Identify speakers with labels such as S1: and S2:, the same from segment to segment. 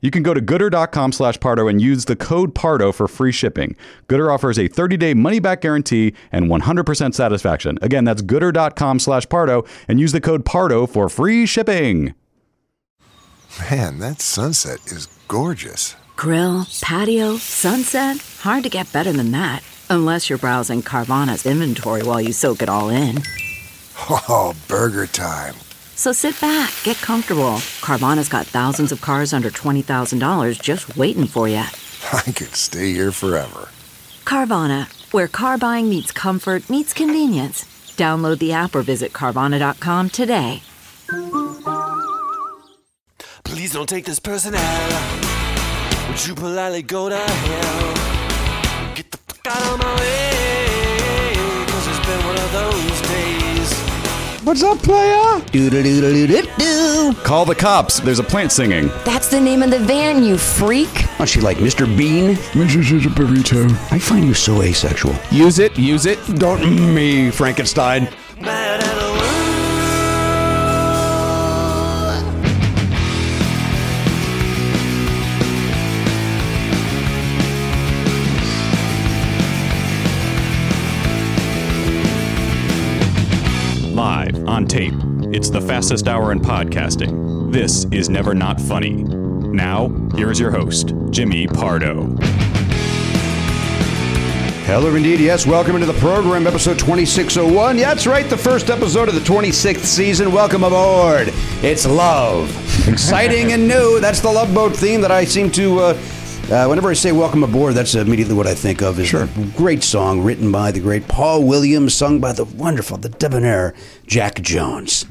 S1: You can go to gooder.com slash Pardo and use the code Pardo for free shipping. Gooder offers a 30-day money-back guarantee and 100% satisfaction. Again, that's gooder.com slash Pardo and use the code Pardo for free shipping.
S2: Man, that sunset is gorgeous.
S3: Grill, patio, sunset. Hard to get better than that. Unless you're browsing Carvana's inventory while you soak it all in.
S2: Oh, burger time.
S3: So sit back, get comfortable. Carvana's got thousands of cars under $20,000 just waiting for you.
S2: I could stay here forever.
S3: Carvana, where car buying meets comfort, meets convenience. Download the app or visit Carvana.com today.
S4: Please don't take this person out. Would you politely go to hell? Get the fuck out of my way, cause it's been one of those days.
S5: What's up, player?
S6: Doo-doo-doo-doo-doo.
S1: Call the cops. There's a plant singing.
S6: That's the name of the van, you freak.
S5: Oh, she like Mr. Bean?
S7: This is a burrito.
S5: I find you so asexual.
S8: Use it, use it.
S5: Don't mm me, Frankenstein.
S4: Mad at the world.
S1: Live on tape. It's the fastest hour in podcasting. This is Never Not Funny. Now, here is your host, Jimmy Pardo.
S5: Hello, indeed. Yes, welcome into the program, episode 2601. Yeah, that's right, the first episode of the 26th season. Welcome aboard. It's love. Exciting and new. That's the Love Boat theme that I seem to. Uh, uh, whenever I say "Welcome Aboard," that's immediately what I think of. Is a great song written by the great Paul Williams, sung by the wonderful, the debonair Jack Jones.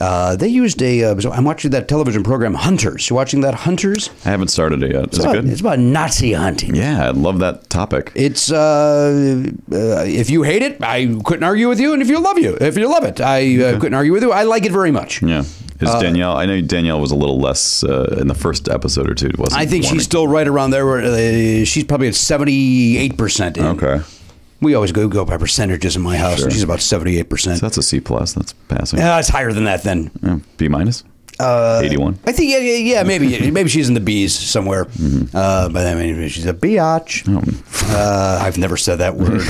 S5: Uh, they used a. Uh, so I'm watching that television program Hunters. You watching that Hunters?
S1: I haven't started it yet. Is
S5: about,
S1: it good?
S5: It's about Nazi hunting.
S1: Yeah, I love that topic.
S5: It's uh, uh, if you hate it, I couldn't argue with you, and if you love you, if you love it, I uh, couldn't argue with you. I like it very much.
S1: Yeah. Is
S5: Uh,
S1: Danielle? I know Danielle was a little less uh, in the first episode or two. Wasn't
S5: I think
S1: warming.
S5: she's still right around there. Where, uh, she's probably at 78 percent.
S1: okay.
S5: We always go go by percentages in my house. and
S1: Sure.
S5: She's about 78 percent.
S1: So that's a C plus. That's passing.
S5: Yeah, it's higher than that then.
S1: Yeah, B minus.
S5: Uh,
S1: 81.
S5: I think yeah, yeah, yeah maybe maybe she's in the bees somewhere.
S1: Mm-hmm.
S5: Uh, but I mean, she's a biatch.
S1: Oh.
S5: Uh, I've never said that word.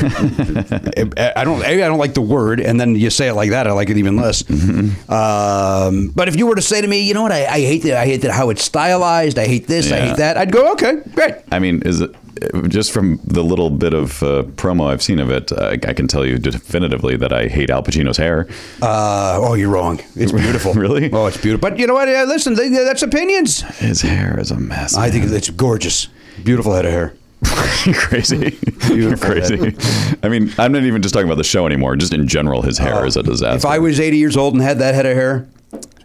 S5: I I don't. A, I don't like the word, and then you say it like that, I like it even less.
S1: Mm-hmm.
S5: Um, but if you were to say to me, you know what, I, I hate that. I hate that how it's stylized. I hate this. I
S1: Yeah.
S5: hate that. I'd go, okay, great.
S1: I mean, is it just from the little bit of uh, promo I've seen of it? I, I can tell you definitively that I hate Al Pacino's hair.
S5: Uh, oh, you're wrong. It's beautiful.
S1: Really?
S5: Oh, it's beautiful. But you know what? Uh, listen, th- that's opinions.
S1: His hair is a mess.
S5: I think
S1: man.
S5: it's gorgeous. Beautiful head of hair.
S1: You're crazy. You're
S5: Beautiful
S1: crazy. I mean, I'm not even just talking about the show anymore. Just in general, his hair is a disaster.
S5: Oh, If I was 80 years old and had that head of hair,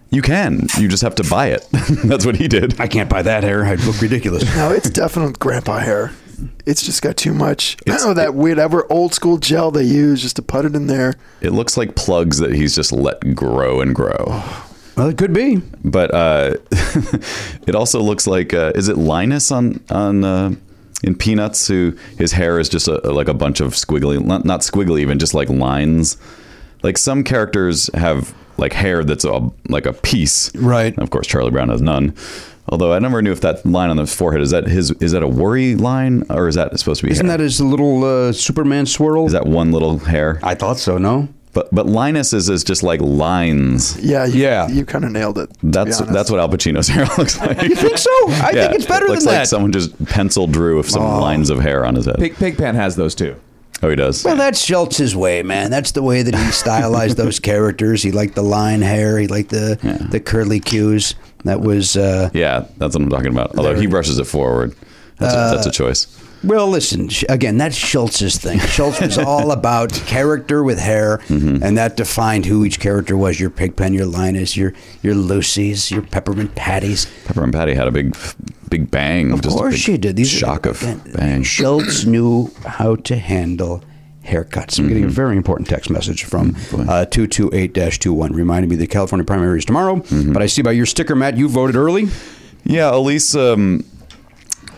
S1: you can. You just have to buy it. That's what he did.
S5: I can't buy that hair. I'd look ridiculous.
S7: No, it's definitely grandpa hair. It's just got too much. I don't know that weird, ever old school gel they use just to put it in there.
S1: It looks like plugs that he's just let grow and grow.
S5: well, it could be.
S1: But uh, it also looks like uh, is it Linus on on uh, in Peanuts who his hair is just a, like a bunch of squiggly not, not squiggly even just like lines. Like some characters have like hair that's a, like a piece,
S5: Right.
S1: Of course, Charlie Brown has none. Although I never knew if that line on the forehead is that his is that a worry line or is that supposed to be
S5: Isn't
S1: hair?
S5: that his little uh, Superman swirl?
S1: is that one little hair?
S5: I thought so, no?
S1: But but Linus's is just like lines.
S7: Yeah, you,
S5: Yeah.
S7: You kind of nailed it. to be
S1: That's
S7: honest.
S1: that's what Al Pacino's hair looks like.
S5: You think so? I
S1: Yeah,
S5: think it's better
S1: it looks
S5: than that.
S1: like
S5: Oh.
S1: someone just pencil drew of some lines of hair on his head.
S8: Pig, Pigpen has those too.
S1: Oh, he does.
S5: well, that's Schultz's way, man. That's the way that he stylized those characters. He liked the line hair. He liked the the curly cues. That was uh,
S1: yeah, that's what I'm talking about. Although he brushes it forward. That's, a,
S5: Uh,
S1: that's a choice.
S5: Well, listen, sh- again, that's Schultz's thing. Schultz was all about character with hair,
S1: Mm-hmm.
S5: and that defined who each character was your Pigpen, your Linus, your your Lucy's, your Peppermint Patties.
S1: Pepper and Patty had a big, big bang.
S5: Of
S1: just a
S5: course
S1: big
S5: she did. These are-
S1: shock of
S5: again,
S1: bang.
S5: Schultz knew how to handle haircuts. I'm
S1: Mm-hmm.
S5: getting a very important text message from uh, 228-21 reminding me the California primary is tomorrow,
S1: Mm-hmm.
S5: but I see by your sticker, Matt, you voted early.
S1: Yeah, Elise um,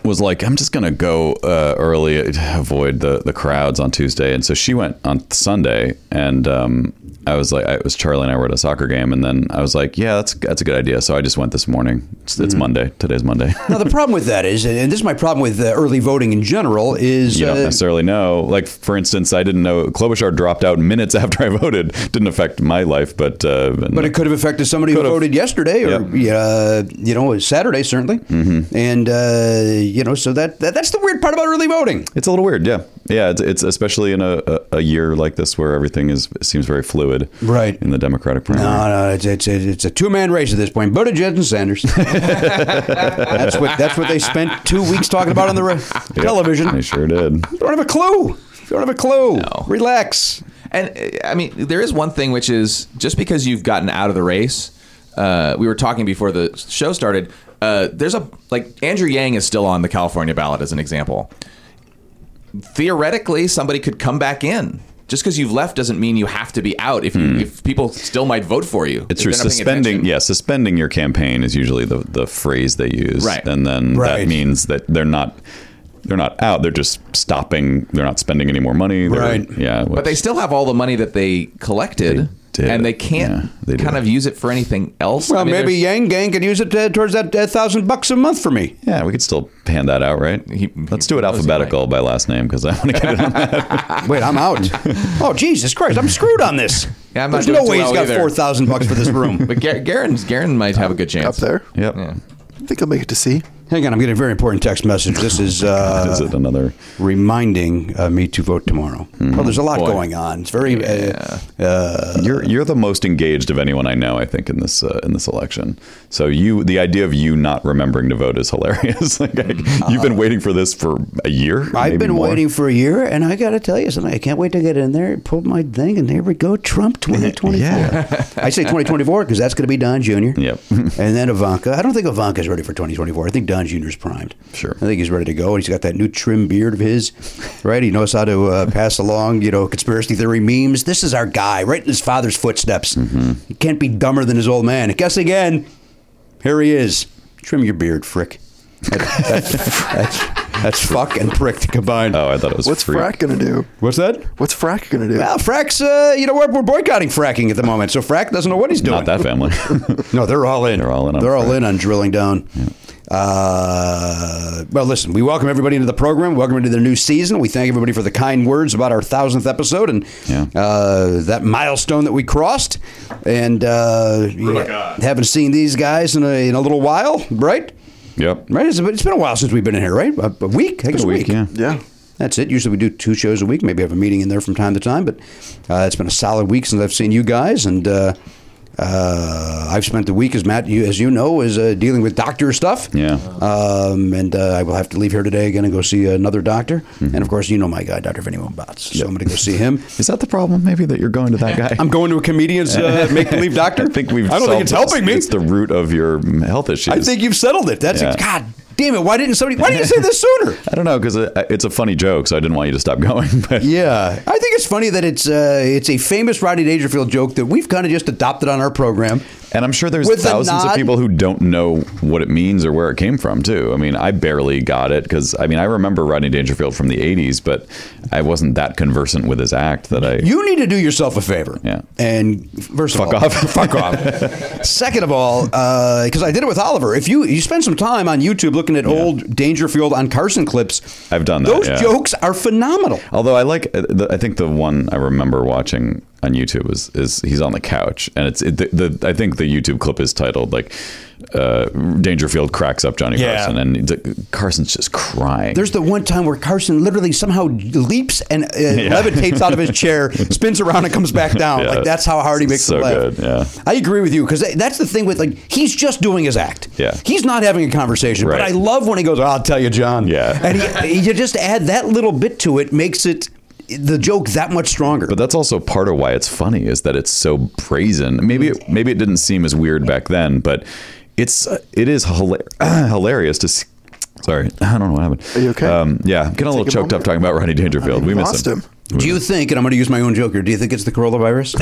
S1: was like, I'm just gonna go uh, early, to avoid the the crowds on Tuesday, and so she went on Sunday, and um, I was like, I, it was Charlie and I were at a soccer game, and then I was like, yeah, that's that's a good idea, so I just went this morning. It's,
S5: Mm-hmm.
S1: it's Monday. Today's Monday.
S5: Now, the problem with that is, and this is my problem with uh, early voting in general, is
S1: you don't
S5: uh,
S1: necessarily know. Like for instance, I didn't know Klobuchar dropped out minutes after I voted. Didn't affect my life, but uh,
S5: But it could have affected somebody
S1: Could
S5: who
S1: have.
S5: voted yesterday or
S1: Yep. Mm-hmm.
S5: uh, you know Saturday certainly, and uh, you know so that, that that's the weird part about early voting.
S1: It's a little weird, yeah, yeah. It's, it's especially in a, a, a year like this where everything is seems very fluid,
S5: Right.
S1: In the Democratic primary,
S5: No, no, Uh, it's it's, it's a two man race at this point. Buttigieg and Sanders. that's what that's what they spent two weeks talking about on the re-
S1: Yep,
S5: television.
S1: They sure did.
S5: Don't have a clue. Don't have a clue.
S8: No.
S5: Relax.
S8: And uh, I mean, there is one thing which is just because you've gotten out of the race. Uh, we were talking before the show started. Uh, there's a like Andrew Yang is still on the California ballot as an example. Theoretically, somebody could come back in. Just because you've left doesn't mean you have to be out. If you, if people still might vote for you,
S1: Hmm. It's
S8: if
S1: true.
S8: they're not paying
S1: Suspending,
S8: attention.
S1: yeah, suspending your campaign is usually the, the phrase they use,
S8: Right.
S1: And then
S5: Right.
S1: that means that they're not they're not out. They're just stopping. They're not spending any more money. They're-
S5: Right.
S1: Yeah.
S8: But they still have all the money that they collected,
S1: They did.
S8: and they
S1: Yeah,
S8: can't
S1: they did.
S8: kind of use it for anything else.
S5: Well,
S8: I mean,
S5: maybe
S8: there's-
S5: Yang Gang could use it uh, towards that uh, thousand bucks a month for me.
S1: Yeah, we could still hand that out, right?
S8: He-
S1: Let's
S8: he
S1: do it
S8: knows he
S1: alphabetical by last name because I want to get it on
S5: Wait, I'm out. oh Jesus Christ, I'm screwed on this.
S8: Yeah, I'm not
S5: There's
S8: doing
S5: no
S8: too
S5: way
S8: well
S5: he's got
S8: either.
S5: four thousand bucks for this room.
S8: But Gar- Garen's Garen might have a good
S7: up
S8: chance.
S7: there.
S1: Yep.
S7: I think I'll make it to see.
S5: Hang on, I'm getting a very important text message. This is, uh,
S1: Is it another?
S5: reminding uh, me to vote tomorrow.
S8: Hmm.
S5: Well, there's a lot going on. It's very. Uh, uh,
S1: You're you're the most engaged of anyone I know. I think in this uh, in this election. So you the idea of you not remembering to vote is hilarious. like I, you've been waiting for this for a year.
S5: Mm-hmm. I've
S1: maybe
S5: been
S1: more.
S5: waiting for a year, and I got to tell you something. I can't wait to get in there, pull my thing, and here we go. Trump 2024. I say 2024 because that's going to be Don Jr.
S1: Yep.
S5: and then Ivanka. I don't think Ivanka's ready for 2024. I think Don Jr.'s primed.
S1: Sure.
S5: I think he's ready to go. He's got that new trim beard of his, right? He knows how to uh, pass along, you know, conspiracy theory memes. This is our guy, right in his father's footsteps.
S1: Mm-hmm.
S5: He can't be dumber than his old man. And guess again, here he is. Trim your beard, frick. That- that's- that's- That's fuck and prick combined.
S1: Oh, I thought it was
S7: What's
S1: freak.
S7: frack gonna do?
S5: What's that?
S7: What's frack gonna do?
S5: Well, frack's, uh, you know, we're, we're boycotting fracking at the moment, so frack doesn't know what he's doing.
S1: Not that family.
S5: No, they're all in.
S1: They're all in on
S5: They're all
S1: frack.
S5: in on drilling down. Uh, well, listen, we welcome everybody into the program. Welcome into the new season. We thank everybody for the kind words about our thousandth episode and
S1: Yeah.
S5: uh, that milestone that we crossed. And uh, yeah, haven't seen these guys in a, in a little while, right?
S1: Yep.
S5: Right? It's been, it's been a while since we've been in here, right? A, a week? I think it's a week.
S1: Yeah.
S7: Yeah.
S5: That's it. Usually we do two shows a week. Maybe have a meeting in there from time to time, but uh, it's been a solid week since I've seen you guys, and uh, uh, I've spent the week as Matt, you, as you know, is uh, dealing with doctor stuff.
S1: Yeah.
S5: Um, and uh, I will have to leave here today again and go see another doctor,
S1: Mm-hmm.
S5: and of course you know my guy, Doctor Vinny Bots. So I'm going to go see him.
S1: Is that the problem? Maybe that you're going to that guy.
S5: I'm going to a comedian's uh, make believe doctor.
S1: I think we've.
S5: I don't think it's
S1: solved it.
S5: helping me.
S1: It's the root of your health issues.
S5: I think you've settled it. That's
S1: Yeah.
S5: God damn it. Why didn't somebody? Why didn't you say this sooner?
S1: I don't know because it's a funny joke, so I didn't want you to stop going. But
S5: Yeah, I think it's funny that it's uh, it's a famous Rodney Dangerfield joke that we've kind of just adopted on our program.
S1: And I'm sure there's
S5: With a
S1: thousands of
S5: nod.
S1: people who don't know what it means or where it came from, too. I mean, I barely got it because I mean, I remember Rodney Dangerfield from the 80s, but I wasn't that conversant with his act that I.
S5: You need to do yourself a favor.
S1: Yeah.
S5: And first of
S1: Fuck
S5: all,
S1: off.
S5: fuck off. Second of all, because I did it with Oliver. If you you spend some time on YouTube looking at old Dangerfield on Carson clips,
S1: I've done that,
S5: Those
S1: yeah.
S5: jokes are phenomenal.
S1: Although I like, I think the one I remember watching on YouTube is is he's on the couch, and it's it, the, the I think the YouTube clip is titled like uh, Dangerfield cracks up Johnny
S5: Yeah.
S1: Carson, and d- Carson's just crying.
S5: There's the one time where Carson literally somehow leaps and uh, levitates out of his chair, spins around, and comes back down.
S1: Yeah.
S5: Like that's how hard he makes
S1: So
S5: it laugh.
S1: good, yeah.
S5: I agree with you because that's the thing with like he's just doing his act.
S1: Yeah.
S5: he's not having a conversation. But
S1: Right.
S5: I love when he goes, "I'll tell you, John."
S1: Yeah.
S5: and he, you just add that little bit to it makes it the joke that much stronger.
S1: But that's also part of why it's funny is that it's so brazen. Maybe it, maybe it didn't seem as weird back then, but it's it is hila- hilarious to see. Sorry, I don't know what happened. Are
S7: you okay?
S1: Um, yeah, I'm getting a little
S7: Take a
S1: choked up
S7: moment.
S1: talking about Ronnie Dangerfield. we missed
S7: lost
S1: him.
S7: him.
S5: Do you think, and I'm going to use my own joker, do you think it's the coronavirus?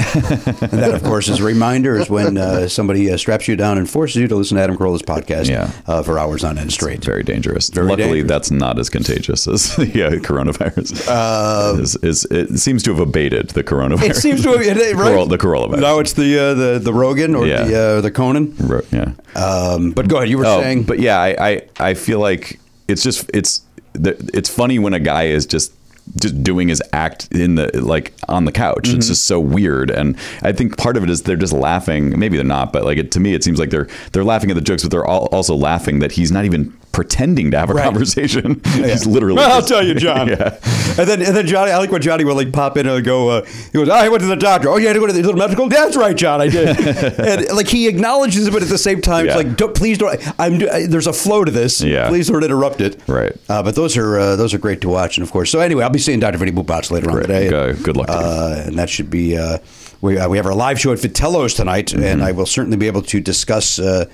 S5: and that, of course, is a reminder is when uh, somebody uh, straps you down and forces you to listen to Adam Carolla's podcast
S1: Yeah.
S5: uh, for hours on end straight.
S1: Very dangerous. Luckily,
S5: dangerous.
S1: that's not as contagious as the uh, coronavirus.
S7: Uh,
S1: is, is, it seems to have abated the coronavirus.
S5: It seems to have, right?
S1: Corol- the coronavirus.
S5: Now it's the, uh, the, the Rogan or
S1: Yeah.
S5: the, uh, the Conan.
S1: Ro- yeah.
S5: Um, but go ahead, you were
S1: Oh,
S5: saying.
S1: but yeah, I, I I feel like it's just it's the- it's funny when a guy is just just doing his act in the like on the couch.
S5: Mm-hmm.
S1: It's just so weird, and I think part of it is they're just laughing. Maybe they're not, but like it, to me, it seems like they're they're laughing at the jokes, but they're all, also laughing that he's not even pretending to have a
S5: Right.
S1: conversation.
S5: Yeah.
S1: he's literally.
S5: Well, I'll
S1: just-
S5: tell you, John.
S1: yeah.
S5: And then, and then Johnny, I like when Johnny will like pop in and go, uh, he goes, "Oh, I went to the doctor. Oh, you had to go to the little medical. That's right, John, I did. and like he acknowledges it, but at the same time,
S1: Yeah.
S5: it's like, don't, please don't. I'm do- I, there's a flow to this.
S1: Yeah.
S5: Please don't interrupt it.
S1: Right.
S5: Uh, but those are uh, those are great to watch, and of course. So anyway, I'll be seeing Doctor Vinny Bootbots later on
S1: Great.
S5: today.
S1: Okay. Good luck to you.
S5: Uh, and that should be. Uh, we, uh, we have our live show at Vitello's tonight, and I will certainly be able to discuss uh,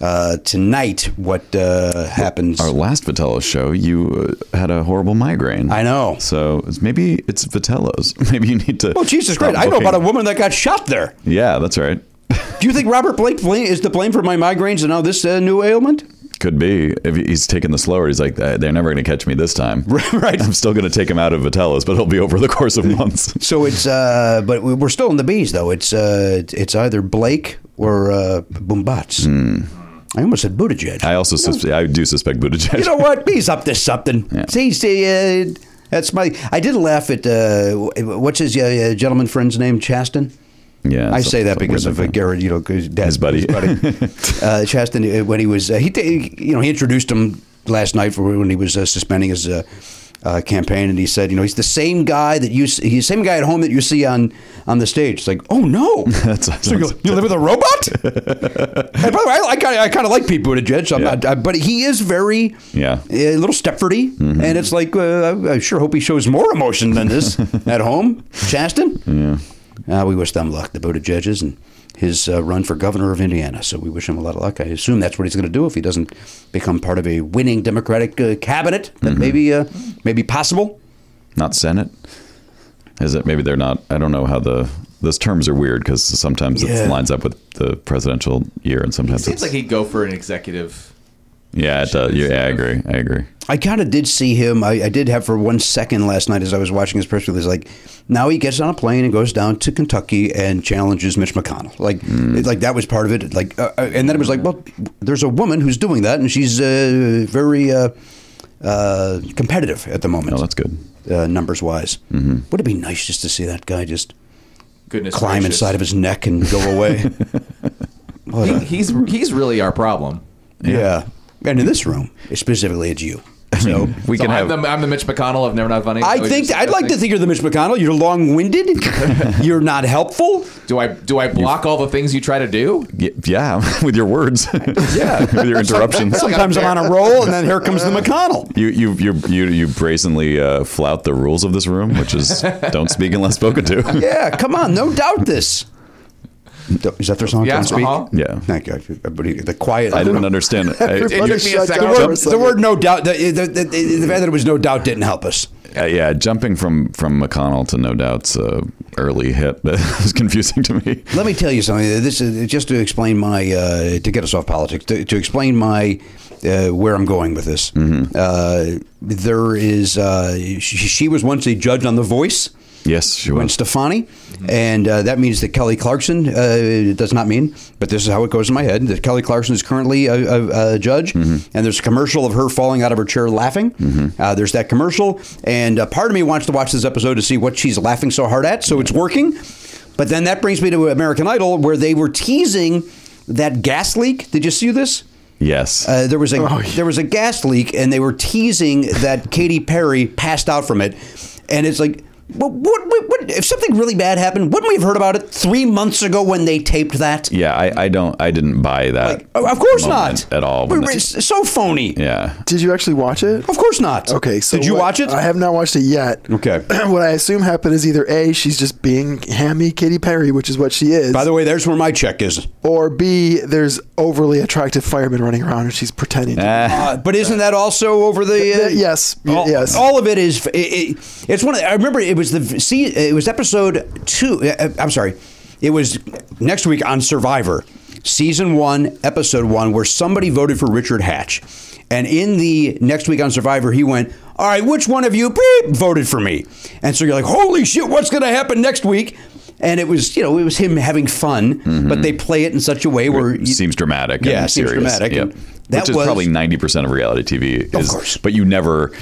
S5: uh, tonight what uh, happens.
S1: Our last Vitello show, you uh, had a horrible migraine.
S5: I know.
S1: So it's- maybe it's Vitello's. Maybe you need to.
S5: Well, Oh, Jesus
S1: stop
S5: Christ! I know
S1: booking-
S5: about a woman that got shot there.
S1: Yeah, that's right.
S5: Do you think Robert Blake blame, is to blame for my migraines and now this uh, new ailment?
S1: Could be. If he- he's taking the slower, he's like, "Uh, they're never going to catch me this time.
S5: Right.
S1: I'm still going to take him out of Vitello's, but it'll be over the course of months.
S5: So it's, uh, but we- we're still in the bees though. It's uh, it's either Blake or uh, Bumbats. I almost said Buttigieg.
S1: I also, sus- I do suspect Buttigieg.
S5: you know what? He's up to something. See, see, uh, that's my. I did laugh at uh, what's his uh, gentleman friend's name, Chaston.
S1: yeah.
S5: I
S1: some-
S5: say that
S1: something
S5: because
S1: weird
S5: of uh,
S1: like that.
S5: Garrett, you know, 'cause dad's
S1: His buddy.
S5: uh, Chaston, uh, when he was, uh, he, t- you know, he introduced him last night for when he was uh, suspending his uh, uh, campaign, and he said, you know, he's the same guy that you, s- he's the same guy at home that you see on on the stage. It's like, oh no, so you, you live with a robot. and by the way, I, I kind of I kind of like Pete Buttigieg, so I'm
S1: Yeah.
S5: not, I, but he is very
S1: Yeah.
S5: a little Stepfordy, and it's like uh, I, I sure hope he shows more emotion than this at home, Chaston. Uh, we wish them luck, the Buddha judges, and his uh, run for governor of Indiana. So we wish him a lot of luck. I assume that's what he's going to do if he doesn't become part of a winning Democratic uh, cabinet that maybe uh, maybe possible.
S1: Not Senate. Is it? Maybe they're not. I don't know how the. Those terms are weird because sometimes
S5: Yeah.
S1: it lines up with the presidential year and sometimes
S8: Seems
S1: it's.
S8: like he'd go for an executive
S1: Yeah, it does. Yeah, I agree. I agree.
S5: I kind of did see him. I, I did have for one second last night as I was watching his press release. Like, now he gets on a plane and goes down to Kentucky and challenges Mitch McConnell. Like, it, like that was part of it. Like, uh, uh, and then it was like, well, there's a woman who's doing that, and she's uh, very uh, uh, competitive at the moment.
S1: No, that's good.
S5: uh, numbers wise. Mm-hmm. Would it be nice just to see that guy just
S8: Goodness
S5: climb
S8: gracious.
S5: inside of his neck and go away? What
S8: He,
S5: a-
S8: he's he's really our problem.
S5: yeah. And in this room, specifically, it's you. So.
S1: We
S8: So
S1: can
S8: I'm,
S1: have.
S8: the, I'm the Mitch McConnell of Never Not Funny.
S5: I
S8: That we
S5: think
S8: just-
S5: I'd like to think you're the Mitch McConnell. You're long-winded. you're not helpful.
S8: Do I do I block all the things you try to do?
S1: Y- yeah, with your words.
S5: Yeah.
S1: with your interruptions.
S5: Sometimes I'm on a roll, and then here comes the McConnell.
S1: You you you you you brazenly uh, flout the rules of this room, which is don't speak unless spoken to.
S5: Yeah, come on, no doubt this. Is that their song?
S8: Yeah,
S5: Don't speak.
S8: uh-huh.
S1: Yeah.
S5: Thank you. Everybody- The quiet.
S1: I didn't understand it. I-
S7: Everybody
S1: it-
S7: shut
S5: The
S7: down for a
S5: word, the
S7: second.
S5: word "no doubt." The, the, the, the, the fact that it was "no doubt" didn't help us.
S1: uh, yeah, jumping from from McConnell to no doubt's uh, early hit that was confusing to me.
S5: Let me tell you something. This is just to explain my uh, to get us off politics. To, to explain my uh, where I'm going with this. Uh, there is uh, she, she was once a judge on The Voice.
S1: Yes, she
S5: Gwen
S1: was.
S5: Stefani, and uh, that means that Kelly Clarkson uh, it does not mean, but this is how it goes in my head that Kelly Clarkson is currently a, a, a judge, and there's a commercial of her falling out of her chair laughing. Uh, there's that commercial, and uh, part of me wants to watch this episode to see what she's laughing so hard at, so it's working. But then that brings me to American Idol, where they were teasing that gas leak. Did you see this?
S1: Yes.
S5: Uh, there was a
S7: Oh,
S5: there was a gas leak, and they were teasing that Katy Perry passed out from it, and it's like. What, what, what, what- if something really bad happened? Wouldn't we have heard about it three months ago when they taped that?
S1: yeah, I, I don't I didn't buy that.
S5: Like, oh, of course
S1: moment
S5: not
S1: at all.
S5: We
S1: when
S5: were-
S1: they-
S5: It's so phony.
S1: yeah.
S7: Did you actually watch it?
S5: Of course not.
S7: Okay, so
S5: did you
S7: what-
S5: watch it?
S7: I have not watched it yet.
S5: Okay.
S7: what I assume happened is either A, she's just being hammy Katy Perry, which is what she is,
S5: By the way, there's where my check is.
S7: or B, there's overly attractive firemen running around and she's pretending. to
S1: Eh,
S5: Uh, but isn't that also over the? Uh,
S7: Th- yes, y-
S5: all,
S7: yes.
S5: All of it is. It, it, it's one. Of, the- I remember it was the see. It was episode two. uh, I'm sorry. It was next week on Survivor, season one, episode one, where somebody voted for Richard Hatch, and in the next week on Survivor, he went. All right, which one of you beep, voted for me? And so you're like, holy shit, what's going to happen next week? And it was, you know, it was him having fun,
S7: Mm-hmm.
S5: but they play it in such a way where you-
S1: seems dramatic.
S5: Yeah,
S1: and
S5: seems
S1: serious.
S5: dramatic,
S1: Yep.
S5: and that
S1: Which is
S5: was-
S1: probably ninety percent of reality TV.
S5: Of
S1: is-
S5: course.
S1: but you never.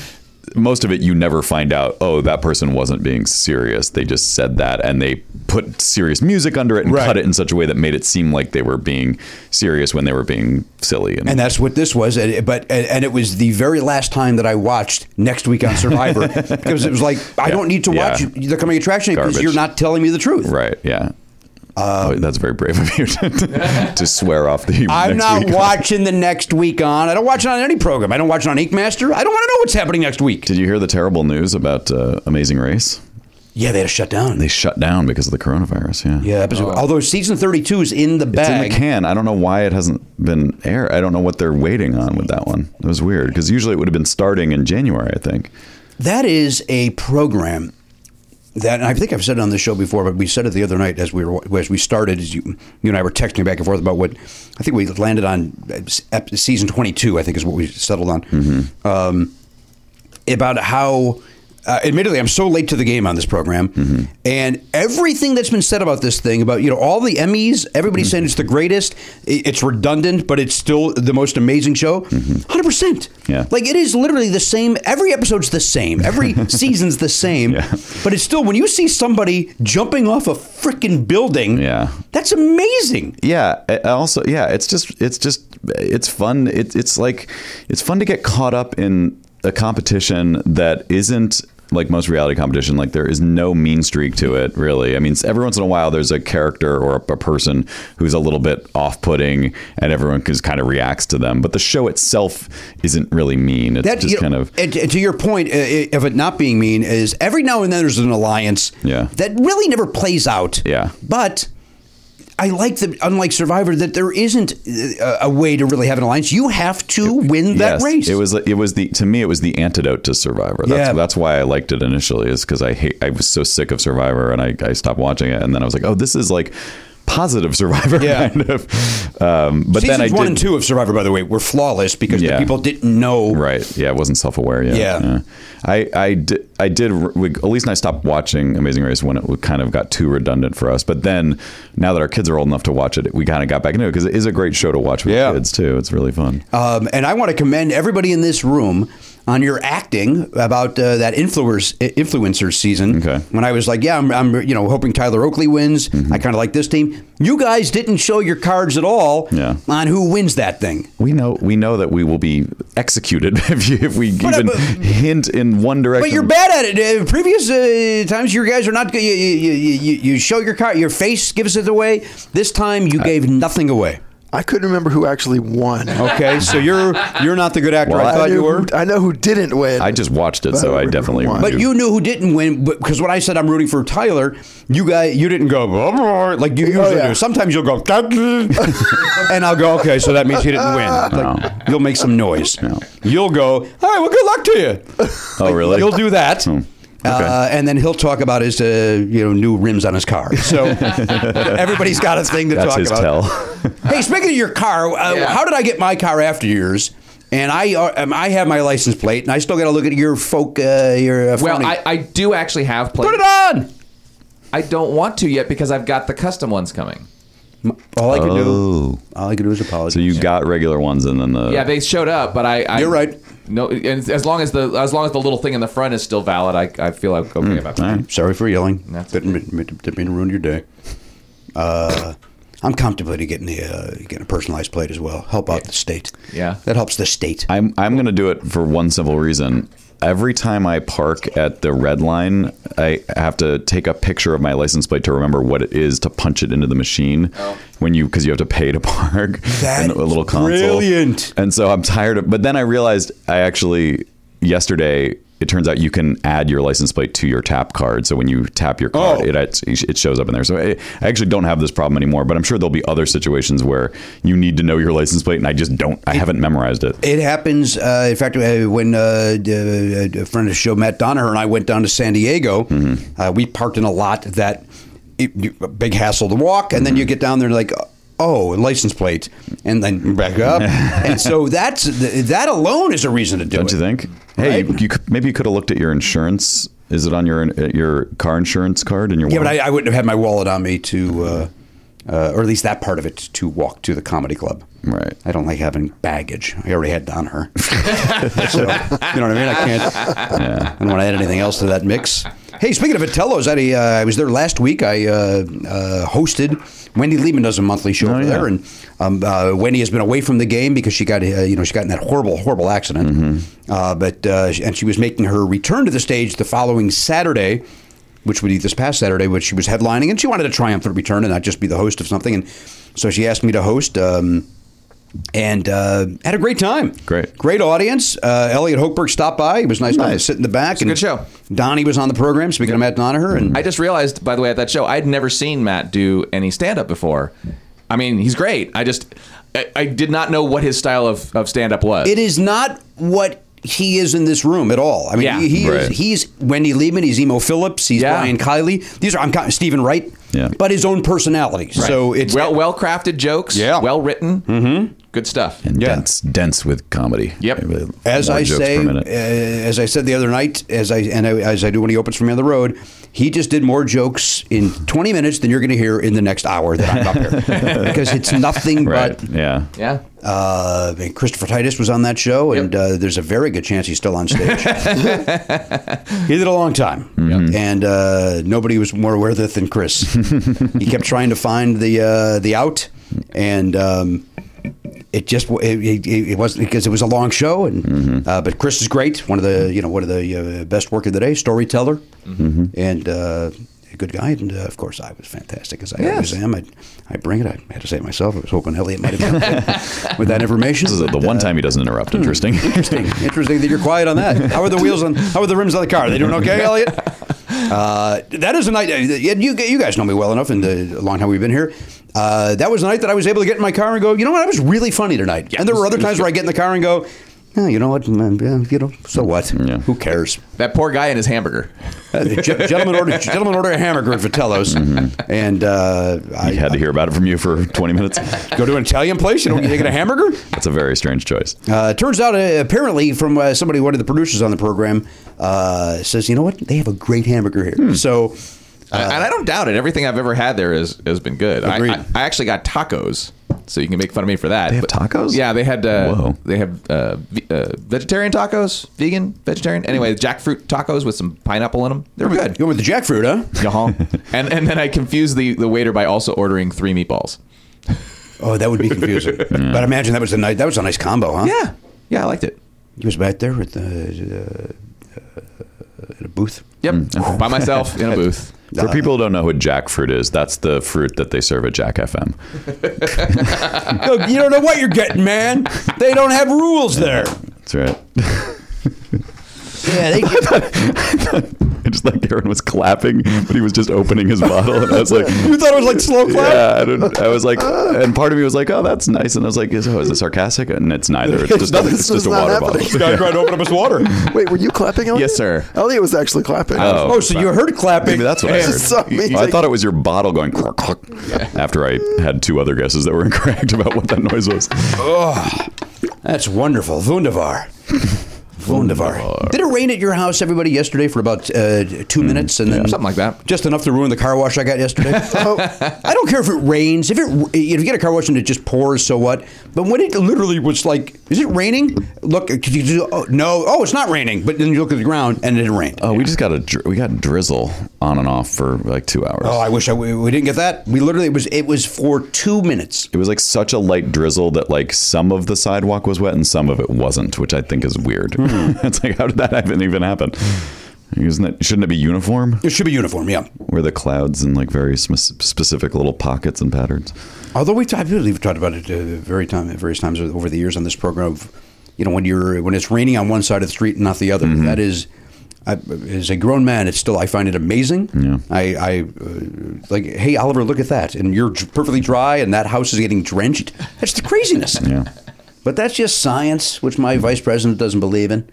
S1: Most of it, you never find out. Oh, that person wasn't being serious. They just said that, and they put serious music under it and
S5: Right.
S1: cut it in such a way that made it seem like they were being serious when they were being silly. And,
S5: and that's what this was. And, but and, and it was the very last time that I watched next week on Survivor because it was like I
S1: Yeah.
S5: don't need to watch
S1: Yeah.
S5: the coming attraction because
S1: Garbage.
S5: you're not telling me the truth.
S1: right, yeah. oh, that's very brave of you to, to swear off the.
S5: Um, I'm
S1: next
S5: not
S1: week.
S5: watching the next week on. I don't watch it on any program. I don't watch it on Ink Master. I don't want to know what's happening next week.
S1: Did you hear the terrible news about uh, Amazing Race?
S5: Yeah, they had to shut down.
S1: They shut down because of the coronavirus.
S5: yeah, episode, although season 32 is in the
S1: It's in
S5: bag.
S1: the can. I don't know why it hasn't been aired. I don't know what they're waiting on with that one. It was weird because usually it would have been starting in January, I think.
S5: That is a program that and I think I've said it on this show before, but we said it the other night as we were as we started. As you, you and I were texting back and forth about what I think we landed on uh, s- ep- season twenty two. I think is what we settled on um, about how. Uh, admittedly, I'm so late to the game on this program, and everything that's been said about this thing about you know all the Emmys, everybody's saying it's the greatest. i- It's redundant, but it's still the most amazing show. 100 percent.
S1: Yeah.
S5: Like it is literally the same. Every episode's the same. Every season's the same.
S1: Yeah.
S5: But it's still when you see somebody jumping off a freaking building.
S1: Yeah.
S5: That's amazing.
S1: Yeah. I- I Also, yeah, it's just, it's just, it's fun. It, it's like, it's fun to get caught up in a competition that isn't like most reality competition. Like there is no mean streak to it, really. I mean, every once in a while there's a character or a, a person who's a little bit off putting and everyone just kind of reacts to them. But the show itself isn't really mean. It's
S5: That
S1: just
S5: you know,
S1: kind of.
S5: and, and to your point uh, i- of it not being mean is every now and then there's an alliance.
S1: Yeah.
S5: That really never plays out.
S1: Yeah.
S5: But. I like the unlike Survivor that there isn't uh, a way to really have an alliance. You have to win that
S1: Yes,
S5: race.
S1: It was it was the to me it was the antidote to Survivor. That's
S5: Yeah.
S1: that's why I liked it initially is because I hate I was so sick of Survivor and I, I stopped watching it and then I was like oh this is like positive Survivor,
S5: Yeah.
S1: kind of. Um, but
S5: Seasons
S1: then I
S5: one
S1: did,
S5: and two of Survivor, by the way, were flawless because the
S1: Yeah.
S5: people didn't know.
S1: Right. Yeah, I wasn't self-aware yet.
S5: Yeah.
S1: I I did, I did we, at least I stopped watching Amazing Race when it kind of got too redundant for us. But then now that our kids are old enough to watch it, we kind of got back into it because it is a great show to watch with
S5: Yeah.
S1: kids too. It's really fun.
S5: Um, and I want to commend everybody in this room on your acting about uh, that influencers influencer season.
S1: Okay. Mm-hmm.
S5: When I was like, yeah, I'm, I'm you know hoping Tyler Oakley wins. I kind of like this team. You guys didn't show your cards at all
S1: Yeah.
S5: on who wins that thing.
S1: We know we know that we will be executed if, you, if we
S5: But,
S1: even
S5: uh, but-
S1: hint in one direction.
S5: But you're bad at it. Uh, previous uh, times, you guys are not. good. You, you, you, you- you show your card, your face gives it away. This time, you gave nothing away.
S7: I couldn't remember who actually won.
S5: Okay, so you're you're not the good actor
S1: Well,
S5: Oh, I
S1: I
S5: thought
S7: knew
S5: you
S7: who-
S5: were.
S7: I know who didn't win.
S1: I just watched it,
S7: But
S1: so I
S7: who
S1: definitely.
S7: won?
S5: But
S1: knew.
S5: you knew who didn't win because when I said I'm rooting for Tyler, you guys you didn't go "Blah, blah," like
S1: Oh,
S5: you usually
S7: yeah.
S5: do. Sometimes you'll go and I'll go okay, so that means he didn't win. Like,
S1: No.
S5: You'll make some noise.
S1: No.
S5: You'll go all right. Well, good luck to you.
S1: Oh, really? Hmm.
S5: You'll do that.
S1: okay.
S5: Uh, and then he'll talk about his, uh, you know, new rims on his car. So everybody's got a thing to
S1: That's
S5: talk
S1: his
S5: about.
S1: tell.
S5: hey, speaking of your car, uh, how did I get my car after yours? And I, uh, um, I have my license plate, and I still got to look at your folk, uh, your uh,
S8: Well,
S5: phony-
S8: I, I do actually have plates.
S5: put it on.
S8: I don't want to yet because I've got the custom ones coming.
S5: All I could
S1: Oh.
S5: do, all I could do is apologize.
S1: so you got regular ones, and then the
S8: Yeah, they showed up, but I. I
S5: You're right.
S8: No, and as long as the as long as the little thing in the front is still valid, I, I feel like okay
S5: Hmm,
S8: about that.
S5: Sorry for yelling.
S8: That's
S5: Didn't mean, didn't mean to ruin your day. Uh, I'm contemplating getting the uh, getting a personalized plate as well. Help out the state.
S8: Yeah.
S5: that helps the state.
S1: I'm I'm gonna do it for one simple reason. Every time I park at the red line, I have to take a picture of my license plate to remember what it is to punch it into the machine.
S5: Oh.
S1: When you because you have to pay to park
S5: That
S1: and a little
S5: is
S1: console.
S5: brilliant.
S1: And so I'm tired of. But then I realized I actually yesterday. It turns out you can add your license plate to your tap card. So when you tap your card,
S5: Oh.
S1: it it it shows up in there. So I I actually don't have this problem anymore. But I'm sure there'll be other situations where you need to know your license plate, and I just don't. I haven't memorized it.
S5: It happens. Uh, in fact, uh, when uh, d- uh, a friend of the show, Matt Donaher, and I went down to San Diego,
S1: Mm-hmm.
S5: uh, we parked in a lot that it, you- a big hassle to walk, and
S1: Mm-hmm.
S5: then you get down there like. Oh, a license plate, and then back up, and so that's th- that alone is a reason to do
S1: Don't
S5: it.
S1: you think? Hey, you, you, could- maybe you could have looked at your insurance. Is it on your uh, your car insurance card in your
S5: Yeah, but I,
S1: wallet?
S5: I wouldn't have had my wallet on me to, uh, uh, or at least that part of it, to walk to the comedy club.
S1: Right.
S5: I don't like having baggage. I already had on her. so, you know what I mean? I can't. I don't want to add anything else to that mix. Hey, speaking of Vitello's, I, uh, I was there last week. I uh, uh, hosted. Wendy Liebman does a monthly show over
S1: Oh, yeah.
S5: there, and um, uh, Wendy has been away from the game because she got, uh, you know, she got in that horrible, horrible accident.
S1: Mm-hmm.
S5: Uh, but uh, and she was making her return to the stage the following Saturday which would be this past Saturday, which she was headlining, and she wanted a triumphant return and not just be the host of something. And so she asked me to host. Um, and uh, had a great time.
S1: Great.
S5: great audience. Uh, Elliot Hochberg stopped by. It was nice, to
S1: Nice.
S5: sit in the back. and
S8: good show.
S5: Donnie was on the program. Speaking of Matt Donaher, and
S8: I just realized, by the way, at that show, I'd never seen Matt do any stand up before. I mean, he's great. I just, I, I did not know what his style of, of stand up was.
S5: it is not what he is in this room at all. I mean,
S8: Yeah.
S5: he, he
S1: Right.
S5: is, he's Wendy Liebman, he's Emo Phillips, he's
S8: Yeah.
S5: Brian Kiley. These are I'm kind of Stephen Wright,
S1: Yeah.
S5: but his own personality. So it's
S8: well, well crafted jokes.
S5: Yeah.
S8: Well written. Mm-hmm. Good stuff.
S1: And dense, dense with comedy.
S8: Yep.
S1: I really-
S5: as
S1: more
S5: I
S1: jokes
S5: say,
S1: per
S5: uh,
S1: minute.
S5: as I said the other night, as I and I, as I do when he opens for me on the road, he just did more jokes in 20 minutes than you're going to hear in the next hour that I'm up here because it's nothing
S1: right?
S5: but.
S1: yeah.
S8: Yeah.
S5: Uh, and Christopher Titus was on that show, and uh, there's a very good chance he's still on stage. he did a long time, and uh, nobody was more aware of it than Chris. he kept trying to find the uh, the out, and um, it just it, it, it wasn't because it was a long show. And uh, but Chris is great, one of the you know one of the uh, best work of the day, storyteller, and. Uh, a Good guy, and uh, of course I was fantastic as I always am. I, I bring it. I had to say it myself. I was hoping Elliot might have come with that information.
S1: This is the one time he doesn't interrupt.
S5: Hmm.
S1: Interesting.
S5: Interesting. Interesting that you're quiet on that. How are the wheels on? How are the rims on the car? They doing okay, Elliot? Uh, that is a night. uh, You you guys know me well enough in the long time we've been here. Uh, that was the night that I was able to get in my car and go. You know what? I was really funny tonight. and there were other times where I get in the car and go. No, you know what? mm, yeah, You know, so what? Who cares?
S8: That poor guy and his hamburger.
S5: Uh, the gen- gentleman ordered gentleman ordered a hamburger at Vitello's, and uh, I
S1: I had to hear about it from Mm-hmm. you for 20 minutes.
S5: go to an Italian place. You don't you get a hamburger?
S1: That's a very strange choice.
S5: Uh, it turns out, uh, apparently, from uh, somebody, one of the producers on the program, uh, says, you know what? They have a great hamburger here. So,
S8: I- and I don't doubt it. Everything I've ever had there is, has been good. I,
S5: Agreed.
S8: I, I actually got tacos, so you can make fun of me for that.
S1: They have tacos?
S8: Yeah, they had. Uh,
S1: Whoa.
S8: They have uh, ve- uh, vegetarian tacos, vegan, vegetarian. Anyway, jackfruit tacos with some pineapple in them. They're good.
S5: you went with the jackfruit, huh?
S8: Yahan. and and then I confused the, the waiter by also ordering three meatballs.
S5: Oh, that would be confusing. But imagine that was a nice, that was a nice combo, huh?
S8: Yeah, yeah, I liked it.
S5: He was back there at the uh, uh, in a booth.
S8: Yep, by myself in a booth.
S5: uh,
S1: For people who don't know what jackfruit is, that's the fruit that they serve at Jack FM.
S5: Look, you don't know what you're getting, man. They don't have rules there.
S1: That's right.
S5: Yeah, they
S1: I just like Aaron was clapping, but he was just opening his bottle, and I was like,
S5: you thought it was like
S7: Oh,
S5: slow clap.
S1: Yeah, I, don't, I was like,
S7: Ah.
S1: and part of me was like, oh, that's nice, and I was like, is, oh, is it sarcastic? And it's neither. It's just, a,
S7: This
S1: it's just
S7: is
S1: a
S7: not
S1: water
S7: happening.
S1: bottle.
S5: tried to open up his water.
S7: Wait, were you clapping? Elliot?
S8: Yes, sir.
S7: Elliot was actually clapping.
S1: Oh.
S5: Oh, so you heard clapping.
S1: Maybe that's what I
S5: And-
S1: heard.
S7: so amazing.
S1: I thought it was your bottle going cluck, cluck, after I had two other guesses that were incorrect about what that noise was. Uh,
S5: That's wonderful. Wunderbar. Wunderbar. Did it rain at your house, everybody, yesterday for about uh, two minutes, and then
S8: Mm, Something like that. Oh.
S5: Just enough to ruin the car wash I got yesterday. I don't care if it rains. If it if you get a car wash and it just pours, so what? But when it literally was like, is it raining? Look, could you do? Oh, no. Oh, it's not raining. But then you look at the ground and it rained.
S1: Oh, we just got a dri- we got drizzle on and off for like two hours.
S5: Oh, I wish I, we we didn't get that. We literally it was it was for two minutes.
S1: it was like such a light drizzle that like some of the sidewalk was wet and some of it wasn't, which I think is weird.
S5: Hmm.
S1: it's like how did that even even happen? Isn't it? Shouldn't it be uniform?
S5: It should be uniform, yeah.
S1: Where the clouds in like very sm- specific little pockets and patterns.
S5: Although we, I believe we've talked about it uh, very time, various times over the years on this program. Of, you know, when you're when it's raining on one side of the street and not the
S1: Mm-hmm.
S5: other, that is, I, as a grown man, it's still I find it amazing. Yeah. I, I uh, like, hey Oliver, look at that, and you're dr- perfectly dry, and that house is getting drenched. That's the craziness.
S1: Yeah.
S5: But that's just science, which my vice president doesn't believe in.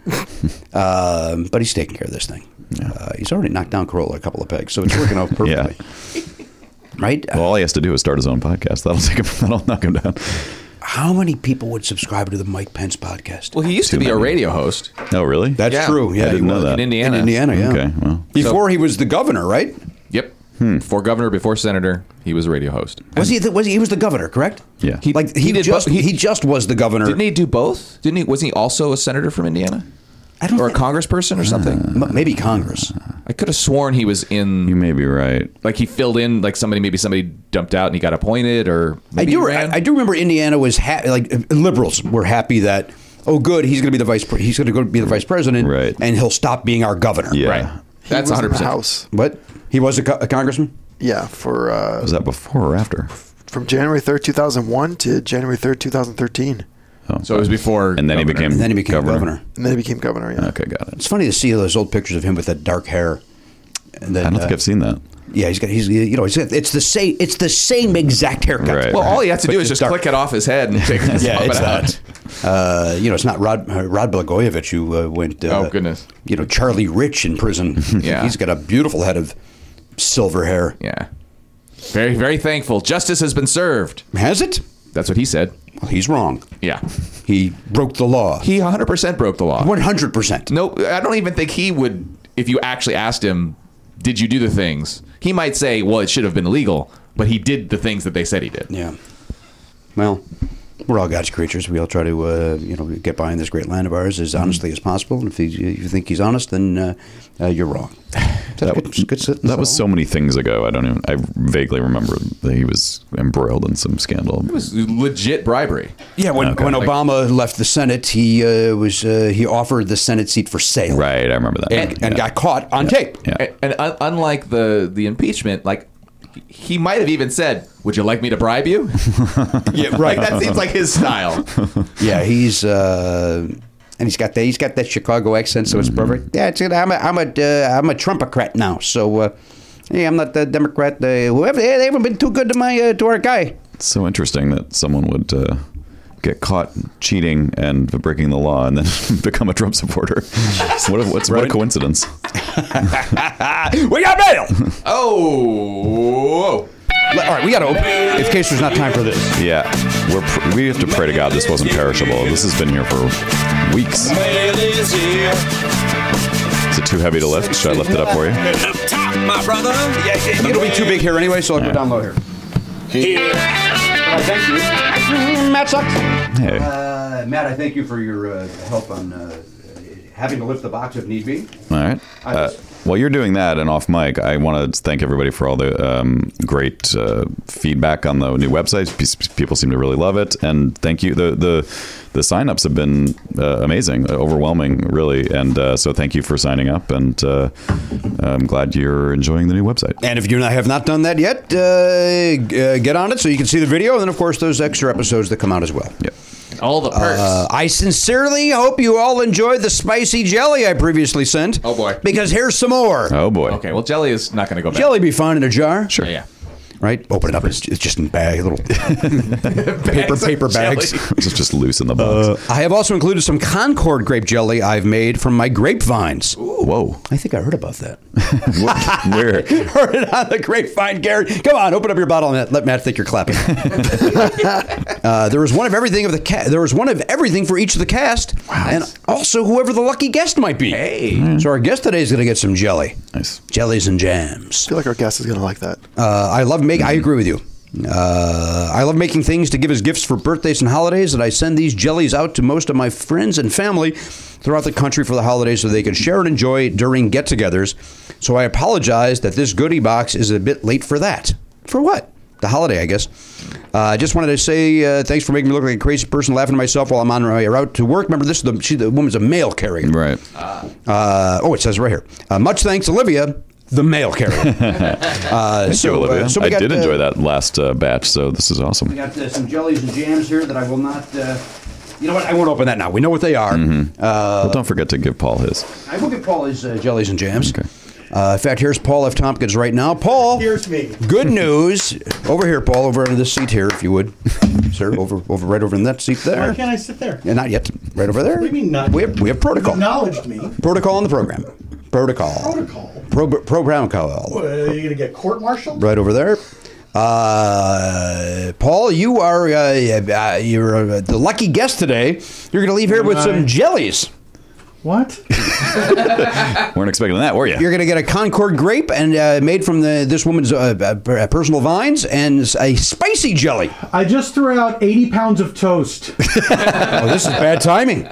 S5: um, but he's taking care of this thing. Uh, he's already knocked down Corolla a couple of pegs, so it's working out perfectly.
S1: Yeah.
S5: Right?
S1: Well, all he has to do is start his own podcast. That'll take him. That'll knock him down.
S5: How many people would subscribe to the Mike Pence podcast?
S8: Well, he used to be a radio host.
S1: Oh, really?
S5: That's
S8: yeah.
S5: true. Yeah,
S1: I didn't
S5: he
S1: know
S5: was.
S1: that.
S8: In Indiana.
S5: In Indiana, yeah.
S1: Okay. Well,
S5: Before he was the governor, right?
S8: Yep. Before governor, before senator, he was a radio host.
S5: Was he? The, was he? He was the governor, correct?
S1: Yeah.
S8: He-
S5: like he,
S8: he did
S5: just
S8: bo-
S5: he,
S8: he-
S5: just was the governor.
S8: Didn't he do both? Didn't he? Wasn't he also a senator from Indiana?
S5: I don't
S8: or a
S5: think-
S8: congressperson or something?
S5: M- maybe Congress.
S8: I could have sworn he was
S1: you
S8: in.
S1: may be right.
S8: Like he filled in, like somebody, maybe somebody dumped out and he got appointed, or
S5: I
S8: maybe
S5: do.
S8: he
S5: I,
S8: ran.
S5: I do remember Indiana was ha- like uh, liberals were happy that oh good he's going to be the vice pre- he's going to go be the vice president
S1: Right.
S5: and he'll stop being our governor.
S1: Yeah.
S8: Right.
S7: He
S8: That's
S7: was in
S8: 100.
S7: the
S8: percent
S7: House.
S5: What he was a, co- a congressman.
S7: Yeah, for uh,
S1: Was that before or after?
S7: from January 3rd, 2001 to January 3rd, 2013.
S8: So it was before.
S1: And then he
S8: governor.
S1: became.
S5: And then he became governor.
S7: And then he became governor. Yeah.
S1: Okay, got it.
S5: It's funny to see those old pictures of him with that dark hair. And then,
S1: I don't
S5: uh,
S1: think I've seen that.
S5: Yeah, he's got. He's you know. He's got, it's the same. It's the same exact haircut.
S1: Right.
S8: Well, all he had to
S5: But
S8: do is
S5: it's
S8: just
S5: dark.
S8: click it off his head and take it.
S5: Yeah,
S8: pop
S5: it's
S8: it out.
S5: that. Uh, you know, it's not Rod uh, Rod Blagojevich who uh, went. Uh,
S8: Oh, goodness.
S5: You know, Charlie Rich in prison.
S8: Yeah.
S5: he's got a beautiful head of silver hair.
S8: Yeah. Very, very thankful. Justice has been served.
S5: Has it?
S8: That's what he said.
S5: Well, he's wrong.
S8: Yeah.
S5: He broke the law.
S8: He 100% broke the law.
S5: One hundred percent.
S8: No, I don't even think he would. If you actually asked him, did you do the things? He might say, well, it should have been illegal, but he did the things that they said he did.
S5: Yeah. Well, we're all God's creatures. We all try to, uh, you know, get by in this great land of ours as honestly as possible. And if he, you think he's honest, then uh, uh, you're wrong. That,
S1: That was so many things ago. I don't even. I vaguely remember that he was embroiled in some scandal.
S8: It was legit bribery.
S5: Yeah, when, when
S8: Like-
S5: Obama left the Senate, he uh, was uh, he offered the Senate seat for sale,
S1: right. I remember that.
S5: And,
S1: yeah.
S5: and got caught on tape.
S1: Yeah.
S8: And, and un- unlike the, the impeachment, like, he might have even said, would you like me to bribe you?
S5: Yeah,
S8: Like, that seems like his style.
S5: yeah, he's uh, and he's got that he's got that Chicago accent, so it's perfect. Yeah, it's good. I'm a I'm a uh, I'm a Trumpocrat now, so. Uh, Hey, I'm not the Democrat. Uh, whoever they, they haven't been too good to my uh, to our guy.
S1: It's so interesting that someone would uh, get caught cheating and breaking the law and then become a Trump supporter. So what, a- what's, what a coincidence.
S5: We got mail.
S8: Oh.
S5: All right, we got to open. In case there's not time for this.
S1: Yeah, we're pr- we have to pray to God this wasn't perishable. This has been here for weeks.
S4: Mail is here.
S1: Is it too heavy to lift? Should I lift it up for you?
S4: Up top, my brother. Yeah, yeah,
S5: It'll be too big here anyway, so I'll go down low here. Matt sucks.
S1: Hey,
S5: Uh, Matt, I thank you for your uh, help on uh, having to lift the box if need be.
S1: all right. Uh, while you're doing that and off mic, I want to thank everybody for all the um, great uh, feedback on the new website. P- People seem to really love it, and thank you. the the The signups have been uh, amazing, overwhelming, really, and uh, so thank you for signing up. And uh, I'm glad you're enjoying the new website.
S5: And if you and I have not done that yet, uh, g- uh, get on it so you can see the video. And then, of course, those extra episodes that come out as well.
S1: Yep.
S8: All the perks.
S5: Uh, I sincerely hope you all enjoyed the spicy jelly I previously sent.
S8: Oh, boy.
S5: Because here's some more.
S1: Oh boy.
S8: okay, well, jelly is not going to go bad.
S5: Jelly be fine in a jar.
S1: Sure.
S8: Yeah.
S5: Right? Open it up. It's, it's just in bag, little paper paper bags.
S1: Just just loose in the box.
S5: I have also included some Concord grape jelly I've made from my grapevines.
S1: Whoa.
S5: I think I heard about that.
S1: Where?
S5: heard it on the grapevine, Garrett. Come on, open up your bottle and let- let Matt think you're clapping. uh, there was one of everything of the ca- there was one of everything for each of the cast, and also whoever the lucky guest might be. Hey, so our guest today is going to get some jelly,
S1: Nice.
S5: jellies and jams.
S7: feel like our guest is gonna like that.
S5: Uh, I love make. I
S1: Mm-hmm.
S5: agree with you. Uh, I love making things to give as gifts for birthdays and holidays, and I send these jellies out to most of my friends and family throughout the country for the holidays so they can share and enjoy during get-togethers. So I apologize that this goodie box is a bit late for that. For what? The holiday, I guess. Uh, I just wanted to say uh, thanks for making me look like a crazy person laughing to myself while I'm on my route to work. Remember, this is the, she, the woman's a mail carrier.
S1: Right.
S5: Uh, oh, it says right here. Uh, much thanks, Olivia, the mail carrier. uh,
S1: Thank you,
S5: uh,
S1: Olivia.
S5: so we
S1: I
S5: got,
S1: did
S5: uh,
S1: enjoy that last uh, batch, so this is awesome.
S5: We got uh, some jellies and jams here that I will not. Uh, you know what? I won't open that now. We know what they are.
S1: Well, don't forget to give Paul his.
S5: I will give Paul his uh, jellies and jams. Uh, in fact, here's Paul F. Tompkins right now. Paul,
S9: Here's me.
S5: Good news over here, Paul. Over under this seat here, if you would, sir. Over, over, right over in that seat there.
S9: Why can't I sit there?
S5: Yeah, not yet. Right over there.
S9: What do you mean not
S5: We have, we have protocol.
S9: Acknowledged me.
S5: Protocol on the program. Protocol.
S9: Protocol?
S5: Pro, program call.
S9: What, are you gonna get court-martialed?
S5: right over there. Uh, Paul, you are uh, uh, you're uh, the lucky guest today. You're going to leave here with some jellies.
S9: What?
S1: Weren't expecting that, were you?
S5: You're going to get a Concord grape and uh, made from the this woman's uh, uh, per- uh, personal vines and a spicy jelly.
S9: I just threw out 80 pounds of toast.
S5: Oh, this is bad timing.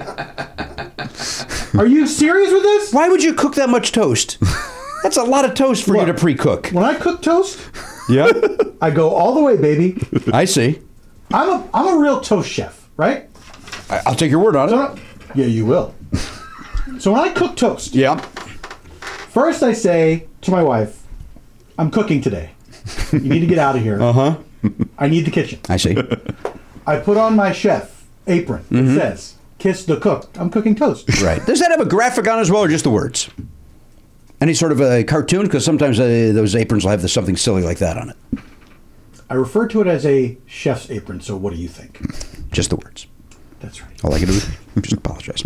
S9: Are you serious with this?
S5: Why would you cook that much toast? That's a lot of toast for
S9: What?
S5: you to pre-cook.
S9: When I cook toast,
S5: Yeah,
S9: I go all the way, baby.
S5: I see.
S9: I'm a I'm a real toast chef, right?
S5: I- I'll take your word on
S9: So
S5: it.
S9: when I- yeah, you will. So when I cook toast,
S5: Yeah.
S9: first I say to my wife, "I'm cooking today. You need to get out of here. Uh huh. I need the kitchen."
S5: I see.
S9: I put on my chef apron. It says, "Kiss the cook." I'm cooking toast.
S5: Right. Does that have a graphic on as well, or just the words? Any sort of a cartoon? Because sometimes uh, those aprons will have the, something silly like that on it.
S9: I refer to it as a chef's apron. So what do you think?
S5: Just the words.
S9: That's right.
S5: All I can do is just apologize.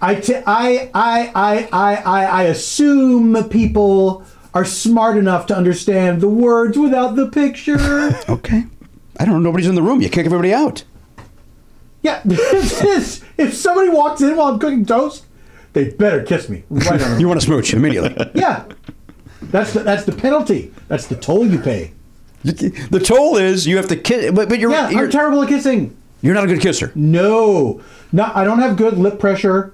S9: I, t- I, I, I, I, I, I assume people are smart enough to understand the words without the picture.
S5: Okay. I don't know. Nobody's in the room. You kick everybody out.
S9: yeah, this is, if somebody walks in while I'm cooking toast, they better kiss me right on the
S5: You want to smooch immediately.
S9: Yeah, that's the, that's the penalty. That's the toll you pay.
S5: the toll is you have to kiss, but, but you're,
S9: Yeah,
S5: you're,
S9: I'm terrible at kissing.
S5: you're not a good kisser.
S9: No, not. I don't have good lip pressure.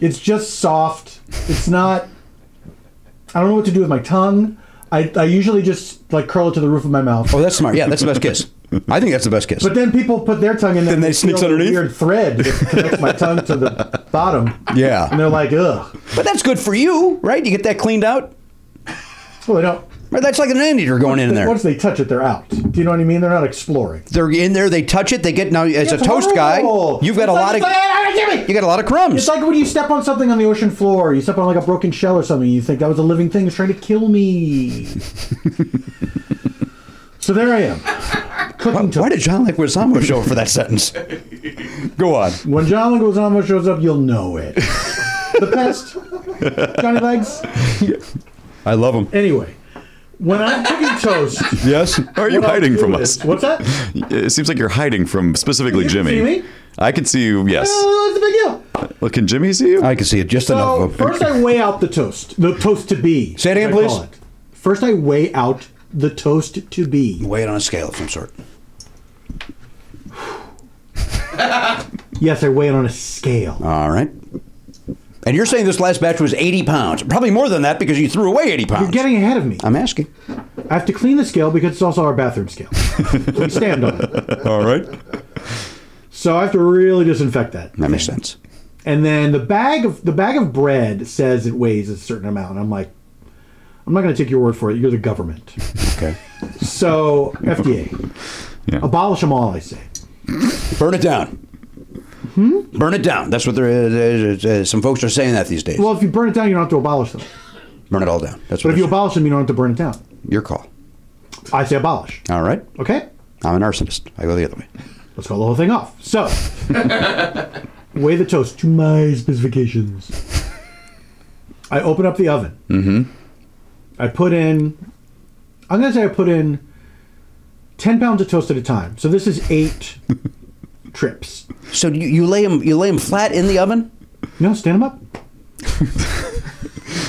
S9: It's just soft. It's not. I don't know what to do with my tongue. I, I usually just like curl it to the roof of my mouth.
S5: Oh, that's smart. Yeah, that's the best kiss. I think that's the best kiss.
S9: But then people put their tongue in there.
S5: Then they
S9: and
S5: sneaks
S9: feel the
S5: underneath?
S9: Weird thread that connects my tongue to the bottom.
S5: Yeah.
S9: And they're like, ugh.
S5: but that's good for you, right? You get that cleaned out.
S9: Well, they don't.
S5: Right, that's like an anteater going in there.
S9: Once they touch it, they're out. Do you know what I mean? They're not exploring.
S5: They're in there. They touch it. They get now as a
S9: It's
S5: toast guy.
S9: horrible.
S5: You've got
S9: It's
S5: a
S9: like-
S5: lot of
S9: it's
S7: "Ah,
S9: like, "Give me!"
S5: you got a lot of crumbs.
S9: It's like when you step on something on the ocean floor, you step on like a broken shell or something, you think that was a living thing that's trying to kill me. so there I am.
S7: cooking
S5: Why,
S7: to
S5: why did John Leguizamo show up for that sentence? Go on.
S7: When John Leguizamo shows up, you'll know it. the pest, Johnny Legs.
S5: I love him.
S7: Anyway, when I'm cooking toast,
S5: Yes.
S1: Are you
S7: what I'll
S1: hiding
S7: do
S1: from
S7: is-
S1: us?
S7: What's that?
S1: It seems like you're hiding from specifically
S7: You can
S1: Jimmy.
S7: see me?
S1: I can see you. Yes.
S7: Oh, that's the big deal.
S1: Well, can Jimmy see you?
S5: I can see it just enough
S7: So
S5: of
S7: first, I weigh out the toast. The toast to be.
S5: Say it again,
S7: as I call
S5: please.
S7: it. First, I weigh out the toast to be.
S5: Weigh it on a scale of some sort.
S7: Yes, I weigh it on a scale.
S5: All right. And you're saying this last batch was 80 pounds. Probably more than that because you threw away 80 pounds.
S7: You're getting ahead of me.
S5: I'm asking.
S7: I have to clean the scale because it's also our bathroom scale. Please stand on it.
S1: All right.
S7: So I have to really disinfect that.
S5: That makes sense.
S7: And then the bag of the bag of bread says it weighs a certain amount. And I'm like, I'm not going to take your word for it. You're the government.
S5: Okay.
S7: So FDA,
S1: Yeah.
S7: abolish them all. I say.
S5: Burn it down. Hmm? Burn it down. That's what there is. uh, uh, uh, Some folks are saying that these days.
S7: Well, if you burn it down, you don't have to abolish them.
S5: burn it all down. That's what
S7: But if you
S5: they're saying.
S7: abolish them, you don't have to burn it down.
S5: your call.
S7: I say abolish.
S5: All right.
S7: Okay,
S5: I'm an arsonist. I go the other way.
S7: let's call the whole thing off. So weigh the toast to my specifications. I open up the oven. Mm-hmm. I put in. I'm going to say I put in ten pounds of toast at a time. So this is eight trips.
S5: So you, you lay them you lay 'em flat in the oven.
S7: No, stand them up.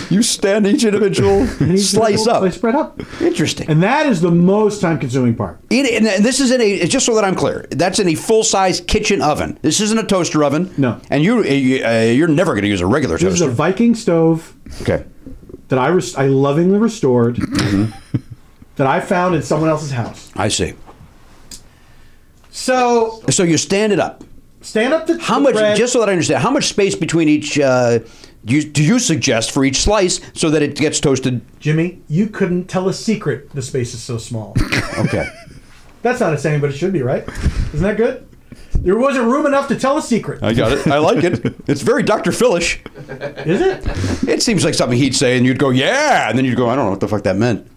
S5: You stand each individual slice up.
S7: Slice spread up.
S5: Interesting.
S7: And that is the most time-consuming part.
S5: It, and this is in a just so that I'm clear. That's in a full size kitchen oven. This isn't a toaster oven.
S7: No.
S5: And you, you uh, you're never going to use a regular
S7: This is a
S5: toaster.
S7: Viking stove
S5: okay.
S7: that I res- I lovingly restored that I found in someone else's house.
S5: I see.
S7: So
S5: So you stand it up.
S7: stand up the
S5: How
S7: the
S5: much?
S7: bread.
S5: Just so that I understand, how much space between each? Uh, you, do you suggest for each slice so that it gets toasted?
S7: Jimmy, you couldn't tell a secret. The space is so small.
S5: Okay.
S7: That's not a saying, but it should be, right? Isn't that good? There wasn't room enough to tell a secret.
S1: I got it.
S5: I like it. It's very Dr. Philish.
S7: Is it?
S5: It seems like something he'd say, and you'd go, "Yeah," and then you'd go, "I don't know what the fuck that meant."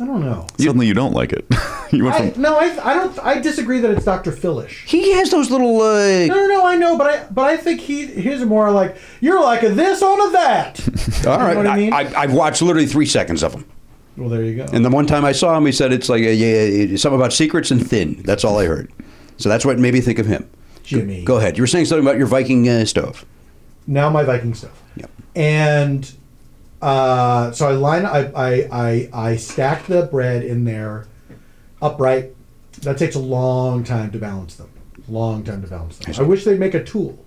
S7: I don't know.
S1: Suddenly you don't like it. you went
S7: I,
S1: from
S7: no, I, I don't. I disagree that it's Dr. Philish.
S5: He has those little. Uh,
S7: No, no, no, I know, but I but I think he his are more like you're like a this on a that.
S5: all right,
S7: you know what I mean?
S5: I, have watched literally three seconds of him,
S7: well, there you go.
S5: and the one time I saw him, he said it's like a, yeah, yeah, something about secrets and thin. That's all I heard. So that's what made me think of him.
S7: Jimmy,
S5: Go ahead. You were saying something about your Viking uh, stove.
S7: now my Viking stuff.
S5: Yep.
S7: And uh, so I line I, I I I stack the bread in there upright. That takes a long time to balance them. Long time to balance them. I wish they'd make a tool,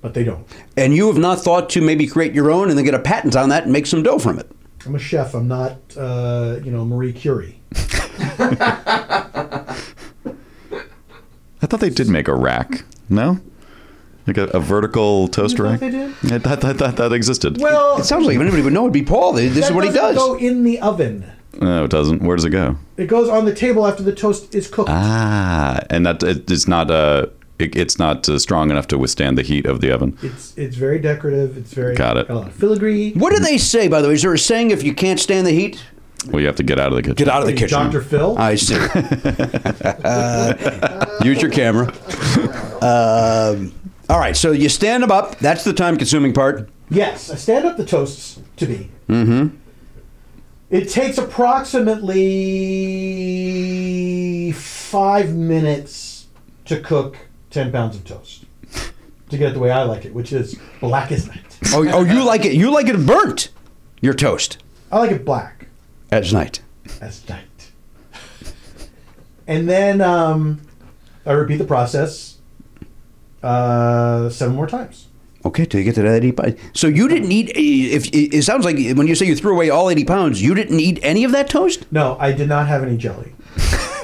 S7: but they don't.
S5: And you have not thought to maybe create your own and then get a patent on that and make some dough from it.
S7: I'm a chef. I'm not uh, you know Marie Curie.
S1: I thought they did make a rack. No? Like a, a vertical toaster
S7: thought
S1: rack?
S7: they did?
S1: I thought, thought- thought that existed.
S7: Well,
S5: It sounds like if anybody would know, it'd be Paul. This is
S7: that
S5: what he
S7: doesn't
S5: does.
S7: Go in the oven.
S1: no, it doesn't. Where does it go?
S7: It goes on the table after the toast is cooked.
S1: Ah, and that it, it's not uh, it, it's not uh, strong enough to withstand the heat of the oven.
S7: It's it's very decorative. It's very
S1: Got it.
S7: a lot of filigree.
S5: What do they say, by the way? Is there a saying if you can't stand the heat,
S1: Well, you have to get out of the kitchen.
S5: get out of the
S7: Hey,
S5: kitchen?
S7: Dr. Phil?
S5: I see. Uh, use your camera. Um, all right, so you stand them up. That's the time consuming part.
S7: Yes, I stand up the toasts to be. Mm-hmm. It takes approximately five minutes to cook ten pounds of toast to get it the way I like it, which is black as night.
S5: Oh, oh you like it. You like it burnt. Your toast
S7: I like it black
S5: at night.
S7: as night. And then um, I repeat the process uh, seven more times.
S5: Okay, till you get to that 80 pounds. So you didn't eat, if, eh, it sounds like when you say you threw away all 80 pounds, you didn't eat any of that toast?
S7: No, I did not have any jelly.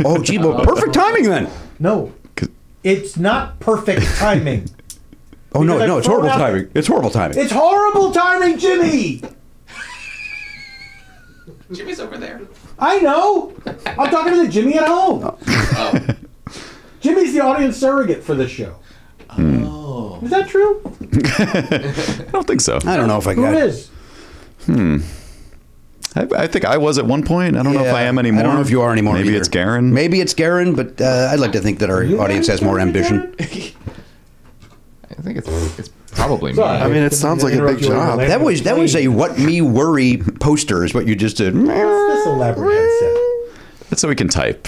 S5: Oh, gee, well, perfect timing then.
S7: No. It's not perfect timing.
S5: Oh, no,
S7: Because I've
S5: no, it's
S7: thrown
S5: horrible
S7: out-
S5: timing. It's horrible timing.
S7: it's horrible timing, Jimmy!
S10: Jimmy's over there.
S7: I know! I'm talking to the Jimmy at home.
S5: Oh.
S10: Oh.
S7: Jimmy's the audience surrogate for this show. Oh. Is that true?
S1: I don't think so.
S5: I don't know if I
S7: Who
S5: got
S7: is?
S1: I, I think I was at one point. I don't know if
S5: Yeah.
S1: I am anymore.
S5: I don't know if you are anymore.
S1: Maybe
S5: either.
S1: it's Garen.
S5: Maybe it's Garen, but uh, I'd like to think that our audience has more ambition.
S8: I think it's it's probably me.
S7: Sorry.
S11: I mean, it sounds like a big
S7: Interrupt you over
S11: job.
S7: the
S5: That was that was a "What Me Worry" poster is what you just did.
S7: This elaborate headset.
S1: That's so he can type.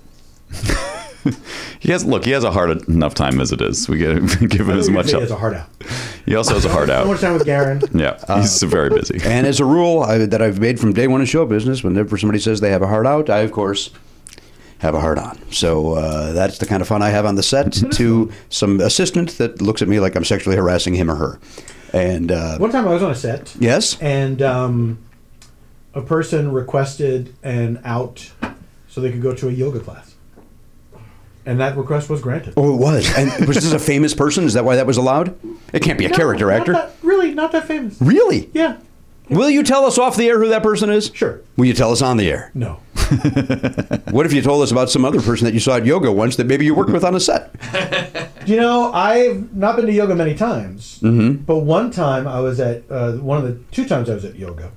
S1: he has look. He has a hard enough time as it is. We gotta give him as much.
S7: He has a
S1: Help.
S7: hard out. Uh,
S1: He also has a hard
S7: So much
S1: out.
S7: time with Garen.
S1: Yeah, he's very busy.
S5: And as a rule I, that I've made from day one of show business, whenever somebody says they have a heart out, I of course have a heart on. So uh, that's the kind of fun I have on the set to some assistant that looks at me like I'm sexually harassing him or her. And uh,
S7: One time I was on a set.
S5: yes,
S7: and um, a person requested an out so they could go to a yoga class, and that request was granted.
S5: oh, it was. And was this a famous person? Is that why that was allowed? It can't be a character
S7: not
S5: actor.
S7: that- really, not that famous.
S5: Really?
S7: Yeah,
S5: Will you tell us off the air who that person is?
S7: Sure.
S5: Will you tell us on the air?
S7: no.
S5: What if you told us about some other person that you saw at yoga once that maybe you worked with on a set?
S7: You know, I've not been to yoga many times, but one time I was at uh, one of the two times I was at yoga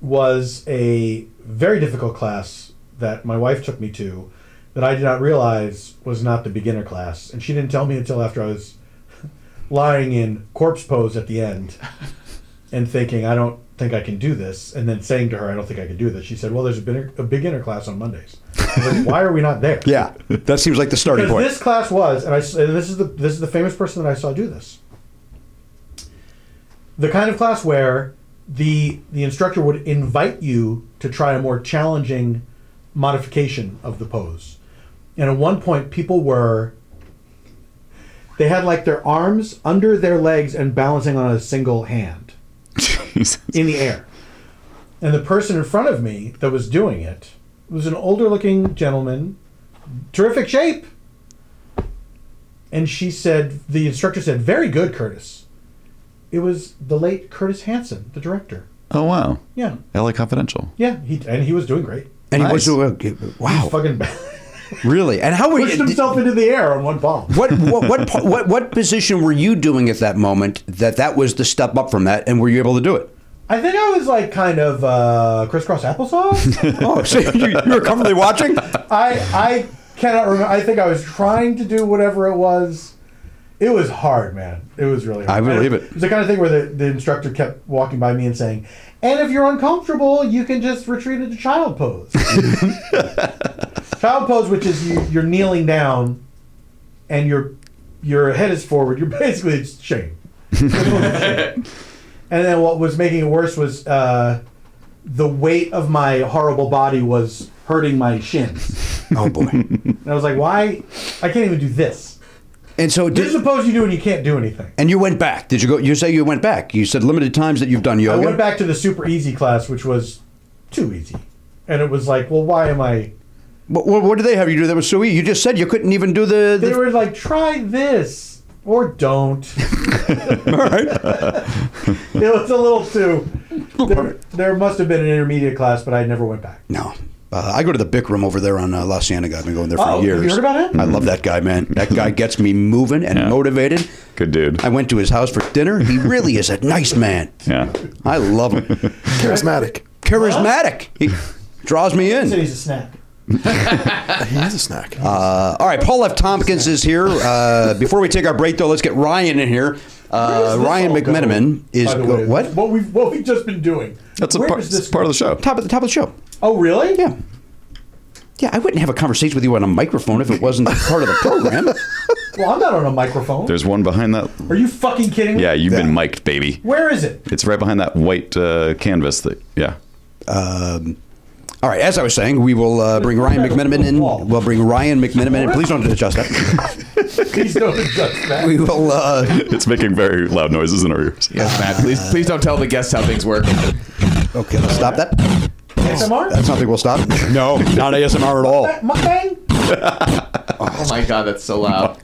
S7: was a very difficult class that my wife took me to that I did not realize was not the beginner class, and she didn't tell me until after I was lying in corpse pose at the end and thinking I don't think I can do this, and then saying to her I don't think I can do this. She said, "Well, there's a beginner, a beginner class on Mondays. I was like, Why are we not there?"
S5: Yeah, that seems like the starting
S7: Because
S5: point.
S7: this class was, and I s- and this is the this is the famous person that I saw do this. The kind of class where the the instructor would invite you to try a more challenging modification of the pose, and at one point people were. They had like their arms under their legs and balancing on a single hand
S1: Jesus.
S7: in the air. And the person in front of me that was doing it was an older looking gentleman, terrific shape. And she said, the instructor said, very good, Curtis. It was the late Curtis Hanson, the director.
S1: Oh wow.
S7: Yeah.
S1: LA Confidential.
S7: Yeah. He, and he was doing great.
S5: and
S1: Nice.
S5: he was uh, wow,
S7: Fucking
S5: really? And how were
S7: pushed
S5: you?
S7: himself into the air on one palm.
S5: What what what, po- what what position were you doing at that moment that that was the step up from that, and were you able to do it?
S7: I think I was like kind of uh, crisscross applesauce.
S5: Oh, so you, you were comfortably watching.
S7: I I cannot remember. I think I was trying to do whatever it was. It was hard, man. It was really hard.
S5: I believe it.
S7: It was the kind of thing where the, the instructor kept walking by me and saying, "And if you're uncomfortable, you can just retreat into child pose." child pose, which is you, you're kneeling down, and your your head is forward. You're basically it's shame. and then what was making it worse was uh, the weight of my horrible body was hurting my shins.
S5: Oh boy!
S7: And I was like, why? I can't even do this.
S5: And so
S7: This is
S5: did,
S7: the pose you do when you can't do anything.
S5: and you went back. Did you go? You say you went back. You said limited times that you've done
S7: I
S5: yoga.
S7: went back to the super easy class, which was too easy. And it was like, well, why am I?
S5: What, what, what did they have you do that was so easy? You just said you couldn't even do the. the
S7: They were like, try this or don't. All right. it was a little too. There, there must have been an intermediate class, but I never went back.
S5: No. Uh, I go to the Bikram over there on uh, La Cienega. I've been going there for
S7: Oh, have you
S5: years.
S7: heard about him?
S5: I love that guy, man. That guy gets me moving and motivated.
S1: Good dude.
S5: I went to his house for dinner. He really is a nice man.
S1: yeah.
S5: I love him.
S11: Charismatic.
S5: Charismatic. He draws me
S7: I said
S5: in.
S7: he's a snack.
S11: He has a snack.
S5: Uh, all right, Paul F. Tompkins is here. Uh, before we take our break, though, let's get Ryan in here.
S7: Where does
S5: Uh,
S7: this
S5: Ryan
S7: all go,
S5: McMenamin is
S7: by the way?
S5: what?
S7: What we've what we've just been doing.
S1: That's a
S7: Where
S1: part,
S7: does this
S1: it's part of the show.
S5: Top of the top of the show.
S7: Oh, really?
S5: Yeah. Yeah, I wouldn't have a conversation with you on a microphone if it wasn't part of the program.
S7: Well, I'm not on a microphone.
S1: There's one behind that.
S7: Are you fucking kidding me?
S1: Yeah, you've been mic'd, baby.
S7: Where is it?
S1: It's right behind that white uh, canvas. That yeah.
S5: Um, all right, as I was saying, we will uh, bring Ryan McMenamin in. We'll bring Ryan McMenamin in. Please don't adjust that.
S7: Please don't adjust that.
S5: We will. Uh,
S1: It's making very loud noises in our ears.
S8: Yes, Matt. Please, please don't tell the guests how things work.
S5: okay, let's stop that.
S7: ASMR?
S5: That's something we'll stop. No, not ASMR at all.
S7: Mukbang?
S8: Oh my god, that's so loud.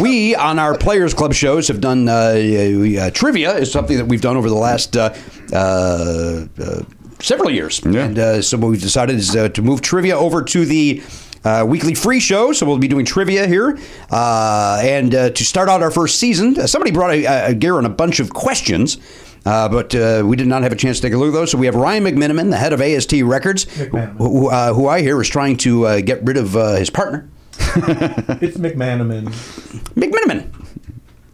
S5: We on our Players Club shows have done uh, uh, trivia. Is something that we've done over the last uh, uh, uh, several years,
S1: Yeah.
S5: and uh, so what we've decided is uh, to move trivia over to the. Uh, weekly free show, so we'll be doing trivia here. Uh, and uh, to start out our first season, uh, somebody brought a, a, a Garen a bunch of questions, Uh, but uh, we did not have a chance to take a look at those. So we have Ryan McMiniman, the head of AST Records, who,
S9: McManaman.
S5: who, uh, who I hear is trying to uh, get rid of uh, his partner,
S9: It's McManaman.
S5: McMiniman.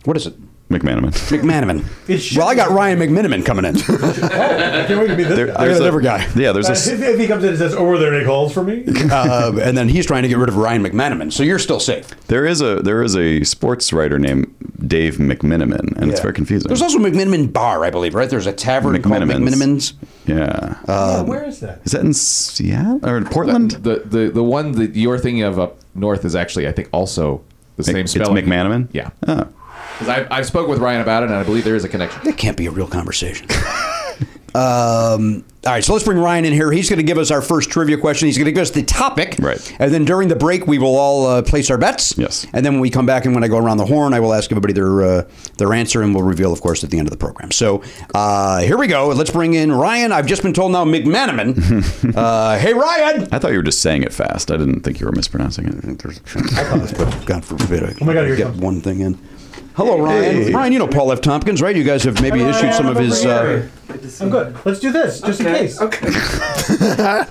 S5: What is it?
S1: McManaman.
S5: McManaman.
S9: It should
S5: well, I got
S9: be-
S5: Ryan McMiniman coming in.
S9: I can't wait to meet this guy.
S5: I got
S1: There's a-
S5: another guy.
S1: Yeah, there's
S9: Uh,
S1: a.
S9: if,
S1: s-
S9: if he comes in and says, "Oh, were there any calls for me?"
S5: uh, and then he's trying to get rid of Ryan McManaman. So you're still safe.
S1: There is a there is a sports writer named Dave McMiniman, and it's
S5: Yeah.
S1: very confusing.
S5: There's also McMiniman Bar, I believe, right? There's a tavern called McMiniman's.
S1: McMiniman's. yeah.
S9: Yeah, where is that?
S1: is that in Seattle or in
S12: Um,
S1: Portland?
S8: The, the the one that you're thinking of up north is actually, I think, also the same
S1: it's
S8: spelling.
S1: McManaman?
S8: Yeah.
S1: Oh.
S8: Because I, I spoke with Ryan about it, and I believe there is a connection.
S5: That can't be a real conversation. um, all right, so let's bring Ryan in here. He's going to give us our first trivia question. He's going to give us the topic.
S1: Right.
S5: And then during the break, we will all uh, place our bets.
S1: Yes.
S5: And then when we come back and when I go around the horn, I will ask everybody their, uh, their answer and we'll reveal, of course, at the end of the program. So uh, here we go. Let's bring in Ryan. I've just been told now McManaman. uh, hey, Ryan.
S1: I thought you were just saying it fast. I didn't think you were mispronouncing it.
S5: God forbid I
S9: Oh my God, here it
S5: get
S9: comes.
S5: one thing in. Hello, Ryan. Ryan, you know Paul F. Tompkins, right? You guys have maybe
S9: Hello,
S5: issued some
S9: Ryan,
S5: of his.
S9: over
S5: Uh,
S9: here. I'm good. Let's do this just in case. Okay.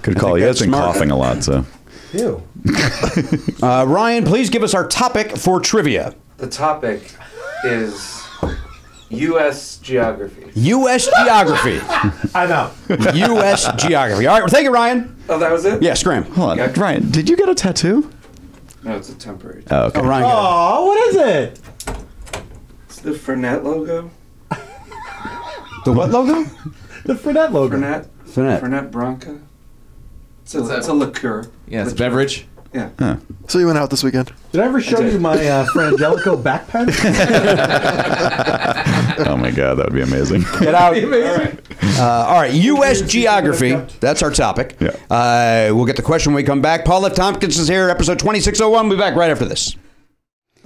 S1: Good call. You guys
S5: that's
S1: been
S5: smart.
S1: coughing a lot, so
S9: Ew.
S5: Uh, Ryan, please give us our topic for trivia.
S13: The topic is U.S. geography.
S5: U.S. geography.
S9: I'm out.
S5: U.S. geography. All right, well, thank you, Ryan.
S13: Oh, that was it?
S5: Yeah, scram.
S1: hold on. Ryan, did you get a tattoo?
S13: No, it's a temporary.
S1: Oh, okay.
S5: Oh, Ryan. got
S9: Oh, what is it?
S13: It's the Fernet logo.
S5: it. The what logo?
S9: The Fernet logo.
S13: Fernet.
S5: Fernet.
S13: Fernet Branca. It's a, it's a liqueur.
S8: Yeah, it's a beverage.
S13: Yeah.
S7: So you went out this weekend.
S9: Did I ever show
S13: did.
S9: you my uh, Frangelico backpack?
S1: Oh my god, that would be amazing.
S5: Get out.
S9: Amazing.
S5: Uh, all right, U.S. geography. That's our topic.
S1: Yeah.
S5: Uh, we'll get the question when we come back. Paul F. Tompkins is here, episode 2601. We'll be back right after this.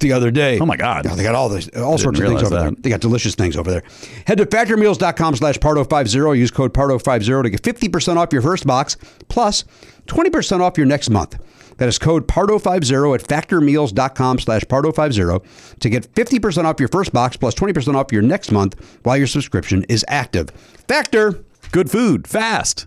S5: the other day.
S1: Mm. Oh, my God.
S5: Yeah, they got all this all sorts of
S1: didn't
S5: things over
S1: realize
S5: there.
S1: that.
S5: They got delicious things over there. Head to factormeals.com slash part050. oh. Use code part050 to get 50% off your first box plus 20% off your next month. That is code part050 at factormeals.com slash part050 to get 50% off your first box plus 20% off your next month while your subscription is active. Factor.
S1: Good food, fast.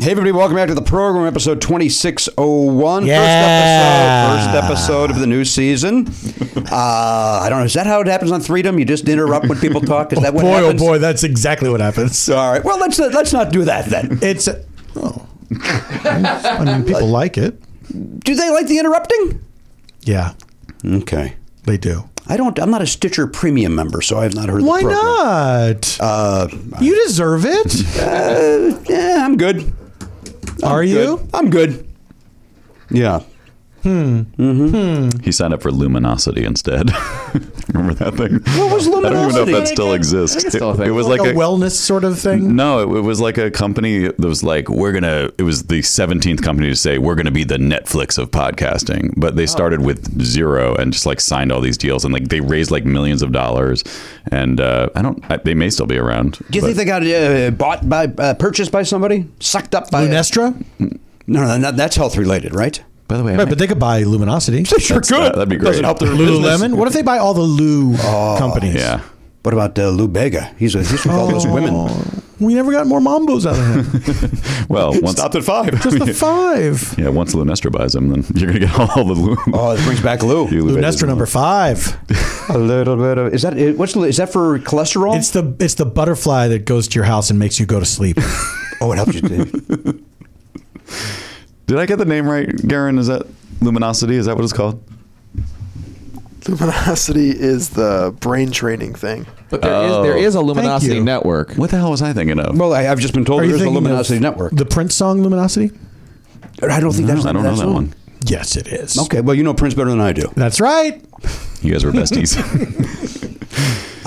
S5: Hey everybody, welcome back to the program, episode 2601.
S12: Yeah.
S5: First episode, first episode of the new season. Uh, I don't know, is that how it happens on Freedom? You just interrupt when people talk? Is that what
S12: boy, oh
S5: happens?
S12: boy, that's exactly what happens.
S5: All right, well, let's, uh, let's not do that then.
S12: It's oh, I mean, people like it.
S5: Do they like the interrupting?
S12: Yeah,
S5: Okay.
S12: they do.
S5: I don't, I'm not a Stitcher premium member, so I've not heard
S12: Why
S5: the program.
S12: not?
S5: Uh,
S12: you deserve it.
S5: uh, yeah, I'm good.
S12: Are you?
S5: I'm good. Yeah.
S1: He signed up for Luminosity instead. Remember that thing? What
S5: was
S1: I don't even know if
S5: Luminosity?
S1: that still exists.
S8: it's still a thing.
S1: It was
S12: Like
S1: like
S12: a
S1: a
S12: wellness sort of thing.
S1: No, it, it was like a company that was like, we're going to, it was the 17th company to say, we're going to be the Netflix of podcasting. But they started with zero and just like signed all these deals and like they raised like millions of dollars. And uh, I don't, I, they may still be around.
S5: Do you
S1: but-
S5: think they got uh, bought by, uh, purchased by somebody? Sucked up by. uh,
S12: Lunestra,
S5: No, no, no, that's health related, right?
S1: by the way,
S12: right? But they could buy Luminosity.
S5: Sure
S1: that's- that- that'd be great.
S5: Doesn't help their business.
S12: Lululemon. What if they buy all the Lou companies?
S1: yeah.
S5: Oh, What about uh, Lou Bega? He's, a, he's with all those women.
S12: We never got more mambos out of him.
S1: Well, once, stopped at five.
S12: Just the five.
S1: Yeah, once Lunestra buys them, then you're going to get all the Lu-
S5: Oh, it brings back Lou.
S1: Lu-
S12: Lunestra number five.
S5: a little bit of is that uh, what's is that for cholesterol?
S12: It's the it's the butterfly that goes to your house and makes you go to sleep.
S5: oh, it helps you. To,
S1: Did I get the name right, Garen? Is that Luminosity? Is that what it's called?
S7: Luminosity is the brain training thing.
S8: But there is there is a Luminosity
S12: Oh. you.
S8: network.
S1: What the hell was I thinking of?
S5: well, I, I've just been told there's a
S12: thinking of
S5: luminosity network.
S12: The Prince song Luminosity?
S5: I don't think
S1: I
S5: that's
S1: don't, I don't know that
S5: song.
S1: one.
S12: Yes, it is.
S5: Okay, well you know Prince better than I do.
S12: That's right.
S1: You guys were besties.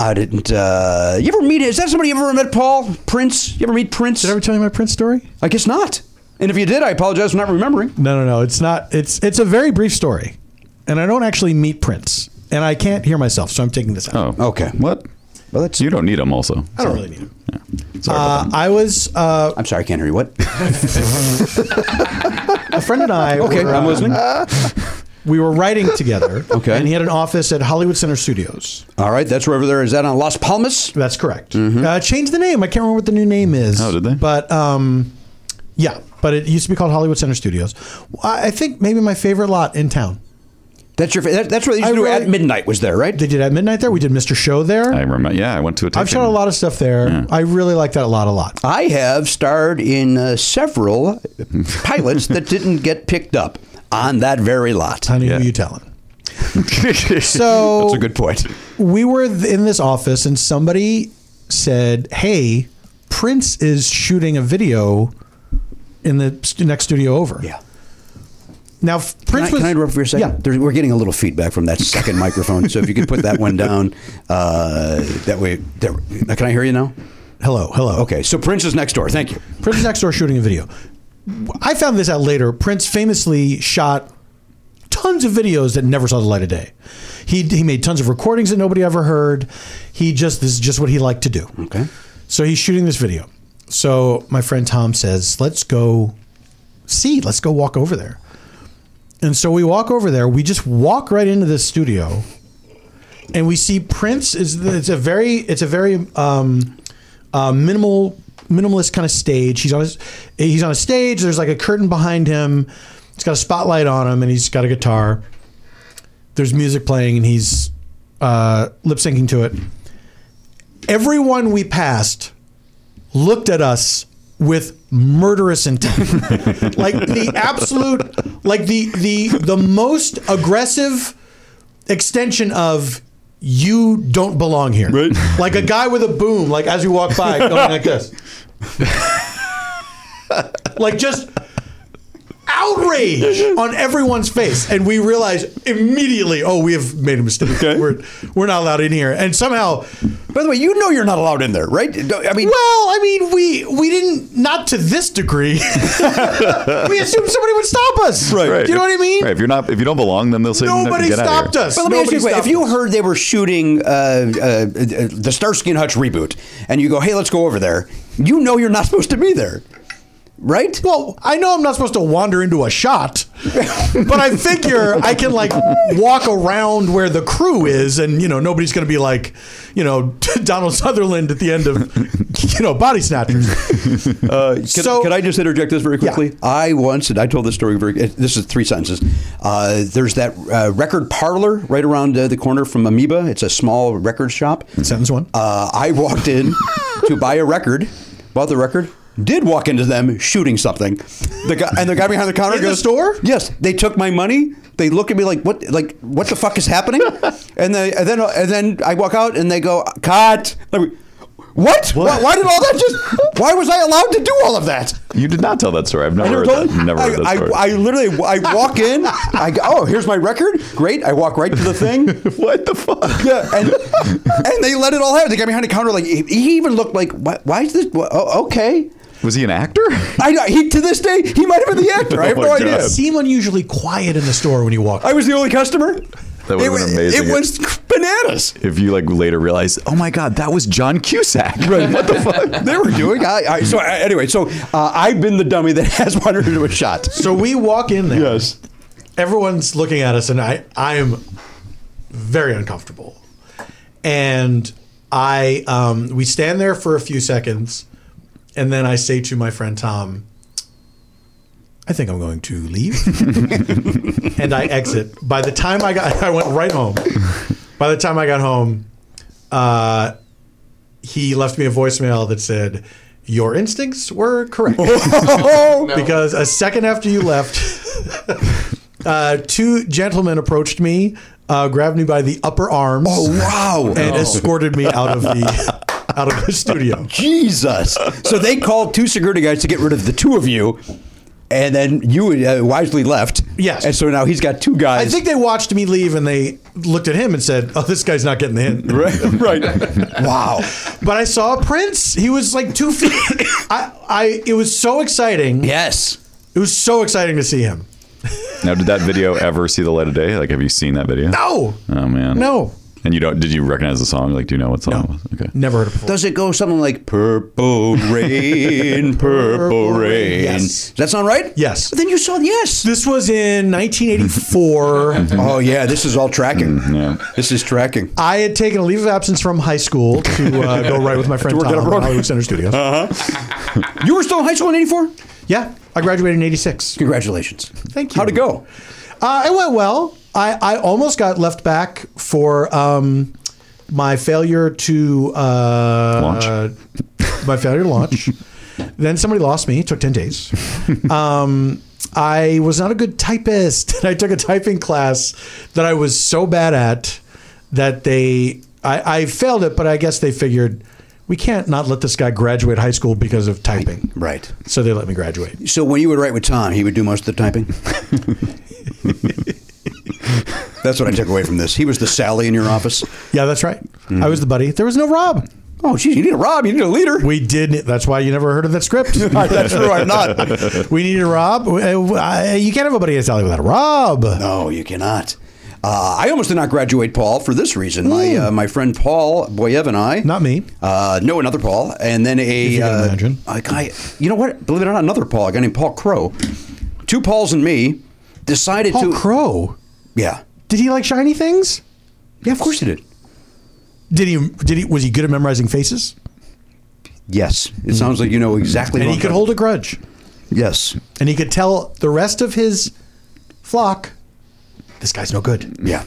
S5: I didn't. Uh, you ever meet? Is that somebody you ever met? Paul Prince? You ever meet Prince?
S12: Did I ever tell you my Prince story?
S5: I guess not. And if you did, I apologize for not remembering.
S12: No, no, no. It's not. It's it's a very brief story, and I don't actually meet Prince, and I can't hear myself, so I'm taking this out.
S1: Oh,
S5: Okay.
S1: What?
S5: Well, that's.
S1: You don't need them, also.
S12: I don't really need him.
S1: Sorry about
S12: Uh, I was uh,
S5: I'm sorry, I can't hear you. What?
S12: a friend and I.
S5: Okay,
S12: were,
S5: I'm
S12: um,
S5: listening.
S12: We were writing together.
S5: Okay.
S12: and he had an office at Hollywood Center Studios.
S5: All right, that's wherever there is that on Las Palmas.
S12: That's correct. Uh, changed the name. I can't remember what the new name is.
S1: Oh, did they?
S12: But um, yeah, but it used to be called Hollywood Center Studios. I I think maybe my favorite lot in town.
S5: That's your. fa- That, that's where they used
S12: I
S5: to do
S12: really-
S5: at midnight. Was there right?
S12: They did at midnight there. We did Mr. Show there.
S1: I remember. Yeah, I went to a.
S12: I've shot a lot of stuff there. I really like that a lot, a lot.
S5: I have starred in uh, several pilots that didn't get picked up on that very lot.
S12: Honey,
S1: Yeah.
S12: who you telling?
S5: so that's a good point.
S12: We were th- in this office, and somebody said, "Hey, Prince is shooting a video in the st- next studio over."
S5: Yeah.
S12: Now, f-
S5: Can
S12: Prince
S5: I,
S12: was.
S5: can I interrupt for a second?
S12: Yeah.
S5: There- we're getting a little feedback from that second microphone, so if you could put that one down, uh, that way. There, now, can I hear you now?
S12: Hello, hello.
S5: Okay, so Prince is next door. Thank you.
S12: Prince is next door shooting a video. W- I found this out later. Prince famously shot tons of videos that never saw the light of day. He he made tons of recordings that nobody ever heard. He just this is just what he liked to do.
S5: Okay.
S12: So he's shooting this video. So my friend Tom says, "Let's go see. Let's go walk over there." And so we walk over there. We just walk right into this studio and we see Prince is the- it's a very it's a very um, uh, minimal minimalist kind of stage. He's on his, he's on a stage. There's like a curtain behind him. It's got a spotlight on him, and he's got a guitar. There's music playing, and he's uh, lip syncing to it. Everyone we passed looked at us with murderous intent, like the absolute, like the the the most aggressive extension of you don't belong here. Right. Like a guy with a boom, like as you walk by, going like this. like just outrage on everyone's face. And we realize immediately, oh, we have made a mistake. We're, we're not allowed in here. And somehow, by the way, you know you're not allowed in there, right? I mean, well, I mean, we we didn't not to this degree. we assumed somebody would stop us, Do you know what I mean?
S1: Right. If you're not, if you don't belong, then they'll say "No, get out of here."
S5: But let me ask you a question. If you heard they were shooting uh, uh, uh, the Starsky and Hutch reboot, and you go, "Hey, let's go over there," you know you're not supposed to be there, right?
S12: Well, I know I'm not supposed to wander into a shot, but I figure I can like walk around where the crew is, and you know nobody's going to be like, you know, Donald Sutherland at the end of, you know, Body Snatchers.
S5: Uh, can, can I just interject this very quickly? I once, and I told this story very. it- This is three sentences. Uh, there's that uh, record parlor right around uh, the corner from Amoeba. It's a small record shop.
S12: Sentence one.
S5: Uh, I walked in to buy a record, bought the record. Did walk into them shooting something, the guy and the guy behind the counter
S12: In the
S5: goes
S12: store?
S5: Yes, they took my money. They look at me like what, like what the fuck is happening? and, they, and then and then I walk out and they go cut. Like, what? Why, why did all that just? Why was I allowed to do all of that?
S1: You did not tell that story. I've never,
S5: I never
S1: heard
S5: told
S1: that.
S5: you?
S1: Never heard that
S5: I,
S1: story.
S5: I, I literally, I walk in. I go, oh, here's my record. Great. I walk right to the thing.
S1: what the fuck?
S5: Yeah, and and they let it all happen. The guy behind the counter, like he he even looked like, why, why is this? wha- Oh, okay.
S1: was he an actor?
S5: I know. He to this day, he might have been the actor. I have
S1: Oh
S5: no
S1: my
S5: idea.
S1: God.
S12: Seem unusually quiet in the store when you walk.
S5: I was the only customer.
S1: That would have been amazing.
S5: It was bananas.
S1: if you like later realize, oh my god, that was John Cusack. What the fuck?
S5: They were doing. I, I so I, anyway. So uh, I've been the dummy that has wandered into a shot.
S12: So we walk in there.
S5: Yes.
S12: Everyone's looking at us, and I I am very uncomfortable. And I um, we stand there for a few seconds, and then I say to my friend Tom, "I think I'm going to leave," and I exit. By the time I got, I went right home. By the time I got home, uh, he left me a voicemail that said, "Your instincts were correct." Oh, Because a second after you left, uh, two gentlemen approached me, uh, grabbed me by the upper arms.
S5: Oh, wow.
S12: And
S5: No.
S12: escorted me out of the out of the studio.
S5: Jesus. So they called two security guys to get rid of the two of you, and then you uh, wisely left.
S12: Yes.
S5: And so now he's got two guys.
S12: I think they watched me leave and they looked at him and said, "Oh, this guy's not getting the hint."
S5: right, right. wow.
S12: But I saw Prince. He was like two feet. I, I. It was so exciting.
S5: Yes.
S12: It was so exciting to see him.
S1: now, did that video ever see the light of day? Like, have you seen that video?
S12: No.
S1: Oh man.
S12: No.
S1: And you don't? Did you recognize the song? Like, do you know what song? it was? Okay.
S12: Never heard of before.
S5: Does it go something like purple rain, purple rain?
S12: Yes.
S5: Does that sound right?
S12: Yes.
S5: Then you saw yes.
S12: This was in 1984.
S5: Oh yeah, this is all tracking.
S1: yeah.
S5: This is tracking.
S12: I had taken a leave of absence from high school to uh, go ride with my friend
S5: work at
S12: Tom
S5: a
S12: at
S5: program. Uh-huh.
S12: Hollywood Center Studios.
S5: You were still in high school in '84.
S12: Yeah, I graduated in '86.
S5: Congratulations.
S12: Thank you.
S5: How'd it go?
S12: Uh, it went well. I, I almost got left back for um, my failure to uh,
S1: Launch.
S12: My failure to launch. then somebody lost me. It took ten days. Um, I was not a good typist, and I took a typing class that I was so bad at that they I, I failed it. But I guess they figured we can't not let this guy graduate high school because of typing.
S5: Right.
S12: So they let me graduate.
S5: So when you would write with Tom, he would do most of the typing. That's what I took away from this. He was the Sally in your office.
S12: Yeah, that's right. I was the buddy. There was no Rob.
S5: Oh, geez, you need a Rob. You need a leader.
S12: We did. That's why you never heard of that script.
S5: That's true. I'm not.
S12: we needed Rob. Uh, I- You can't have a buddy in Sally without a Rob.
S5: No, you cannot. Uh, I almost did not graduate, Paul, for this reason. My uh, my friend Paul Boyev and I.
S12: Hmm. Not me.
S5: Uh, no, another Paul, and then a,
S12: you can
S5: uh,
S12: imagine.
S5: a guy. You know what? Believe it or not, another Paul, a guy named Paul Crow. Two Pauls and me decided
S12: Paul
S5: to.
S12: Crow.
S5: Yeah,
S12: Did he like shiny things?
S5: yeah. Of course he did.
S12: Did he? Did he? Was he good at memorizing faces?
S5: Yes. It sounds like you know exactly.
S12: And
S5: what
S12: he could
S5: I'm-
S12: hold a grudge.
S5: Yes.
S12: And he could tell the rest of his flock, this guy's no good.
S5: Yeah.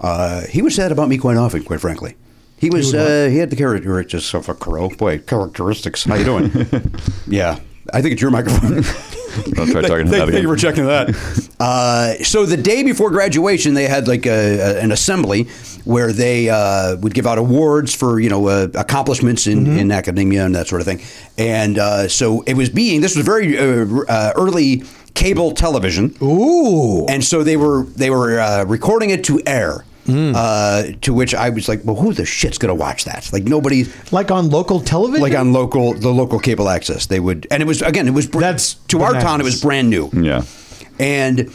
S5: Uh, he was sad about me quite often, quite frankly. He was. uh, he had the characteristics of a crow. Boy, characteristics. How you doing? yeah. I think it's your microphone.
S1: Don't try talking
S5: Thank
S1: to that
S5: thank
S1: again.
S5: you for checking that. Uh, so the day before graduation, they had like a, a- an assembly where they uh, would give out awards for you know uh, accomplishments in, in academia and that sort of thing. And uh, so it was being this was very uh, uh, early cable television.
S12: Ooh!
S5: And so they were they were uh, recording it to air. Uh, to which I was like, well, who the shit's gonna watch that? Like nobody,
S12: Like on local television?
S5: like on local the local cable access. They would, and it was again, it was br-
S12: That's
S5: to our town, it was
S12: bananas.
S5: brand new.
S1: Yeah.
S5: And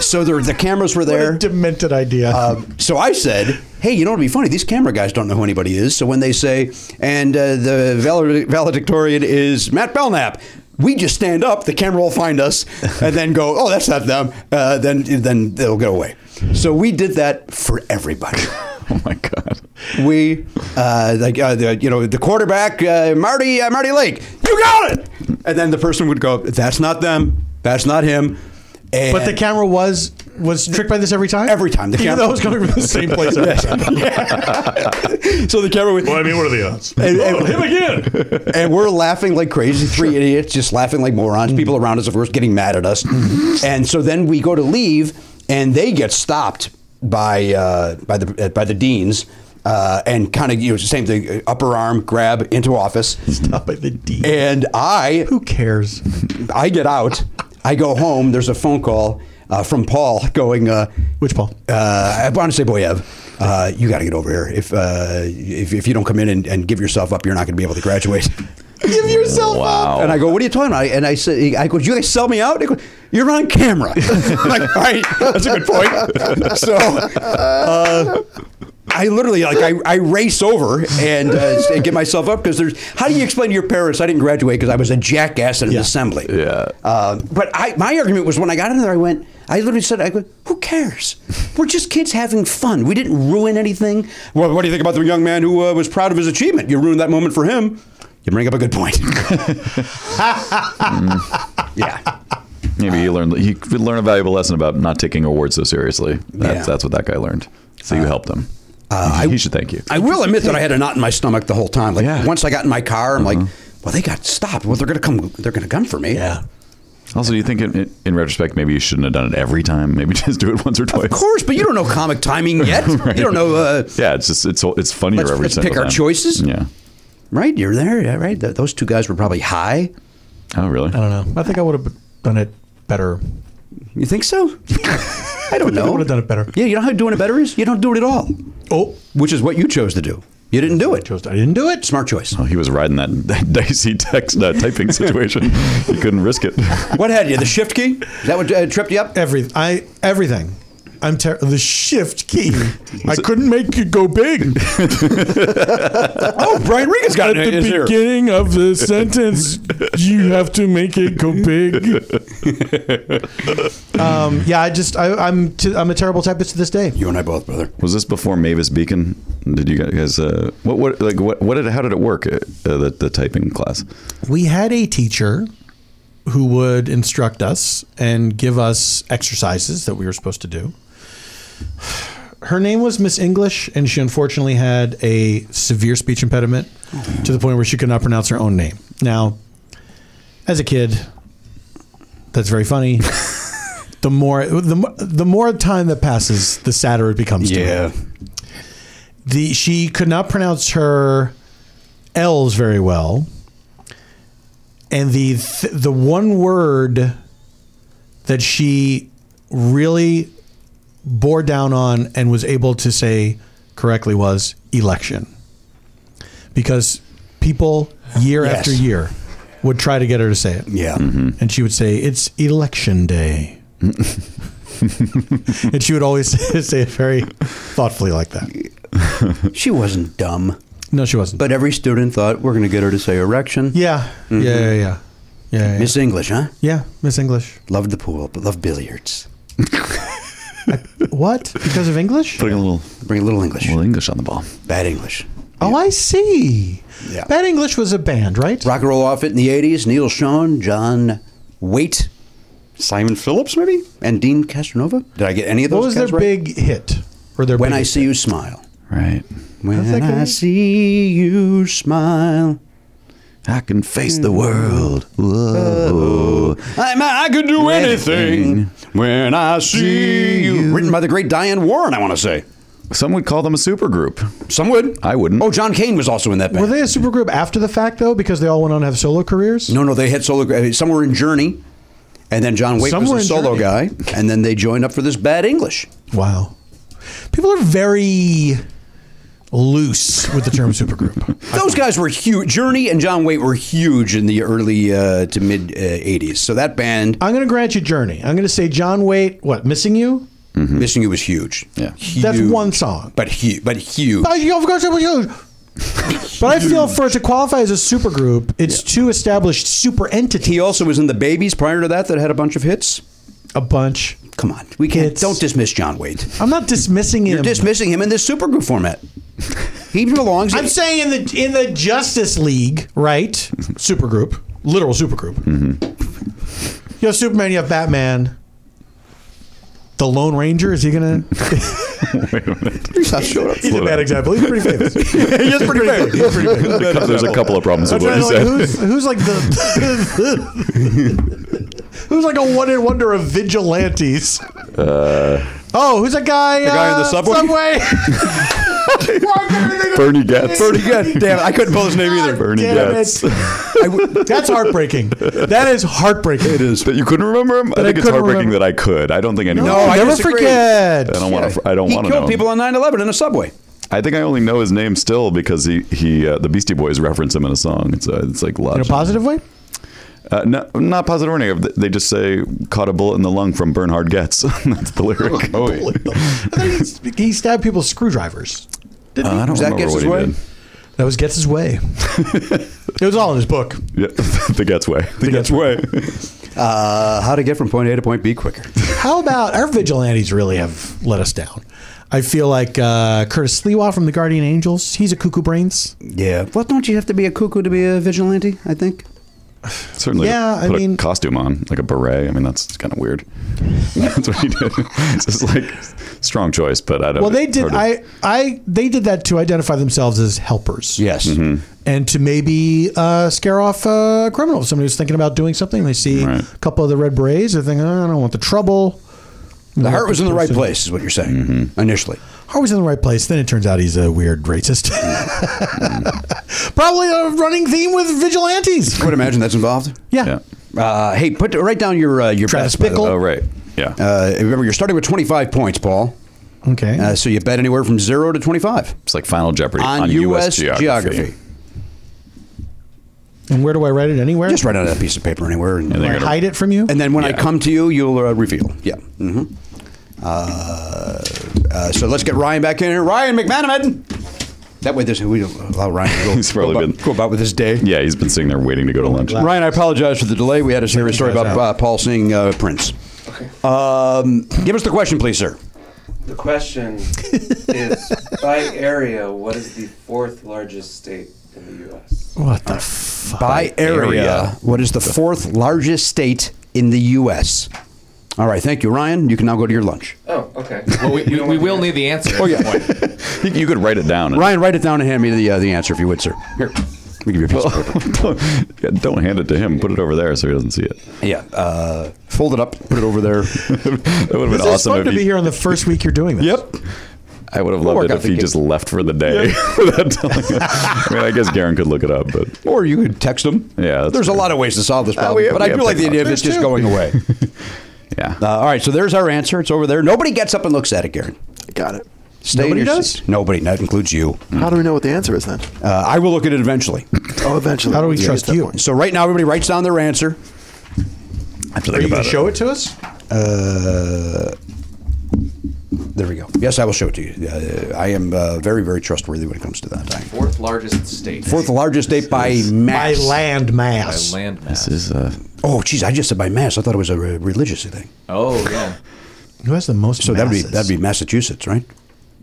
S5: so there, the cameras were
S12: What a
S5: there.
S12: demented idea.
S5: Um, so I said, hey, you know what'd be funny? These camera guys don't know who anybody is. So when they say, and uh, the valed- valedictorian is Matt Belknap. We just stand up, the camera will find us, and then go, oh, that's not them. Uh, then then they'll go away. So we did that for everybody.
S1: Oh my god.
S5: We, uh, like uh, the, you know, the quarterback, uh, Marty uh, Marty Lake, you got it. And then the person would go, that's not them, that's not him. And
S12: but the camera was was tricked by this every time?
S5: Every time, the
S12: Even
S5: camera-
S12: though it was coming from the same place every time.
S5: so the camera would.
S14: Well, I mean, what are the odds?
S5: And- and-
S14: oh, him again.
S5: and we're laughing like crazy, three idiots just laughing like morons.
S12: Mm-hmm.
S5: People around us, of course, getting mad at us. and so then we go to leave, and they get stopped by uh, by the uh, by the deans. Uh, and kind of, you know, same thing, uh, upper arm grab into office.
S12: Stop by the D.
S5: And I,
S12: Who cares?
S5: I get out. I go home. There's a phone call uh, from Paul going, uh,
S12: Which Paul?
S5: uh, I want to say Boyev. Uh, you got to get over here. If, uh, if if you don't come in and, and give yourself up, you're not going to be able to graduate.
S12: Give yourself
S1: Oh.
S12: up.
S5: And I go, what are you talking about? And I said, I go, you guys sell me out? They go, You're on camera. I'm like, all right, that's a good point. So uh, I literally, like, I, I race over and, uh, and get myself up because there's, how do you explain to your parents I didn't graduate because I was a jackass at an
S12: Yeah.
S5: assembly?
S1: Yeah.
S5: Uh, but I, my argument was when I got in there, I went, I literally said, I go, who cares? We're just kids having fun. We didn't ruin anything. Well, what do you think about the young man who uh, was proud of his achievement? You ruined that moment for him. You bring up a good point. yeah.
S1: Maybe he learned he could learn a valuable lesson about not taking awards so seriously. That's
S5: Yeah. Uh,
S1: that's what that guy learned. So you helped him.
S5: I-
S1: he should thank you.
S5: I will admit that I had a knot in my stomach the whole time. Like
S1: Yeah.
S5: once I got in my car, I'm like, well, they got stopped. Well, they're gonna come. They're gonna come for me.
S12: Mm-hmm. yeah.
S1: also, do you think in, in retrospect maybe you shouldn't have done it every time? Maybe just do it once or twice.
S5: Of course, but you don't know comic timing yet.
S1: Right.
S5: You don't know. Uh,
S1: Yeah, it's just it's it's funnier
S5: Let's-
S1: every
S5: let's
S1: single
S5: pick our
S1: time.
S5: choices.
S1: Yeah.
S5: Right, you're there. Yeah, right. Th- those two guys were probably high.
S1: Oh really?
S5: Uh,
S12: I don't know. I think I would have done it better.
S5: You think so? I don't know.
S12: I would have done it better.
S5: Yeah, you know how doing it better is? You don't do it at all,
S12: Oh,
S5: which is what you chose to do. You didn't do it.
S12: chose I didn't do it.
S5: Smart choice.
S1: Oh, he was riding that, that dicey text that typing situation. he couldn't risk it.
S5: What had you? The shift key? Is that what uh, tripped you up?
S12: Every I everything. I'm ter- the shift key. I couldn't make it go big.
S5: Oh, Brian Regan's got
S14: At
S5: it.
S14: the
S5: Is here.
S14: beginning of the sentence, you have to make it go big.
S12: Um, yeah, I just I, I'm t- I'm a terrible typist to this day.
S5: You and I both, brother.
S1: Was this before Mavis Beacon? Did you guys uh, what what like what what did how did it work uh, the the typing class?
S12: We had a teacher who would instruct us and give us exercises that we were supposed to do. Her name was Miss English, and she unfortunately had a severe speech impediment to the point where she could not pronounce her own name. Now, as a kid, that's very funny. the more the, mo- the more time that passes, the sadder it becomes. to me. the she could not pronounce her L's very well, and the th- the one word that she really bore down on and was able to say correctly was election, because people year
S5: Yes.
S12: after year Mm-hmm. would try to get her to say it,
S5: Yeah.
S12: and she would say it's election day. and she would always say it very thoughtfully like that.
S5: She wasn't dumb,
S12: No, she wasn't.
S5: but every student thought we're going to get her to say erection.
S12: yeah, yeah, yeah, yeah, yeah, yeah.
S5: Miss English, huh?
S12: yeah, Miss English.
S5: Loved the pool, but loved billiards.
S12: What? Because of English?
S1: Bring a little,
S5: bring a little English,
S1: little English on the ball.
S5: Bad English.
S12: Oh, I see.
S5: Yeah.
S12: Bad English was a band, right?
S5: Rock and Roll Outfit in the 80s, Neil Sean, John Waite, Simon Phillips, maybe, and Dean Castanova. Did I get any of those?
S12: What was their
S5: guys right?
S12: big hit? Or their
S5: When I
S12: biggest
S5: See You Smile.
S1: Right.
S5: When
S12: that
S5: I
S12: good?
S5: See You Smile.
S1: I can face the world. Whoa.
S5: I'm, I could do anything when I see you. Written by the great Diane Warren, I want to say.
S1: Some would call them a supergroup.
S5: Some would.
S1: I wouldn't.
S5: Oh, John Cain was also in that
S12: Were
S5: band.
S12: they a supergroup after the fact though? Because they all went on to have solo careers.
S5: No, no, they had solo. uh, Some were in Journey, and then John Waite
S12: Some
S5: was
S12: were
S5: the
S12: in
S5: solo guy, and then they joined up for this Bad English.
S12: Wow. People are very loose with the term supergroup.
S5: Those guys were huge. Journey and John Waite were huge in the early uh, to mid uh, '80s. So that band,
S12: I'm going to grant you Journey. I'm going to say John Waite. What? Missing you?
S5: Missing You, was huge.
S1: Yeah.
S12: That's
S5: Huge.
S12: one song.
S5: but huge, but huge.
S12: But, you- of course it was huge. But I feel for it to qualify as a supergroup, it's two established super entities.
S5: He also was in the Babies prior to that, that had a bunch of hits.
S12: A bunch.
S5: Come on, we can't.
S12: It's-
S5: don't dismiss John Waite.
S12: I'm not dismissing
S5: You're
S12: him.
S5: dismissing him in this supergroup format. He belongs.
S12: I'm saying in the in the Justice League, right? supergroup, literal supergroup. You have Superman. You have Batman. The Lone Ranger is he gonna?
S1: Wait a minute.
S12: He's a bad example. He's pretty famous.
S5: He's pretty big.
S1: There's a couple of problems with
S12: I'm
S1: what
S12: trying
S1: you
S12: to, like,
S1: said.
S12: who's, who's like the who's like a one in wonder of vigilantes?
S1: Uh,
S12: oh, who's that guy? uh, The
S5: guy in the subway?
S1: Bernie Getz.
S5: Pretty good. Damn, it, I couldn't pull his name either.
S1: Bernie
S12: Damn it.
S1: Getz.
S12: I w- that's heartbreaking. That is heartbreaking. It is.
S1: That you couldn't remember him? I
S12: I
S1: think it's
S12: couldn't
S1: heartbreaking
S12: remember.
S1: that I could. I don't think anyone.
S5: No, I
S12: never
S5: disagree.
S12: forget.
S1: I don't want to. I don't
S5: He
S1: want to know.
S5: killed
S1: him.
S5: people on 9/11 in a subway.
S1: I think I only know his name still because he he uh, the Beastie Boys reference him in a song. It's uh, it's like
S12: In a
S1: logic.
S12: positive way.
S1: Uh, no, not positive or negative. They just say caught a bullet in the lung from Bernhard Getz. That's the lyric.
S12: Bullet bill. I thought he, he stabbed people with screwdrivers.
S1: Uh, I don't
S5: Was that
S1: remember
S5: Getz's
S1: what he
S5: way?
S1: did.
S12: That was Gets His Way. it was all in his book.
S1: Yeah, the Getz way. The Getz way.
S5: Uh, how to get from point A to point B quicker?
S12: How about our vigilantes really have let us down? I feel like uh, Curtis Slewa from the Guardian Angels. He's a cuckoo brains.
S5: Yeah. Well, don't you have to be a cuckoo to be a vigilante? I think.
S1: Certainly. to
S12: Yeah, I
S1: put
S12: mean-
S1: a costume on like a beret. I mean, that's kind of weird. that's what he did. It's just like strong choice, but I don't.
S12: Well, they did.
S1: hard to-
S12: I, I, they did that to identify themselves as helpers.
S5: Yes.
S1: Mm-hmm.
S12: and to maybe uh, scare off a criminal. Somebody who's thinking about doing something, they see
S1: Right.
S12: a couple of the red berets, they think, oh, I don't want the trouble.
S5: The heart was in the right place, is what you're saying
S1: Mm-hmm.
S5: initially.
S12: Are was in the right place? Then it turns out he's a weird racist. Probably a running theme with vigilantes.
S5: I would imagine that's involved.
S12: Yeah.
S1: Yeah.
S5: Uh, hey, put write down your uh, your
S12: Travis
S5: bets, by the
S12: Bickle.
S5: way.
S1: Oh right. Yeah.
S5: Uh, remember, you're starting with 25 points, Paul.
S12: Okay.
S5: Uh, so you bet anywhere from zero to 25
S1: it's like Final Jeopardy
S5: on,
S1: on,
S5: U.S. geography.
S1: geography.
S12: and where do I write it? Anywhere?
S5: Just write on that piece of paper anywhere, and,
S1: And
S12: Do
S1: they're
S12: I
S1: gonna-
S12: hide it from you?
S5: and then when I
S1: Yeah.
S5: come to you, you'll uh, reveal. Yeah. hmm Uh, uh, so let's get Ryan back in here. Ryan McManaman. That way, there's we don't allow Ryan to go,
S1: He's probably
S5: go,
S1: been-
S5: about, go about with his day.
S1: Yeah, he's been sitting there waiting to go to lunch.
S5: Ryan, I apologize for the delay. We had a serious story about uh, Paul seeing uh, Prince. Um, give us the question, please, sir.
S13: The question is by area, what is the fourth largest state in the U.S.?
S12: what the fuck?
S5: By area, what is the fourth largest state in the U.S.? All right, thank you, Ryan. You can now go to your lunch.
S13: Oh, okay.
S8: Well, we, we, we will need the answer.
S5: Oh, yeah.
S1: You, you could write it down. and-
S5: Ryan, write it down and hand me the uh, the answer if you would, sir. Here, we give you a piece of paper.
S1: don't, yeah, don't hand it to him. Put it over there so he doesn't see it.
S5: Yeah, uh, fold it up, put it over there.
S1: that would have been
S12: This is
S1: awesome.
S12: fun
S1: if
S12: to
S1: he-
S12: be here on the first week you're doing this.
S1: Yep. I would have loved
S5: work
S1: it
S5: out
S1: if
S5: the
S1: he
S5: gig.
S1: just left for the day without telling us. I mean, I guess Garen could look it up, but
S5: Or you could text him.
S1: Yeah, that's
S5: there's a
S1: true.
S5: lot of ways to solve this
S1: Uh,
S5: problem,
S1: we have-
S5: but
S1: we
S5: I
S1: have
S5: do like the idea of
S1: technology.
S5: it's just going away.
S1: yeah.
S5: Uh, all right, so there's our answer. It's over there. Nobody gets up and looks at it, Garen.
S7: Got it.
S5: Stay in
S12: Nobody
S5: your
S12: does?
S5: seat. Nobody. That includes you.
S1: Hmm.
S7: How do we know what the answer is then?
S5: Uh, I will look at it eventually.
S7: Oh, eventually.
S12: How do we
S7: Yeah.
S12: trust you?
S5: So right now, everybody writes down their answer.
S1: I have to
S12: Are
S1: think
S12: you going
S1: about
S12: to
S1: it.
S12: show it to us?
S5: Uh, there we go. Yes, I will show it to you. Uh, I am uh, very, very trustworthy when it comes to that. I,
S8: Fourth largest state.
S5: fourth largest state by
S12: By
S5: mass.
S12: land
S8: by
S12: mass.
S8: land
S1: This
S8: mass.
S1: is uh,
S5: Oh, geez, I just said by mass. I thought it was a re- religious thing.
S8: Oh yeah.
S12: Who has the most?
S5: So that'd be
S12: masses?
S5: that'd be Massachusetts, right?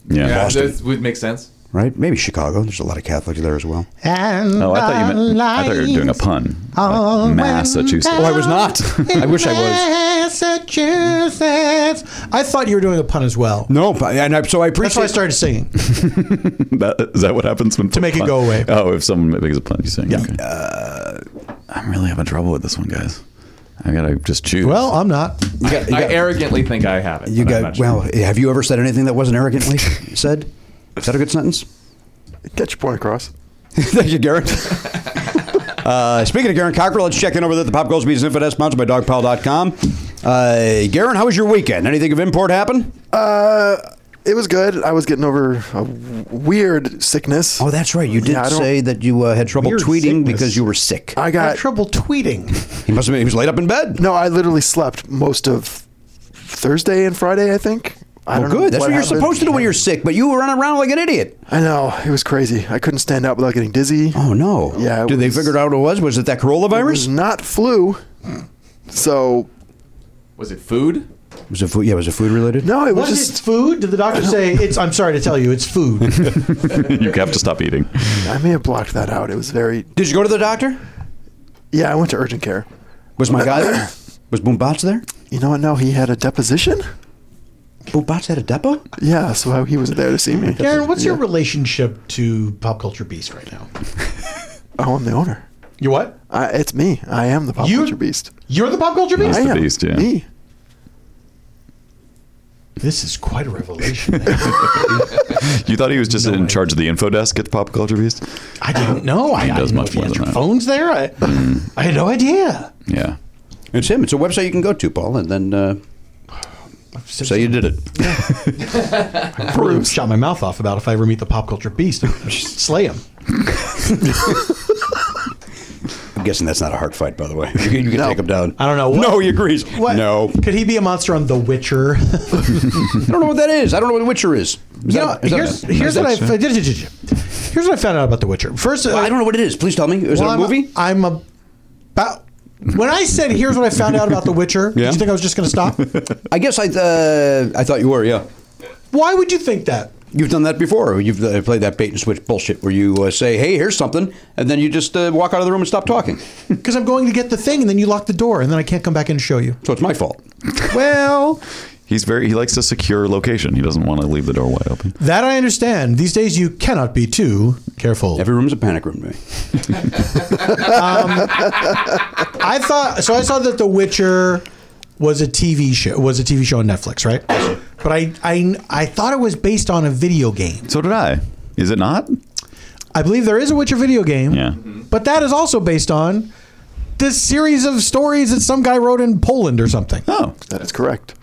S5: Boston,
S8: that would make sense.
S5: right? Maybe Chicago. There's a lot of Catholics there as well.
S12: And
S1: Oh, I thought you meant. I thought you were doing a pun.
S12: Oh,
S1: Like Massachusetts.
S12: Oh, I was
S5: not.
S12: I wish I was. Massachusetts. I thought you were doing a pun as well.
S5: No, but- and I, so I appreciate.
S12: That's why I started singing.
S1: that, is that what happens when to
S12: make it go away.
S1: Oh, if someone makes a pun, you sing. Yeah. I'm really having trouble with this one, guys. I gotta just choose.
S12: Well, I'm not.
S8: I arrogantly think I have it.
S5: You
S8: but I'm
S5: got
S8: not sure.
S5: well. Have you ever said anything that wasn't arrogantly said? Is that a good sentence?
S7: Get your point across.
S5: Thank you, Garrett. uh, speaking of Garrett Cockrell, let's check in over there at the Pop Goes Beats Infidel, sponsored by DogPal.com. Uh, Garrett, how was your weekend? Anything of import happen?
S7: Uh, it was good. I was getting over a weird sickness.
S5: Oh, that's right. You did
S7: Yeah, I don't-
S5: say that you uh, had trouble
S12: Weird
S5: tweeting
S12: sickness.
S5: because you were sick.
S7: I
S12: I
S7: got
S12: had trouble tweeting.
S5: He must have been. He was laid up in bed.
S7: No, I literally slept most of Thursday and Friday. I think. I
S5: Oh,
S7: don't
S5: good.
S7: Know
S5: That's what, you're supposed to do when you're sick, but you were running around like an idiot.
S7: I know it was crazy. I couldn't stand up without getting dizzy.
S5: Oh no.
S7: Yeah, it
S5: Did
S7: was-
S5: they figure out what it was? Was it that
S7: It
S5: coronavirus?
S7: was not flu.
S5: Hmm.
S7: So
S8: Was it food?
S5: Was it food? Yeah, was it food related?
S7: Mm-hmm. no, it was
S12: Was
S7: just.
S12: it food? Did the doctor say it's? I'm sorry to tell you, it's food.
S1: you have to stop eating.
S7: I may have blocked that out. It was very.
S5: Did you go to the doctor?
S7: Yeah, I went to urgent care.
S5: Was my guy there? Was Boombats there?
S7: You know what? No, he had a deposition.
S5: Boombats had a depot?
S7: Yeah, so he was there to see me.
S12: Darren, what's your
S7: Yeah.
S12: relationship to pop culture beast right now?
S7: Oh, I'm the owner.
S12: You what?
S7: I, it's me. I am the pop
S12: You-
S7: culture beast.
S12: You're the pop culture beast.
S7: I
S1: the
S7: am
S1: beast, yeah.
S7: me.
S12: This is quite a revelation.
S1: You thought he was just in charge of the info desk at the Pop Culture Beast?
S12: I didn't know. I, I
S1: does
S12: didn't know
S1: much
S12: if you
S1: more
S12: had
S1: than
S12: your
S1: that.
S12: phones there. I, I had no idea.
S1: Yeah.
S5: It's him. It's a website you can go to, Paul, and then uh, say you did it.
S12: I really shot my mouth off about if I ever meet the pop culture beast, I'd slay him.
S5: I'm guessing that's not a hard fight, by the way. You can, you can take him down.
S12: I don't know. What-
S5: no, he agrees.
S12: What?
S5: No.
S12: Could he be a monster on The Witcher?
S5: I don't know what that is. I don't know what The Witcher is. Is
S12: You know,
S5: that- is that-
S12: here's here's what I here's what I found out about The Witcher. First,
S5: I don't know what it is. Please tell me. Is
S12: well,
S5: it a
S12: I'm-
S5: movie?
S12: I'm about. When I said, "Here's what I found out about The Witcher," did
S5: Yeah.
S12: you think I was just going to stop?
S5: I guess I uh, I thought you were. Yeah.
S12: Why would you think that?
S5: You've done that before. You've uh, played that bait and switch bullshit where you uh, say, "Hey, here's something," and then you just uh, walk out of the room and stop talking.
S12: Because I'm going to get the thing, and then you lock the door, and then I can't come back in and show you.
S5: So it's my fault.
S12: Well,
S1: He's very. He likes a secure location. He doesn't want to leave the door wide open.
S12: that I understand. These days, you cannot be too careful.
S5: Every room's a panic room to me.
S12: I thought so. I saw that The Witcher was a TV show. Was a TV show on Netflix, right? But I, I, I thought it was based on a video game.
S1: So did I. Is it not?
S12: I believe there is a Witcher video game.
S1: Yeah. Mhm.
S12: But that is also based on this series of stories that some guy wrote in Poland or something.
S1: Oh,
S7: That is correct.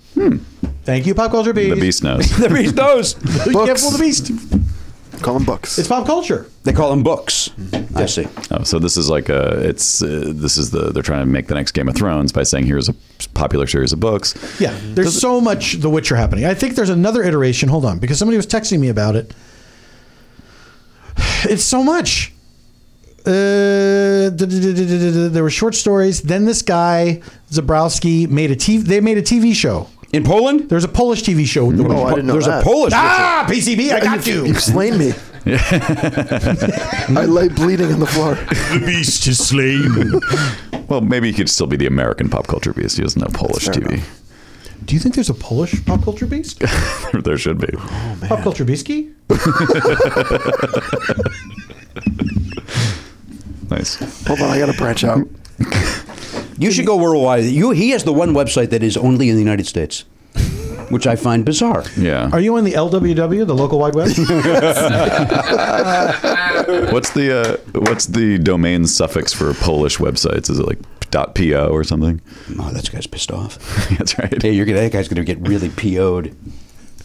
S12: Thank you, Pop Culture Beast.
S1: the beast knows.
S5: the beast knows.
S12: You can't fool the beast.
S7: Call them books.
S12: It's pop culture.
S5: They call them books. I see.
S1: Oh, so this is like a. It's uh, this is the. They're trying to make the next Game of Thrones by saying here's a popular series of books.
S12: Yeah, there's so much The Witcher happening. I think there's another iteration. Hold on, because somebody was texting me about it. It's so much. Uh, duh, duh, duh, duh, duh, duh, duh. there were short stories. Then this guy Zabrowski made a TV. They made a TV show.
S5: In Poland,
S12: There's a Polish TV show. with The
S7: Oh, I
S12: Witcher.
S7: didn't know
S5: there's
S7: that.
S5: a Polish.
S12: ah, PCB, I got you.
S7: You slain me. I lay bleeding on the floor.
S14: The beast is slain.
S1: Well, maybe he could still be the American pop culture beast. He doesn't know Polish
S7: fair
S1: TV.
S12: Do you think there's a Polish pop culture beast?
S1: there should be.
S12: pop culture beastky?
S1: Nice.
S7: Hold on, I gotta branch out.
S5: You should go worldwide. You, he has the one website that is only in the United States, which I find bizarre.
S1: Yeah.
S12: Are you on the LWW, the local wide web?
S1: What's the uh, what's the domain suffix for Polish websites? Is it like .po or something?
S5: Oh, that guy's pissed off.
S1: That's right.
S5: Hey, you're gonna, that guy's going to get really PO'd.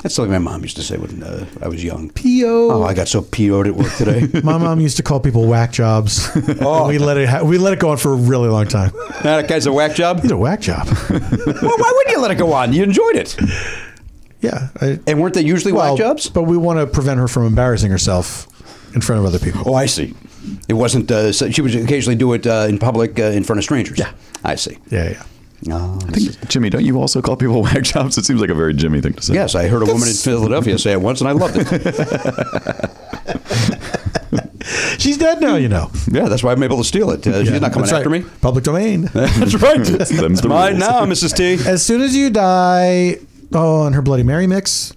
S5: That's something my mom used to say when uh, I was young.
S12: PO.
S5: Oh, I got so PO'd at work today.
S12: My mom used to call people whack jobs. Oh. We let it ha- we let it go on for a really long time.
S5: that guy's a whack job.
S12: He's a whack job.
S5: well, why wouldn't you let it go on? You enjoyed it.
S12: yeah. I,
S5: And weren't they usually
S12: well,
S5: whack jobs?
S12: But we want to prevent her from embarrassing herself in front of other people.
S5: Oh, I see. It wasn't. Uh, so she would occasionally do it uh, in public uh, in front of strangers.
S12: Yeah.
S5: I see.
S12: Yeah, yeah.
S5: Oh,
S1: I think, Jimmy, don't you also call people whack jobs? It seems like a very Jimmy thing to say.
S5: Yes, I heard a woman in Philadelphia say it once, and I loved it.
S12: She's dead now, you know.
S5: Yeah, that's why I'm able to steal it. Uh, she's not coming
S12: That's right.
S5: after me.
S12: Public domain.
S5: That's right. it's mine now, Mrs. T.
S12: As soon as you die, oh, and her Bloody Mary mix,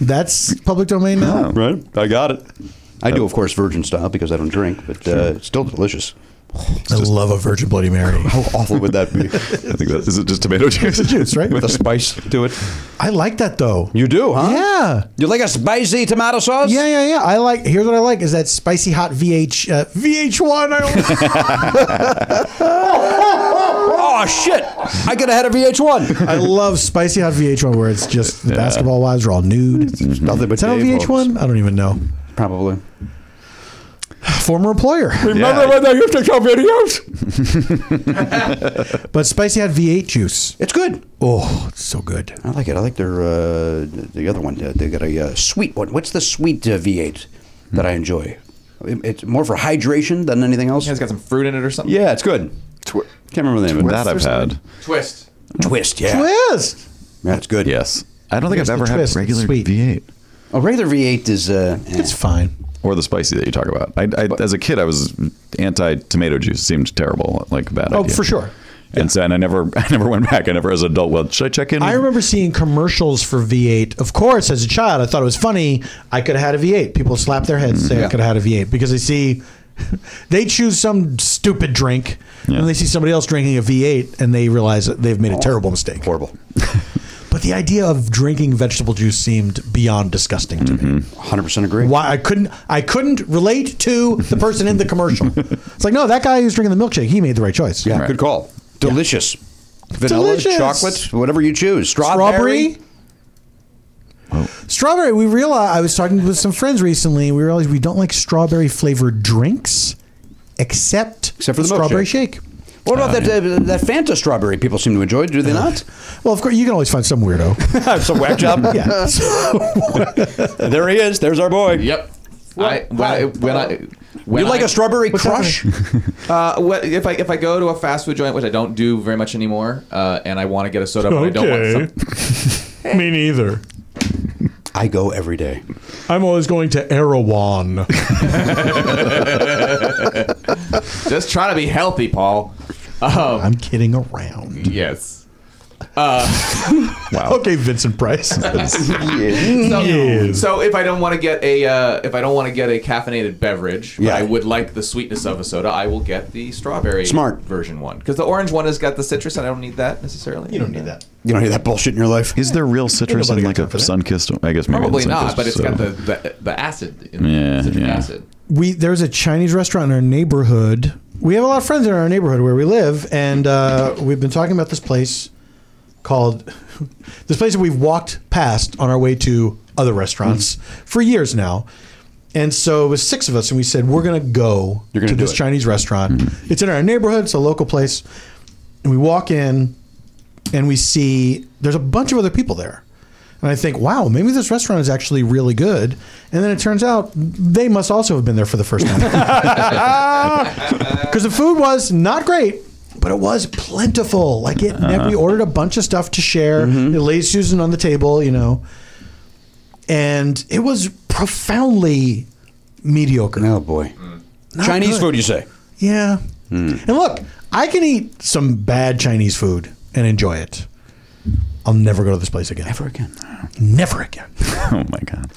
S12: that's public domain now.
S5: Right? I got it. I do, of course, virgin style because I don't drink, but uh, it's still delicious.
S12: I love a Virgin Bloody Mary.
S5: How awful would that be? I think that
S1: is it. Just tomato juice,
S12: juice, right?
S5: with a spice to it.
S12: I like that though.
S5: You do, huh?
S12: Yeah.
S5: You like a spicy tomato sauce?
S12: Yeah, yeah, yeah. I like. Here's what I like: is that spicy hot VH uh, VH1.
S5: oh shit! I could have had a VH1.
S12: I, I love spicy hot VH1 where it's just the basketball wives are all nude.
S5: Nothing but
S12: Is that on
S5: Dave
S12: VH1? I don't even know.
S5: Probably.
S12: Former employer.
S1: Remember when
S5: they used to show videos?
S12: But spicy hot V8 juice.
S5: It's good.
S12: Oh, it's so good.
S5: I like it. I like their uh, the other one. They got a uh, sweet one. What's the sweet uh, V8 that I enjoy? It- It's more for hydration than anything else.
S8: It's got some fruit in it or something.
S5: Yeah, it's good.
S2: Twi-
S5: Can't remember the name
S1: that
S5: of
S1: I've
S5: it.
S1: had.
S8: Twist.
S5: Twist. Yeah,
S12: Twist.
S5: that's good.
S1: Yes, I don't think
S12: Where's
S1: I've
S12: the
S1: ever had
S12: twist?
S1: regular
S12: Sweet.
S1: V8
S5: A regular V8 is uh, eh.
S12: It's fine.
S1: or the spicy that you talk about. I, I, as a kid, I was anti tomato juice. It seemed terrible, like a bad
S12: Oh,
S1: idea.
S12: for sure.
S1: And so, and I never, I never went back. I never, as an adult, well, should I check in?
S12: I remember seeing commercials for V8. Of course, as a child, I thought it was funny. I could have had a V8. People slap their heads, say I could have had a V8 because they see they choose some stupid drink
S1: Yeah.
S12: and they see somebody else drinking a V8 and they realize that they've made a terrible mistake.
S5: horrible.
S12: But the idea of drinking vegetable juice seemed beyond disgusting
S8: Mm-hmm.
S12: to me.
S5: 100 percent agree.
S12: Why I couldn't I couldn't relate to the person in the commercial. It's like no, that guy who's drinking the milkshake, he made the right choice.
S5: Yeah, good call. Delicious. Vanilla,
S12: Delicious.
S5: chocolate, whatever you choose. Strawberry.
S12: strawberry. Strawberry. We realized I was talking with some friends recently. We realized we don't like strawberry flavored drinks, except
S5: Except for the
S12: strawberry
S5: milkshake.
S12: shake.
S5: What about that uh, that Fanta strawberry? People seem to enjoy. Do they not?
S12: Well, of course, you can always find some weirdo.
S5: It's a whack job.
S12: yeah.
S5: there he is. There's our boy.
S8: Yep. I, when I, when I, when
S5: You like
S8: I-
S5: a strawberry crush?
S8: Uh, what, if I if I go to a fast food joint, which I don't do very much anymore, uh, and I want to get a soda, but I don't want
S14: Okay.
S8: some,
S14: Me neither.
S5: I go every day.
S14: I'm always going to Erewhon.
S8: just try to be healthy, Paul. Um,
S12: I'm kidding around.
S8: yes.
S12: Okay, Vincent Price.
S8: So, so if I don't want to get a uh, if I don't want to get a caffeinated beverage, but
S5: Yeah.
S8: I would like the sweetness of a soda, I will get the strawberry
S5: Smart.
S8: version one because the orange one has got the citrus, and I don't need that necessarily. You don't need that.
S5: You don't hear that bullshit in your life.
S1: Is there real citrus
S12: nobody
S1: in like
S12: got time
S1: a
S12: for that.
S1: sun-kissed? I guess maybe
S8: Probably
S1: it's
S8: not,
S1: sun-kissed,
S8: but it's
S1: so-
S8: got the, the the acid, in
S1: Yeah,
S8: yeah, citric
S1: yeah.
S8: acid.
S12: we there's a Chinese restaurant in our neighborhood. We have a lot of friends in our neighborhood where we live, and uh, we've been talking about this place called this place that we've walked past on our way to other restaurants
S5: Mm-hmm.
S12: for years now. And so it was six of us, and we said we're going to go
S5: You're gonna do
S12: to this
S5: it. Mm-hmm.
S12: Chinese restaurant. It's in our neighborhood; it's a local place. And we walk in, and we see there's a bunch of other people there. And I think, wow, maybe this restaurant is actually really good. And then it turns out they must also have been there for the first time. Because the food was not great, but it was plentiful. Like it, we ordered a bunch of stuff to share. It laid Susan on the table, you know. And it was profoundly mediocre.
S5: Oh boy.
S12: Not
S5: Chinese
S12: good.
S5: food, you say?
S12: Yeah. And look, I can eat some bad Chinese food and enjoy it. I'll never go to this place again. Never
S5: again.
S12: Never again.
S1: Oh my god.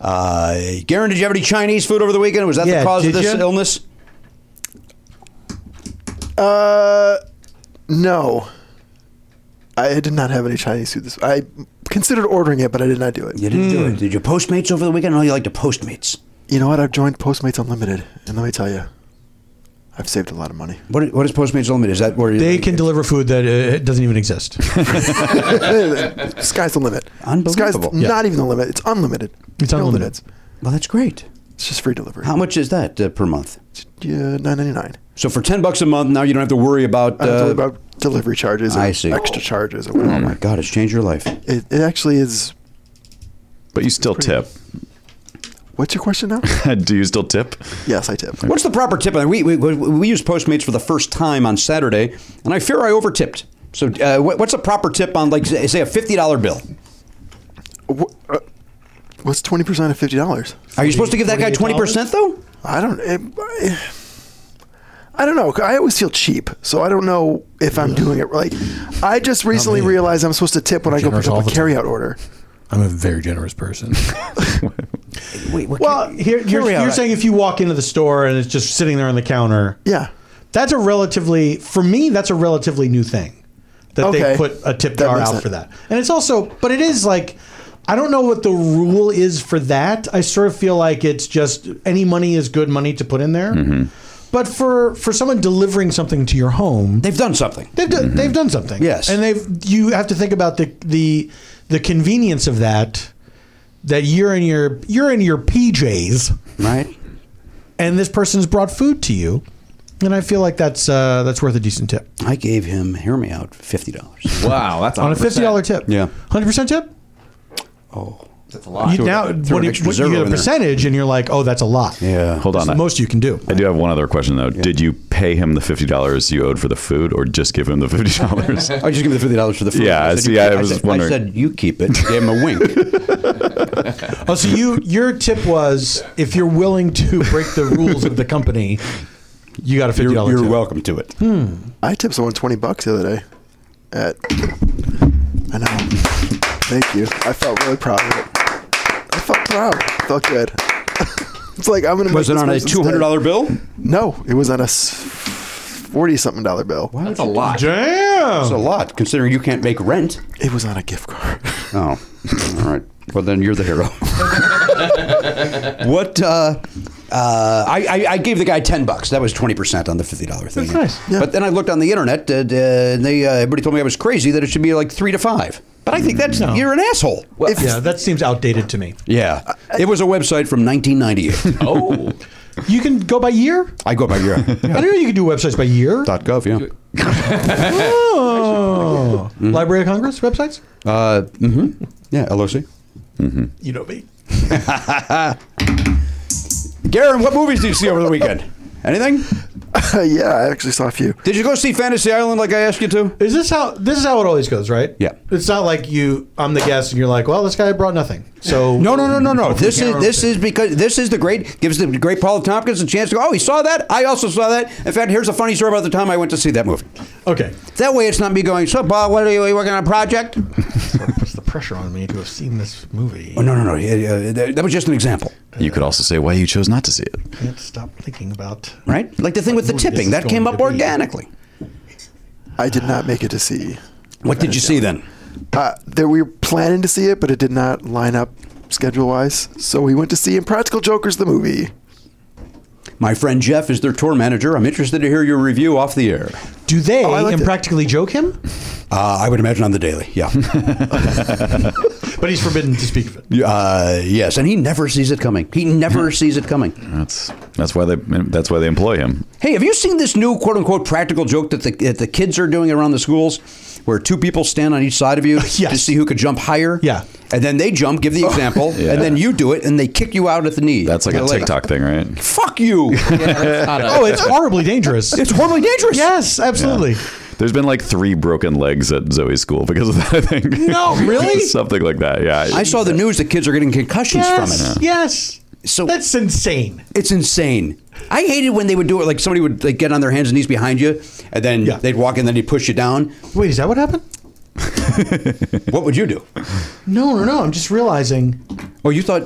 S5: Uh, Garen, did you have any Chinese food over the weekend? Was that
S12: Yeah,
S5: the cause of
S12: did
S5: this
S12: ya?
S5: illness?
S7: Uh, no. I did not have any Chinese food this. I considered ordering it, but I did not do it.
S5: You didn't do it. Hmm. Did you Postmates over the weekend? I know you like to Postmates.
S7: You know what? I've joined Postmates Unlimited, and let me tell you, I've saved a lot of money.
S5: What, what is Postmates Unlimited? Is that where you-
S12: They can deliver food that uh, doesn't even exist.
S7: Sky's the limit.
S5: Unbelievable.
S7: Sky's not even the limit. It's unlimited.
S12: It's
S7: No
S12: unlimited.
S7: limits.
S5: Well, that's great.
S7: It's just free delivery.
S5: How much is that uh, per month?
S7: Yeah, nine ninety nine.
S5: So for ten bucks a month, now you don't have to worry about.
S7: I don't
S5: Uh,
S7: know about delivery charges. and
S5: I see.
S7: Extra charges. Or whatever.
S5: oh my God, it's changed your life.
S7: It, it actually is.
S1: But you still tip.
S7: What's your question now?
S1: Do you still tip?
S7: Yes, I tip.
S5: What's the proper tip? We, we, we- we used Postmates for the first time on Saturday, and I fear I overtipped. So, uh, what- what's a proper tip on, like, say, say a $50 bill?
S7: What's twenty percent of fifty dollars?
S5: Are you supposed to give that guy 20% though?
S7: I don't. eh, I- I don't know. I always feel cheap, so I don't know if I'm doing it right. I just recently realized I'm supposed to tip when I go
S12: Generous
S7: pick up
S12: all
S7: a
S12: the time.
S7: carryout order.
S12: I'm a very generous person.
S5: Wait,
S12: well, here, you're,
S7: carryout,
S12: you're
S7: I-
S12: saying if you walk into the store and it's just sitting there on the counter.
S7: Yeah.
S12: That's a relatively, for me, that's a relatively new thing that
S7: Okay.
S12: they put a tip
S7: That
S12: jar
S7: makes
S12: out
S7: sense.
S12: for that. And it's also, but it is like, I don't know what the rule is for that. I sort of feel like it's just any money is good money to put in there. But for for someone delivering something to your home,
S5: they've done something.
S12: They've, do, they've done something.
S5: Yes.
S12: and they've you have to think about the the the convenience of that. That you're in your you're in your PJs,
S5: right?
S12: And this person's brought food to you, and I feel like that's uh, that's worth a decent tip.
S5: I gave him, hear me out, $50.
S8: Wow, that's
S12: on a fifty dollar tip.
S5: Yeah.
S12: hundred percent tip.
S8: That's a
S12: You, now when you, when you get a percentage, and you're like, oh, that's a lot.
S1: Yeah, hold on.
S12: It's the most you can do.
S1: I do have one other question though. Did you pay him the fifty dollars you owed for the food, or just give him the fifty dollars?
S5: I just give him the fifty dollars for the food.
S1: Yeah,
S5: I said,
S1: see,
S5: you-
S1: I
S5: I
S1: was
S5: said- I
S1: wondering.
S5: said, you keep it. Gave him a wink.
S12: Oh, so you your tip was if you're willing to break the rules of the company, you got a fifty dollar. tip. Hmm,
S5: welcome to it.
S7: I tipped someone twenty bucks the other day. At I know. Thank you. I felt really proud of it. I felt proud. I felt good. it's like I'm gonna.
S5: Was
S7: make
S5: it
S7: this
S5: on a
S7: person's day.
S5: $200 bill?
S7: No, it was on a forty something dollar bill.
S5: That's
S8: a lot.
S12: Damn.
S5: That's a lot, considering you can't make rent.
S7: It was on a gift card.
S5: Oh, all right. Well, then you're the hero. what? Uh, uh, I, I, I gave the guy ten bucks. That was twenty percent on the fifty dollar thing.
S12: That's nice. Yeah.
S5: But then I looked on the internet, and, uh, and they uh, everybody told me I was crazy that it should be like three to five. But I think that's
S12: No.
S5: you're an asshole.
S12: Well, yeah, that seems outdated to me.
S5: Yeah, it was a website from 1998.
S8: Oh,
S12: You can go by year.
S5: I go by year.
S12: I don't know. You can do websites by year.
S5: Dot gov. Yeah.
S12: Oh. Library of Congress websites.
S5: Uh, mm-hmm. Yeah. LOC.
S12: You know me.
S5: Garen, what movies did you see over the weekend? Anything?
S7: yeah, I actually saw a few.
S5: Did you go see Fantasy Island like I asked you to?
S12: Is this how this is how it always goes, right?
S5: Yeah.
S12: It's not like you. I'm the guest, and you're like, well, this guy brought nothing. So
S5: No, no, no, no, no.
S12: Open
S5: This is
S12: camera.
S5: this is because this is the great gives the great Paul Tompkins a chance to go. Oh, he saw that. I also saw that. In fact, here's a funny story about the time I went to see that movie.
S12: okay.
S5: That way, it's not me going. So, Paul, what are you, are you working on a project?
S12: Puts the pressure on me to have seen this movie.
S5: Oh, no, no, no. Yeah, yeah, that that was just an example,
S1: you could also say why you chose not to see it.
S12: Can't stop thinking about.
S5: right? Like the thing with the
S12: Movie
S5: tipping
S12: is
S5: that came up
S12: going to be-
S5: organically.
S7: I did not make it to see.
S5: What did you see then?
S7: Uh, there we were planning to see it, but it did not line up schedule wise. So we went to see Impractical Jokers the movie.
S5: My friend Jeff is their tour manager. I'm interested to hear your review off the air.
S12: Do they
S6: Oh,
S7: I liked it.
S12: impractically joke him?
S5: Uh, I would imagine on the daily, yeah.
S12: But he's forbidden to speak of it.
S5: uh, yes, and he never sees it coming. He never sees it coming.
S1: That's that's why they that's why they employ him.
S5: Hey, have you seen this new quote unquote practical joke that the, that the kids are doing around the schools where two people stand on each side of you to see who could jump higher?
S12: Yeah.
S5: And then they jump, give the example,
S1: Yeah.
S5: and then you do it and they kick you out at the knee.
S1: That's like
S5: They're
S1: a TikTok thing, right?
S5: Fuck you.
S12: Oh, it's horribly dangerous.
S5: It's horribly dangerous.
S12: yes, absolutely.
S1: There's been like three broken legs at Zoe's school because of that. I think.
S12: No, really?
S1: Something like that. Yeah.
S5: I saw the news that kids are getting concussions
S12: Yes,
S5: from it.
S12: yes.
S5: So-
S12: that's insane.
S5: It's insane. I hated when they would do it like somebody would like get on their hands and knees behind you and then
S12: Yeah.
S5: they'd walk and then they'd push you down.
S12: Wait, is that what happened?
S5: What would you do?
S12: No, no, no. I'm just realizing.
S5: Oh, you thought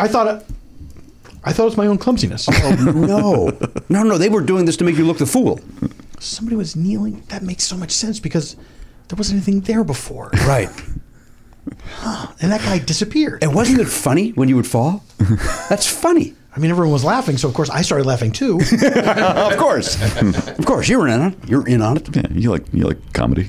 S12: I thought. It, I thought it was my own clumsiness.
S5: no. No, no, they were doing this to make you look the fool.
S12: Somebody was kneeling. That makes so much sense because there wasn't anything there before,
S5: Right.
S12: and that guy disappeared.
S5: And wasn't it funny when you would fall? That's funny.
S12: I mean, everyone was laughing, so of course I started laughing too.
S5: of course. of course. You were in on it. You're in on it.
S1: Yeah, you like you like comedy.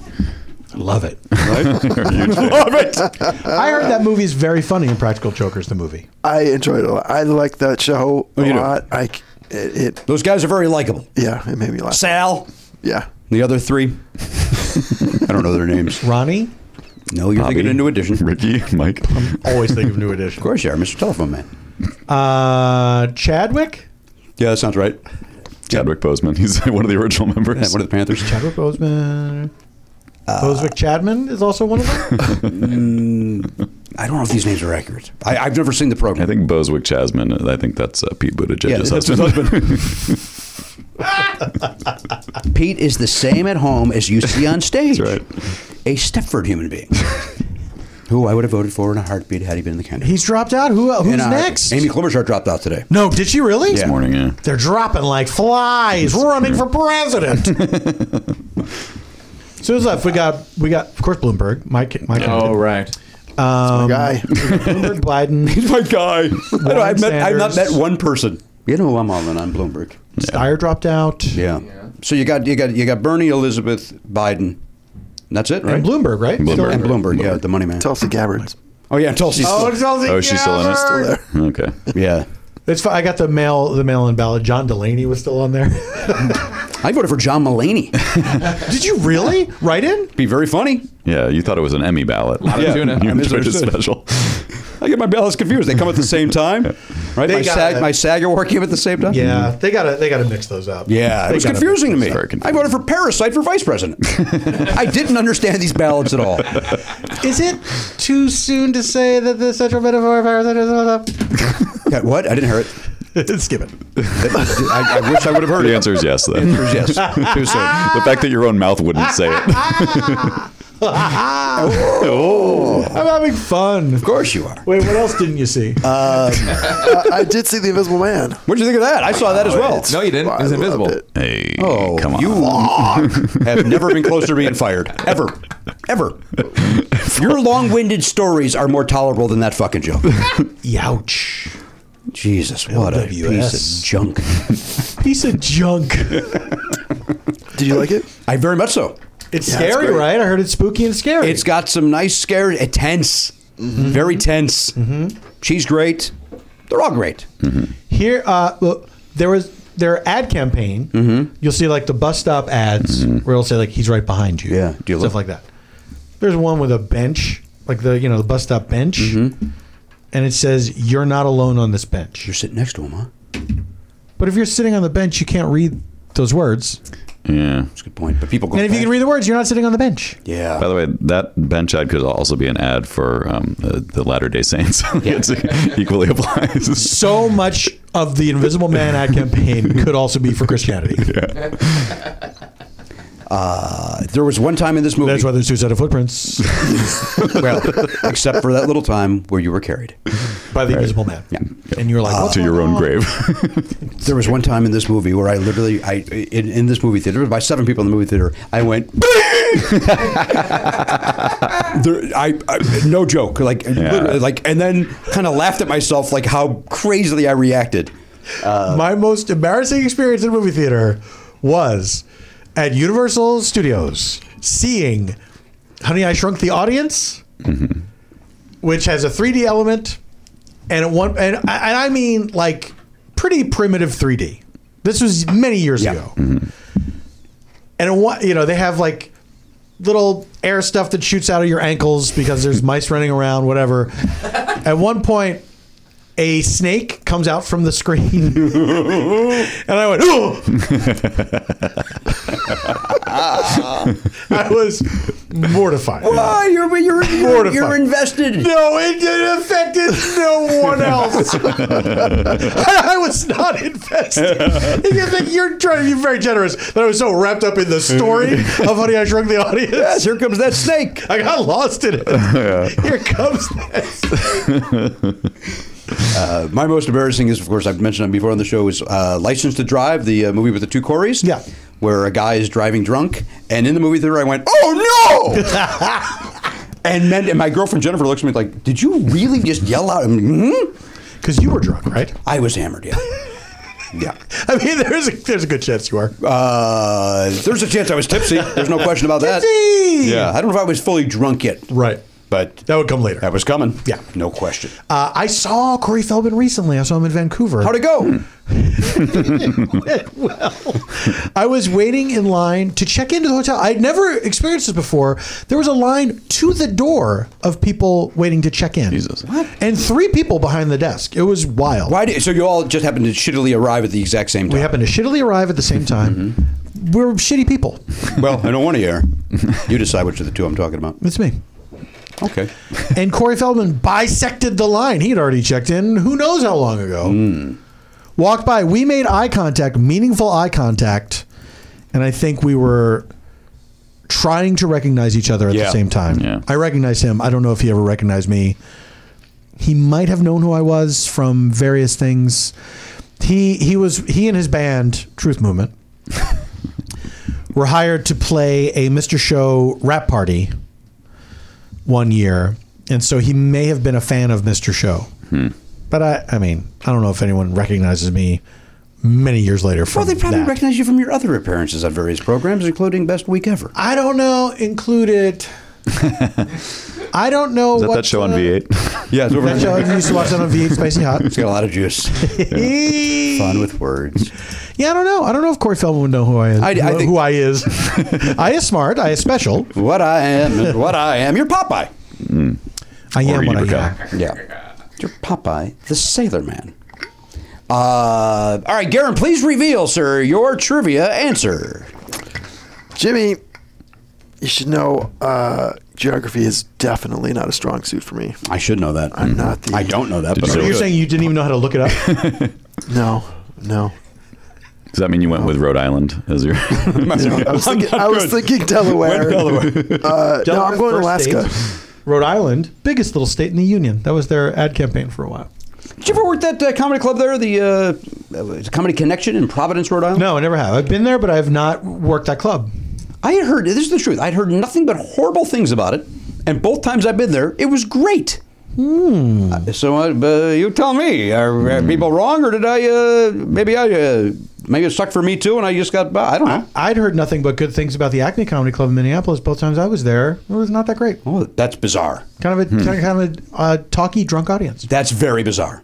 S12: Love it.
S5: Love it.
S12: I heard that movie is very funny in Practical Jokers, the movie.
S7: I enjoyed it a lot. I liked that show a
S5: Oh, you do?
S7: lot. I c it, it
S5: Those guys are very likable.
S7: yeah, it made me laugh.
S5: Sal.
S7: Yeah.
S5: The other three. I don't know their names.
S12: Ronnie,
S5: No, you're
S1: Bobby,
S5: thinking a new edition. Of
S1: Ricky, Mike.
S5: Um,
S12: always think of New Edition.
S5: course you are, Mr. Telephone Man.
S6: Uh, Chadwick?
S1: Yeah, that sounds right. Chadwick Boseman. He's one of the original members. one of the Panthers.
S6: Chadwick Boseman. Boswick Chadman is also one of them.
S5: Mm, I don't know if these names are accurate. I, I've never seen the program.
S1: I think Boswick Chasman. I think that's uh, Pete Buttigieg's
S5: that's his
S1: husband.
S5: Pete is the same at home as you see on stage. A Stepford human being. Who I would have voted for in a heartbeat had he been in the candidate.
S6: He's dropped out. Who? Who's
S5: In a heartbeat.
S6: next?
S5: Amy Klobuchar dropped out today.
S6: No, did she really?
S5: This morning,
S1: yeah.
S6: They're dropping like flies. We're running for president. so who's left? We got we got of course Bloomberg. My ki- my
S8: Oh
S6: candidate.
S8: right.
S6: Um,
S7: guy.
S6: Bloomberg, Biden.
S1: He's my guy.
S6: Warren
S5: I've, met, I've not met
S6: Sanders.
S5: one person. You know I'm all in on Bloomberg.
S6: Steyer dropped out.
S5: Yeah. So you got you got you got Bernie, Elizabeth, Biden. And that's it, right?
S6: And Bloomberg, right?
S1: Bloomberg.
S6: Still-
S5: And Bloomberg, yeah, the money man.
S7: Tulsi Gabbard's.
S5: Oh yeah, Tulsi's
S6: Oh,
S5: still.
S6: it's all
S1: Oh, she's still in it.
S6: together.
S1: Okay.
S5: Yeah.
S6: It's fine. I got the mail the mail in ballot. John Delaney was still on there.
S5: I voted for John Mullaney.
S6: Did you really? Right in?
S5: Be very funny.
S1: Yeah, you thought it was an Emmy ballot.
S8: Lot of
S1: yeah.
S8: tuna.
S1: You
S5: I
S1: enjoyed his
S5: misunderstood.
S1: special.
S5: I get my ballots confused. They come at the same time, right?
S6: They
S5: my,
S6: got
S5: SAG,
S6: it.
S5: my SAG award came at the same time.
S6: Yeah. They gotta they gotta mix those up.
S5: Yeah, it
S6: They
S5: was
S6: gotta
S5: confusing to me.
S1: Very confusing.
S5: I voted for Parasite for vice president. I didn't understand these ballots at all.
S6: Is it too soon to say that the central metaphor of Parasite is
S5: Yeah, what? I didn't hear it.
S6: skip it?
S5: I, I wish I would have heard
S1: The
S5: it.
S1: answer is yes, though.
S5: The answer is yes. Too soon.
S1: the fact that your own mouth wouldn't say it.
S6: I'm having fun.
S5: Of course you are.
S6: Wait, what else didn't you see?
S7: I, I did see the Invisible Man.
S5: What'd you think of that? I saw that as well.
S8: No, you didn't.
S7: I
S8: oh, It's
S7: loved
S8: invisible.
S7: it.
S1: Hey,
S5: Oh,
S1: come on.
S5: you have never been closer to being fired. Ever. Ever. Your long winded stories are more tolerable than that fucking joke.
S6: Youch.
S5: Jesus, what a piece
S6: LWS.
S5: of junk.
S6: Piece of junk.
S7: Did you like it?
S5: I very much so.
S6: It's
S7: Yeah, it's
S6: scary,
S7: great.
S6: right? I heard it's spooky and scary.
S5: It's got some nice scare, uh, tense,
S6: Mm-hmm.
S5: very tense. She's great. They're all great.
S6: Hmm. here uh well, there was their ad campaign
S5: Mm-hmm.
S6: you'll see like the bus stop ads where it'll say like he's right behind you
S5: Yeah. Do you
S6: stuff
S5: look?
S6: like that there's one with a bench like the you know the bus stop bench
S5: Mm-hmm.
S6: and it says you're not alone on this bench
S5: You're sitting next to him, huh?
S6: but if you're sitting on the bench you can't read those words
S1: Yeah.
S5: That's a good point. But people go.
S6: and if you can read the words you're not sitting on the bench
S5: Yeah.
S1: By the way, that bench ad could also be an ad for um, the, the Latter Day Saints. It's equally applies.
S6: so much of the invisible man ad campaign could also be for christianity
S5: Uh, there was one time in this movie.
S6: that's why there's two set of footprints
S5: well, except for that little time where you were carried.
S6: by the invisible man and you're like what
S1: to your own grave.
S5: There was one time in this movie where I literally, I in, in this movie theater, there was about seven people in the movie theater. I went. there, I, I no joke, like literally, like, and then kind of laughed at myself, like how crazily I reacted.
S6: My most embarrassing experience in a movie theater was at Universal Studios seeing Honey, I Shrunk the Audience, which has a 3D element, and at one and I, and I mean like pretty primitive 3D. This was many years ago, and it, wa- you know they have like little air stuff that shoots out of your ankles because there's mice running around, whatever. At one point, a snake comes out from the screen, and I went, "Oh!" I was mortified.
S5: Oh, you're you're you're,
S6: Mortified.
S5: you're invested.
S6: No, it, it affected no one else. I was not invested. You think you're trying to be very generous that I was so wrapped up in the story of Honey, I Shrunk the Audience.
S5: Yes, here comes that snake.
S6: I got lost in it. Here comes this.
S5: Uh, my most embarrassing is, of course, I've mentioned it before on the show, is uh, License to Drive, the uh, movie with the two Corys.
S6: Yeah.
S5: Where a guy is driving drunk, and in the movie theater, I went, "Oh no!" and then and my girlfriend Jennifer looks at me like, "Did you really just yell out?" I'm, "Mhm."
S6: Because you were drunk, right?
S5: I was hammered. Yeah. yeah.
S6: I mean, there's a, there's a good chance you are.
S5: Uh, there's a chance I was tipsy. There's no question about that.
S6: Tipsy!
S5: Yeah. I don't know if I was fully drunk yet.
S6: Right.
S15: But
S12: that would come later.
S15: That was coming.
S12: Yeah,
S15: no question.
S12: Uh, I saw Corey Feldman recently. I saw him in Vancouver. How'd
S5: it go?
S12: well, I was waiting in line to check into the hotel. I'd never experienced this before. There was a line to the door of people waiting to check in. Jesus. What? And three people behind the desk. It was wild.
S5: Why? Did, so you all just happened to shittily arrive at the exact same time.
S12: We happened to shittily arrive at the same time. We're shitty people.
S5: well, I don't want to hear. You decide which of the two I'm talking about.
S12: It's me.
S5: Okay.
S12: and Corey Feldman bisected the line. He'd already checked in who knows how long ago. Walked by. We made eye contact, meaningful eye contact. And I think we were trying to recognize each other at
S15: Yeah.
S12: the same time. I recognized him. I don't know if he ever recognized me. He might have known who I was from various things. He he was he and his band Truth Movement were hired to play a Mr. Show rap party one year, and so he may have been a fan of Mr. Show. But I, I mean, I don't know if anyone recognizes me many years later. From
S5: Well, they probably
S12: that.
S5: recognize you from your other appearances on various programs, including Best Week Ever.
S12: I don't know. Included. I don't know
S1: Is that
S12: what
S1: that show on V8?
S5: yeah,
S12: it's over That there. show I used to watch that on V8 Spicy Hot.
S5: It's got a lot of juice.
S12: Yeah.
S5: Fun with words.
S12: Yeah, I don't know. I don't know if Corey Feldman would know who I is.
S5: I- I
S12: who,
S5: think-
S12: who I is. I is smart. I is special.
S5: What I am is what I am. You're Popeye.
S12: I am what I am.
S5: Yeah. You're Popeye the Sailor Man. Uh, all right, Garen, please reveal, sir, your trivia answer.
S7: Jimmy, you should know uh, geography is definitely not a strong suit for me.
S5: I should know that. Mm-hmm.
S7: I'm not the.
S5: I don't know that, but
S12: So
S5: I
S12: you're
S5: would.
S12: saying you didn't even know how to look it up?
S7: No, no.
S1: Does that mean you went with Rode Island as your?
S7: I was thinking, I was thinking Delaware. Uh, no, I'm going to
S12: First
S7: Alaska.
S12: state. Rhode Island, biggest little state in the union. That was their ad campaign for a while.
S5: Did you ever work that uh, comedy club there, the uh, uh, was it Comedy Connection in Providence, Rhode Island?
S12: No, I never have. I've been there, but I've not worked that club.
S5: I had heard, this is the truth, I'd heard nothing but horrible things about it, and both times I've been there, it was great. Uh, so uh, uh, you tell me, are, are people wrong, or did I, uh, maybe I, uh, maybe it sucked for me too, and I just got by? I don't know.
S12: I'd heard nothing but good things about the Acme Comedy Club in Minneapolis. Both times I was there, it was not that great.
S5: Oh, that's bizarre.
S12: Kind of a kind of a uh, talky, drunk audience.
S5: That's very bizarre.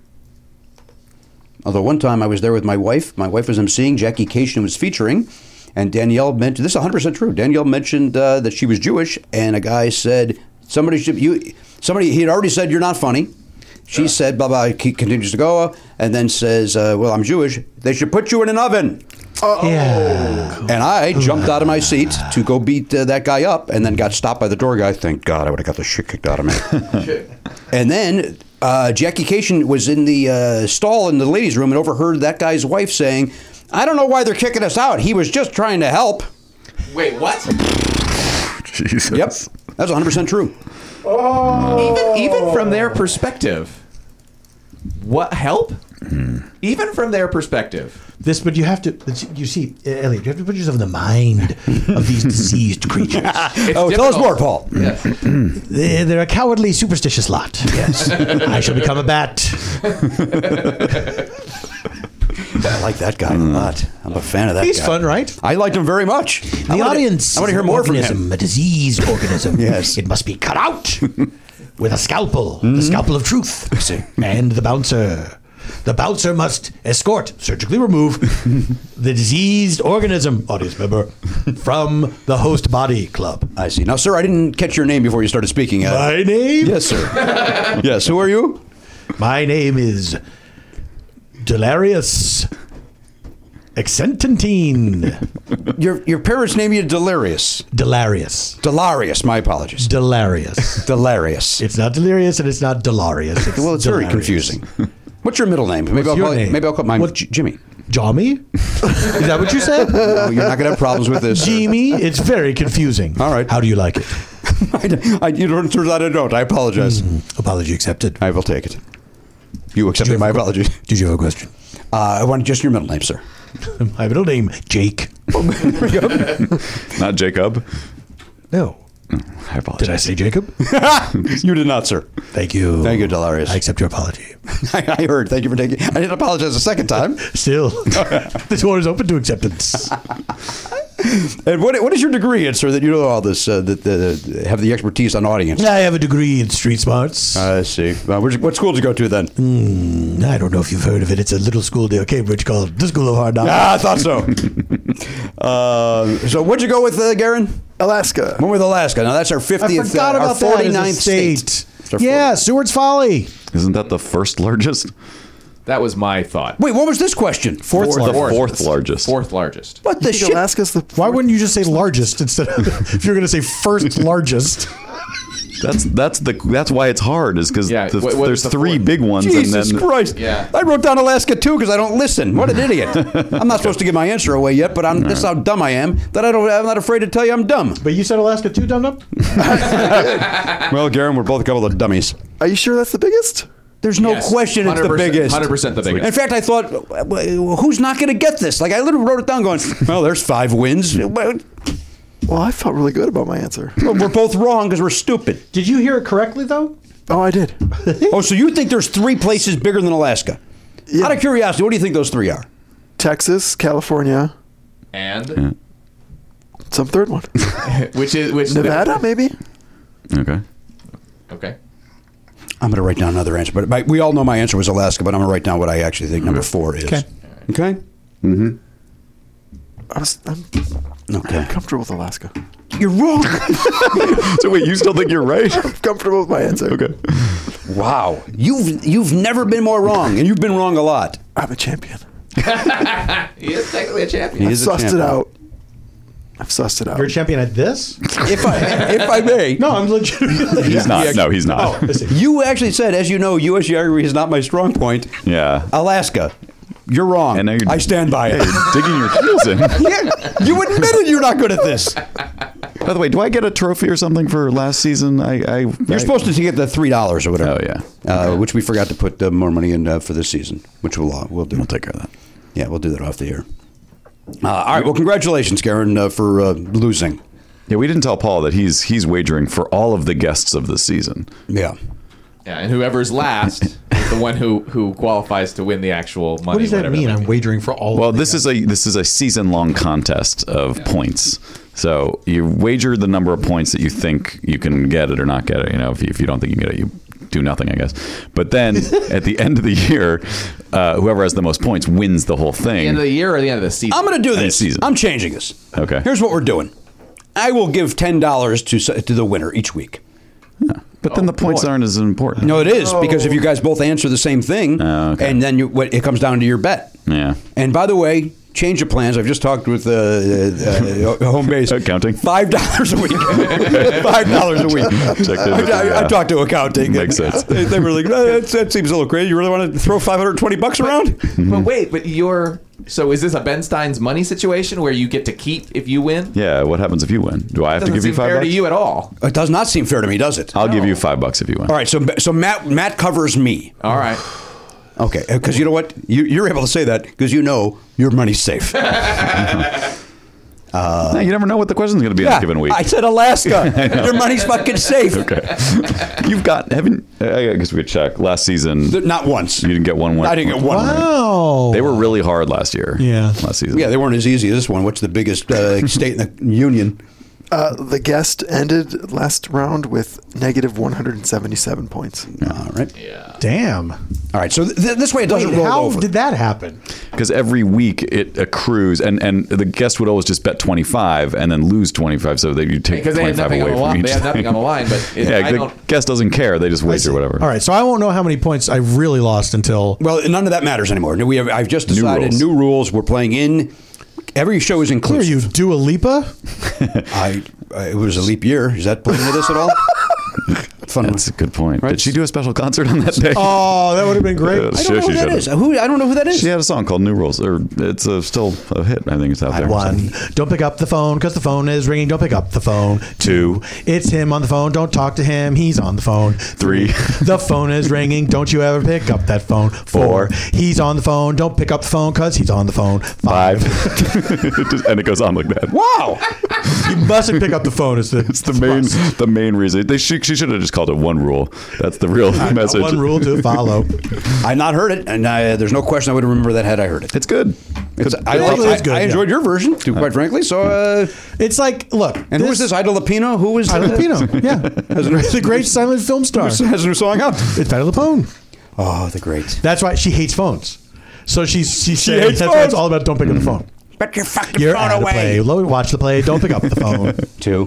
S5: Although one time I was there with my wife, my wife was emceeing, Jackie Cation was featuring, and Danielle mentioned this is 100% true. Danielle mentioned uh, that she was Jewish, and a guy said, Somebody should, you, somebody, he had already said, You're not funny. She said, blah, blah, he continues to go, uh, and then says, uh, Well, I'm Jewish. They should put you in an oven.
S12: Yeah.
S5: And I jumped out of my seat to go beat uh, that guy up and then got stopped by the door guy. Thank God I would have got the shit kicked out of me. and then uh, Jackie Cation was in the uh, stall in the ladies' room and overheard that guy's wife saying, I don't know why they're kicking us out. He was just trying to help.
S8: Wait, what?
S1: Jesus.
S5: Yep. That's 100% true.
S8: Even, even from their perspective, what help?
S12: Mm-hmm.
S8: Even from their perspective,
S12: This, but you have to. You see, eh, Elliot, you have to put yourself in the mind of these diseased creatures.
S5: oh, tell us more, Paul.
S12: They're, they're a cowardly, superstitious lot. Yes, I shall become a bat.
S5: I like that guy a lot. I'm a fan of that
S12: He's
S5: guy.
S12: fun, right?
S5: I liked him very much.
S12: The audience.
S5: I want to
S12: is
S5: hear
S12: an
S5: more
S12: organism,
S5: from him.
S12: A diseased organism. yes, Hmm? it must be cut out with a scalpel, the scalpel of truth, and the bouncer. The bouncer must escort, surgically remove the diseased organism, audience member, from the host body club.
S5: I see. Now, sir, I didn't catch your name before you started speaking. Uh,
S12: My name?
S5: Yes, sir. yes, who are you?
S12: My name is Delirious Accentantine.
S5: Your your parents named you Delirious.
S12: Delirious.
S5: Delirious. My apologies.
S12: Delirious.
S5: Delirious.
S12: It's not delirious and it's not delirious.
S5: well, it's very confusing. What's your middle name? Maybe
S12: What's
S5: I'll
S12: your
S5: call it-
S12: name?
S5: maybe I'll call mine J- Jimmy.
S12: Jommy? Is that what you said?
S5: No, you're not going to have problems with this.
S12: Jimmy, it's very confusing. All right. How do you like it?
S5: I, I, you don't turn that a note. I apologize.
S12: Hmm. Apology accepted.
S5: I will take it. You accepted my apologies.
S12: Did you have a question?
S5: Uh, I want just your middle name, sir.
S12: My middle name, Jake.
S1: Not Jacob.
S12: No.
S1: I apologize.
S12: Did I say Jacob?
S5: Mm, you did not, sir.
S12: Thank you.
S5: Thank you, Delirious.
S12: I accept your apology.
S5: I, I heard. Thank you for taking. I didn't apologize a second time.
S12: Still, the door is open to acceptance.
S5: And what, what is your degree in, sir, that you know all this, uh, that uh, have the expertise on audience?
S12: I have a degree in street smarts.
S5: I see. Uh, which, what school did you go to then?
S12: Mm, I don't know if you've heard of it. It's a little school near Cambridge called the School of Hard Knocks.
S5: Ah, I thought so. uh, so where'd you go with uh, Garen?
S7: Alaska.
S5: Went with Alaska. Now that's our 50th,
S12: I forgot
S5: uh,
S12: about
S5: our
S12: that as a
S5: 49th
S12: state.
S5: It's our
S12: Yeah, Seward's Folly.
S1: Isn't that the first largest?
S8: That was my thought.
S5: Wait, what was this question?
S12: Fourth
S1: the
S12: largest.
S1: fourth largest.
S8: Fourth largest.
S5: What
S7: You
S5: the
S7: think
S5: shit?
S7: Alaska's the
S12: Why wouldn't you just say largest instead of if you're going to say first largest?
S1: That's that's the that's why it's hard is because
S8: Yeah, what- what
S1: there's
S8: is the
S1: three
S8: fourth?
S1: big ones
S5: Jesus
S1: and then
S5: Christ.
S8: Yeah.
S5: I wrote down Alaska too because I don't listen. What an idiot. I'm not supposed to give my answer away yet, but I'm, that's how dumb I am that I don't, I'm not afraid to tell you I'm dumb.
S12: But you said Alaska too, Dum Dum?
S5: Well, Garen, we're both a couple of dummies.
S7: Are you sure that's the biggest?
S5: There's no
S8: Yes,
S5: question it's the
S8: 100%,
S5: biggest.
S8: 100% the biggest.
S5: In fact, I thought, well, who's not going to get this? Like, I literally wrote it down going, well, there's five wins. Well,
S7: Well, I felt really good about my answer.
S5: We're both wrong because we're stupid.
S12: Did you hear it correctly, though?
S7: Oh, I did.
S5: Oh, so you think there's three places bigger than Alaska?
S7: Yeah.
S5: Out of curiosity, what do you think those three are?
S7: Texas, California,
S8: And
S7: some third one.
S8: which is which
S7: Nevada, maybe?
S1: okay.
S8: Okay.
S5: I'm going to write down another answer, but my, we all know my answer was Alaska, but I'm going to write down what I actually think number four is.
S12: Okay.
S5: Mm-hmm. Okay.
S7: I was, I'm
S5: Okay.
S7: comfortable with Alaska. I'm
S5: You're wrong.
S1: So wait, you still think you're right?
S7: comfortable with my answer.
S1: Okay.
S5: wow. You've you've never been more wrong, and you've been wrong a lot.
S7: I'm a champion.
S8: He is technically a champion.
S5: He
S7: I've
S5: is a
S7: sussed it
S5: champion.
S7: out. I've sussed it out.
S12: You're a champion at this?
S5: If I if I may.
S12: No, I'm legitimately.
S1: He's not. No, he's not.
S5: You actually said, as you know, U.S. geography is not my strong point.
S1: Yeah.
S5: Alaska, you're wrong.
S1: And now you're-
S5: I stand by it.
S1: Digging your heels in.
S5: yeah, you admitted you're not good at this.
S1: By the way, do I get a trophy or something for last season? I, I
S5: You're supposed to get the three dollars or whatever.
S1: Oh, yeah.
S5: uh, which we forgot to put uh, more money in uh, for this season, which we'll uh, we'll do.
S1: We'll take care of that.
S5: Yeah, we'll do that off the air. Uh, all right. Well, congratulations, Karen, uh, for uh, losing.
S1: Yeah, we didn't tell Paul that he's he's wagering for all of the guests of the season.
S5: Yeah.
S8: Yeah, and whoever's last is the one who who qualifies to win the actual money.
S12: What does that
S8: whatever
S12: mean?
S8: might
S12: I'm
S8: be.
S12: wagering for all
S1: Well,
S12: of the
S1: this
S12: guys.
S1: is a this is a season long contest of points. So you wager the number of points that you think you can get it or not get it. You know, if you, if you don't think you can get it, you do nothing, I guess. But then at the end of the year, uh, whoever has the most points wins the whole
S8: the end
S1: thing.
S8: of the year or the end of the season?
S5: I'm going to do
S1: End
S5: this.
S1: season.
S5: I'm changing this.
S1: Okay.
S5: Here's what we're doing. I will give ten dollars to s- to the winner each week.
S1: But then the points aren't as important.
S5: Oh, No, it is because if you guys both answer the same thing,
S1: Oh, okay.
S5: and then you, what, it comes down to your bet.
S1: Yeah.
S5: And by the way, change of plans. I've just talked with uh, uh, uh, home base
S1: Accounting.
S5: Five dollars a week. Five dollars a week.
S1: Checked in
S5: I,
S1: with the,
S5: I- I
S1: uh,
S5: talked to accounting.
S1: Makes sense.
S5: They, they were like, "Uh, that, that seems a little crazy. You really want to throw five hundred twenty bucks around?
S1: Mm-hmm.
S8: But wait, but you're so is this a Ben Stein's money situation where you get to keep if you win?
S1: Yeah. What happens if you win? Do I have to
S8: Doesn't
S1: give you
S8: seem
S1: five
S8: fair
S1: bucks?
S8: to you at all.
S5: It does not seem fair to me, does it?
S1: I'll give you five bucks if you win.
S5: All right. So so Matt Matt covers me.
S1: Oh.
S8: All right.
S5: Okay. Because you know what, you, you're able to say that because you know your money's safe.
S1: Yeah, you never know what the question's going to be in a given week.
S5: I said Alaska. your money's fucking safe.
S1: okay. You've got haven't I guess we could check last season.
S5: Th- Not once.
S1: You didn't get one win.
S5: I didn't get one win.
S12: Wow.
S1: They were really hard last year.
S12: Yeah.
S1: Last season.
S5: Yeah, they weren't as easy as this one. What's the biggest uh, state in the union?
S7: Uh, the guest ended last round with negative 177 points.
S5: All right.
S12: Damn.
S5: All right. So th- this way it doesn't
S12: Wait,
S5: roll
S12: how
S5: over.
S12: did that happen?
S1: Because every week it accrues, and and the guest would always just bet twenty five and then lose twenty five, so they you take
S8: Because they
S1: twenty
S8: had
S1: five
S8: nothing on
S1: away
S8: the
S1: from
S8: line.
S1: each.
S8: They had nothing
S1: thing.
S8: on the line, but it,
S1: yeah,
S8: I
S1: the
S8: don't.
S1: guest doesn't care. They just wager whatever.
S12: All right, so I won't know how many points I really lost until.
S5: well, none of that matters anymore. We have, I've just decided
S1: rules.
S5: new rules. We're playing in. Every show is
S12: Who are
S5: inclusive.
S12: you, Dua Lipa?
S5: I, I, it was a leap year. Is that playing into this at all? Fun.
S1: That's a good point.
S5: Right.
S1: Did she do a special concert on that day?
S12: Oh, that would have been
S1: Uh,
S12: great.
S5: I don't know
S1: she
S5: who that
S1: should
S5: is.
S1: have.
S5: Who, I don't know who that is.
S1: She had a song called New Rules, or it's uh still a hit. I think it's out
S12: I
S1: there.
S12: won. Don't pick up the phone because the phone is ringing. Don't pick up the phone. Two. It's him on the phone. Don't talk to him. He's on the phone.
S1: Three.
S12: The phone is ringing. Don't you ever pick up that phone. Four. He's on the phone. Don't pick up the phone because he's on the phone.
S1: Five. Just- and it goes on like that.
S5: Wow.
S12: You mustn't pick up the phone. It's the,
S1: It's the main the main reason. They she, she should have just called it one rule. That's the real message.
S5: one rule to follow. I not heard it, and I, there's no question I would remember that had I heard it.
S1: It's good.
S5: It's, I,
S12: It
S5: like-
S12: is
S5: I-
S12: good,
S5: I
S12: yeah.
S5: enjoyed your version, too, quite frankly. So uh,
S12: it's like, look, and
S5: who is this? Ida Lupino? Who is
S12: Ida Lupino, yeah. the great silent film star.
S5: Has a new song out.
S12: It's Patty LuPone.
S5: Oh, the great.
S12: That's why she hates phones. So she's she, says
S5: hates
S12: that's why
S5: phones?
S12: it's all about don't pick up the phone.
S5: Mm. But your fucking
S12: You're out of the play. Lo- Watch the play. Don't pick up the phone.
S5: Two.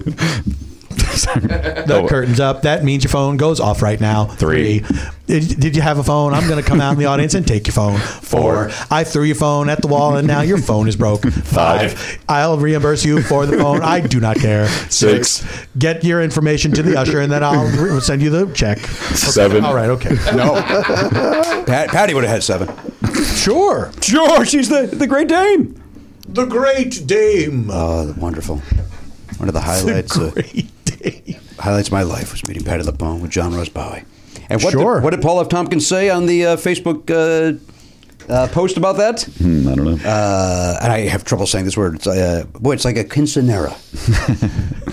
S12: The curtains up. That means your phone goes off right now. Three. Did, did you have a phone? I'm going to come out in the audience and take your phone. Four. I threw your phone at the wall and now your phone is broke. Five. I'll reimburse you for the phone. I do not care.
S1: Six.
S12: Get your information to the usher and then I'll re- send you the check. Okay.
S1: Seven.
S12: All right. Okay.
S5: No. Pat, Patty would have had seven.
S12: Sure.
S5: Sure. She's the, the great dame.
S12: The great dame.
S5: Oh, wonderful. One of the highlights. uh, highlights of my life was meeting Patty LuPone with John Rose Bowie. And what,
S12: Sure.
S5: did, what did Paul F. Tompkins say on the uh, Facebook uh, uh, post about that?
S1: Hmm, I don't know.
S5: Uh, and I have trouble saying this word. It's, uh, boy, it's like a quinceanera.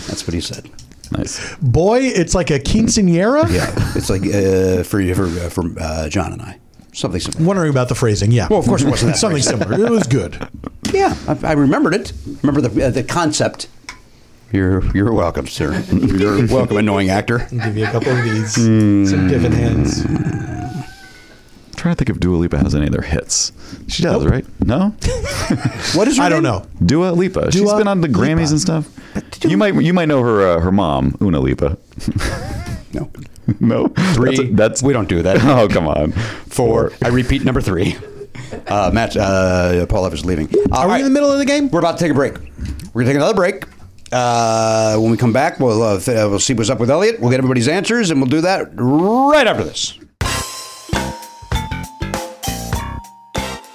S5: That's what he said.
S1: Nice.
S12: Boy, it's like a quinceanera.
S5: Yeah, it's like uh, for for uh, for uh, John and I, something similar.
S12: Wondering about the phrasing. Yeah.
S5: Well, of course it wasn't that
S12: Something
S5: phrasing.
S12: similar. It was good.
S5: Yeah, I, I remembered it. Remember the uh, the concept. You're you're welcome, sir. You're welcome, annoying actor.
S12: Give you a couple of these. Some different hands.
S1: I'm trying to think if Dua Lipa has any of their hits. She does,
S12: Nope.
S1: right? No?
S5: What is? Her
S12: I don't
S5: name?
S12: know.
S1: Dua Lipa. She's
S12: Dua
S1: been on the Grammys and stuff. You might you might know her uh, her mom, Una Lipa.
S5: No.
S1: no. Three. That's, that's
S5: We don't do that.
S1: Oh, come on.
S5: Four. I repeat, number three. Uh, Matt, uh, Paul F is leaving. Uh,
S12: Are we in the middle of the game?
S5: We're about to take a break. We're going to take another break. Uh, when we come back, we'll uh, f- uh, we'll see what's up with Elliot. We'll get everybody's answers, and we'll do that right after this.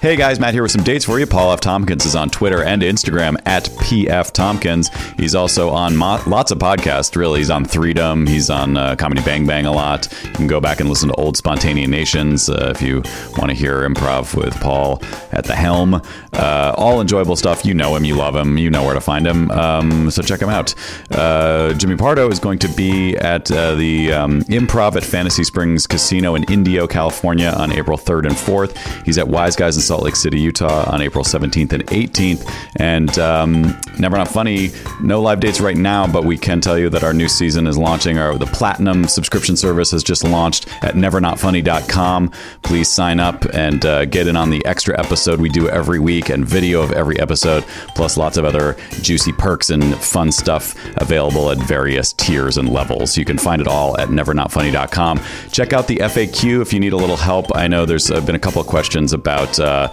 S1: Hey guys, Matt here with some dates for you. Paul F. Tompkins is on Twitter and Instagram at PF Tompkins. He's also on mo- lots of podcasts, really. He's on Freedom, he's on uh, Comedy Bang Bang a lot. You can go back and listen to Old Spontaneous Nations uh, if you want to hear improv with Paul at the helm. Uh, all enjoyable stuff. You know him, you love him, you know where to find him. Um, so check him out. Uh, Jimmy Pardo is going to be at uh, the um, Improv at Fantasy Springs Casino in Indio, California on April 3rd and 4th. He's at Wise Guys in Salt Lake City, Utah on April 17th and 18th. And um, Never Not Funny, no live dates right now, but we can tell you that our new season is launching. Our The Platinum subscription service has just launched at nevernotfunny.com. Please sign up and uh, get in on the extra episode we do every week and video of every episode, plus lots of other juicy perks and fun stuff available at various tiers and levels. You can find it all at nevernotfunny.com. Check out the FAQ if you need a little help. I know there's uh, been a couple of questions about. Uh,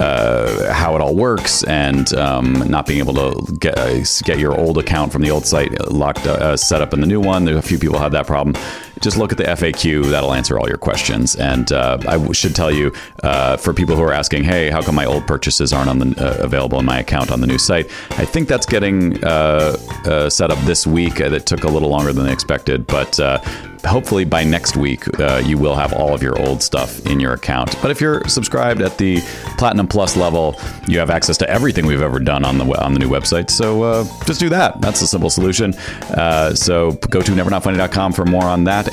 S1: uh, how it all works and um, not being able to get, uh, get your old account from the old site locked uh, uh, set up in the new one. There's a few people have that problem. Just look at the FAQ; that'll answer all your questions. And uh, I w- should tell you, uh, for people who are asking, "Hey, how come my old purchases aren't on the uh, available in my account on the new site?" I think that's getting uh, uh, set up this week. Uh, That took a little longer than expected, but. Uh, hopefully by next week uh, you will have all of your old stuff in your account but if you're subscribed at the platinum plus level you have access to everything we've ever done on the we- on the new website so uh, just do that that's a simple solution uh, so go to nevernotfunny.com for more on that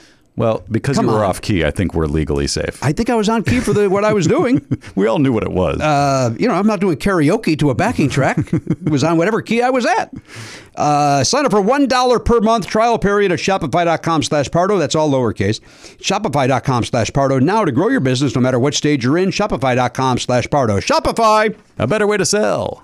S1: Well, because
S5: Come
S1: you were
S5: on.
S1: off key, I think we're legally safe.
S5: I think I was on key for the, what I was doing.
S1: we all knew what it was.
S5: Uh, you know, I'm not doing karaoke to a backing track. it was on whatever key I was at. Uh, sign up for one dollar per month trial period at Shopify.com/pardo. That's all lowercase. Shopify.com/pardo. Now to grow your business, no matter what stage you're in, Shopify.com/pardo. Shopify,
S1: a better way to sell.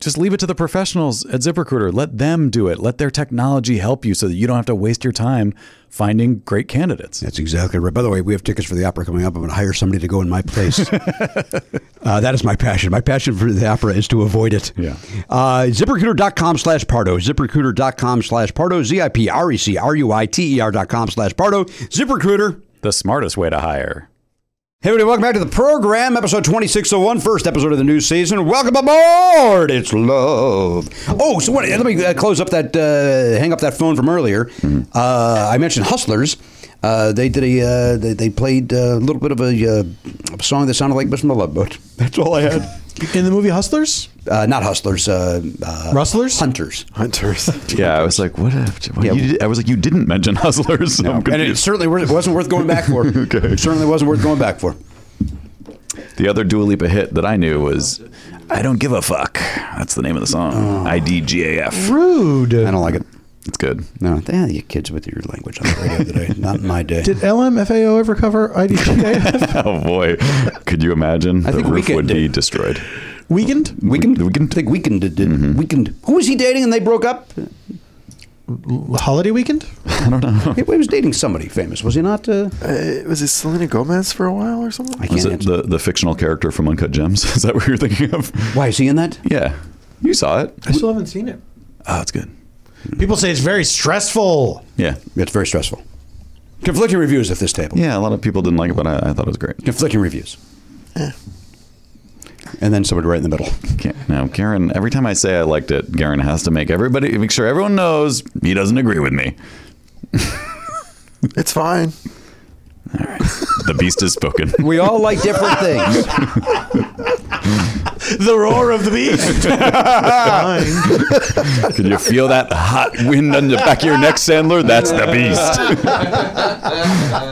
S1: just leave it to the professionals at ZipRecruiter. Let them do it. Let their technology help you so that you don't have to waste your time finding great candidates.
S5: That's exactly right. By the way, we have tickets for the opera coming up. I'm going to hire somebody to go in my place. uh, that is my passion. My passion for the opera is to avoid it.
S1: Yeah.
S5: Uh, ZipRecruiter.com slash Pardo. ZipRecruiter.com slash Pardo. E Z-I-P-R-E-C-R-U-I-T-E-R E dot com slash Pardo. ZipRecruiter.
S1: The smartest way to hire.
S5: Hey, everybody, welcome back to the program, episode 2601, first episode of the new season. Welcome aboard. It's love. Oh, so what, let me uh, close up that, uh, hang up that phone from earlier.
S12: Mm-hmm.
S5: Uh, I mentioned Hustlers. Uh, they did a, uh, they, they played uh, a little bit of a, uh, a song that sounded like Miss Love Boat. That's all I had.
S12: In the movie Hustlers?
S5: Uh, not Hustlers. Uh, uh,
S12: Rustlers?
S5: Hunters.
S7: Hunters.
S1: Yeah, I was like, what? what
S5: Yeah.
S1: you did- I was like, you didn't mention hustlers. I'm
S5: And it
S1: confused.
S5: certainly wa- wasn't worth going back for. It certainly wasn't worth going back for.
S1: the other Dua Lipa hit that I knew was "I Don't Give a Fuck." That's the name of the
S5: Oh.
S1: song. I D G A F.
S12: Rude.
S5: I don't like it.
S1: It's good.
S5: No, yeah, you kids with your language on the radio today. Not in my day.
S12: Did LMFAO ever cover IDGA?
S1: Oh boy, could you imagine?
S5: I
S1: the
S5: think
S1: roof
S5: Weekend
S1: would be
S5: did.
S1: destroyed.
S12: Weekend?
S5: Weekend? Mm-hmm.
S1: Weekend.
S5: I think Weekend did. did Weekend. Who was he dating and they broke up?
S12: Holiday weekend?
S1: I don't know.
S5: He was dating somebody famous, was he not? Uh,
S7: Uh, was it Selena Gomez for a while or something?
S5: I
S1: Is
S5: can't
S1: it
S5: answer.
S1: the, the fictional character from Uncut Gems? Is that what you're thinking of?
S5: Why is he in that?
S1: Yeah, you saw it.
S12: I still haven't seen it.
S1: Oh, it's good.
S12: People say it's very stressful.
S1: Yeah,
S5: It's very stressful. Conflicting reviews at this table.
S1: yeah. A lot of people didn't like it, but I, I thought it was great.
S5: Conflicting reviews. And then somebody right in the middle.
S1: Ca- Now, Karen, every time I say I liked it, Karen has to make everybody make sure everyone knows he doesn't agree with me.
S7: It's fine.
S1: The beast has spoken.
S5: We all like different things.
S12: The roar of the beast.
S7: Fine.
S1: Can you feel that hot wind on the back of your neck, Sandler? That's the beast.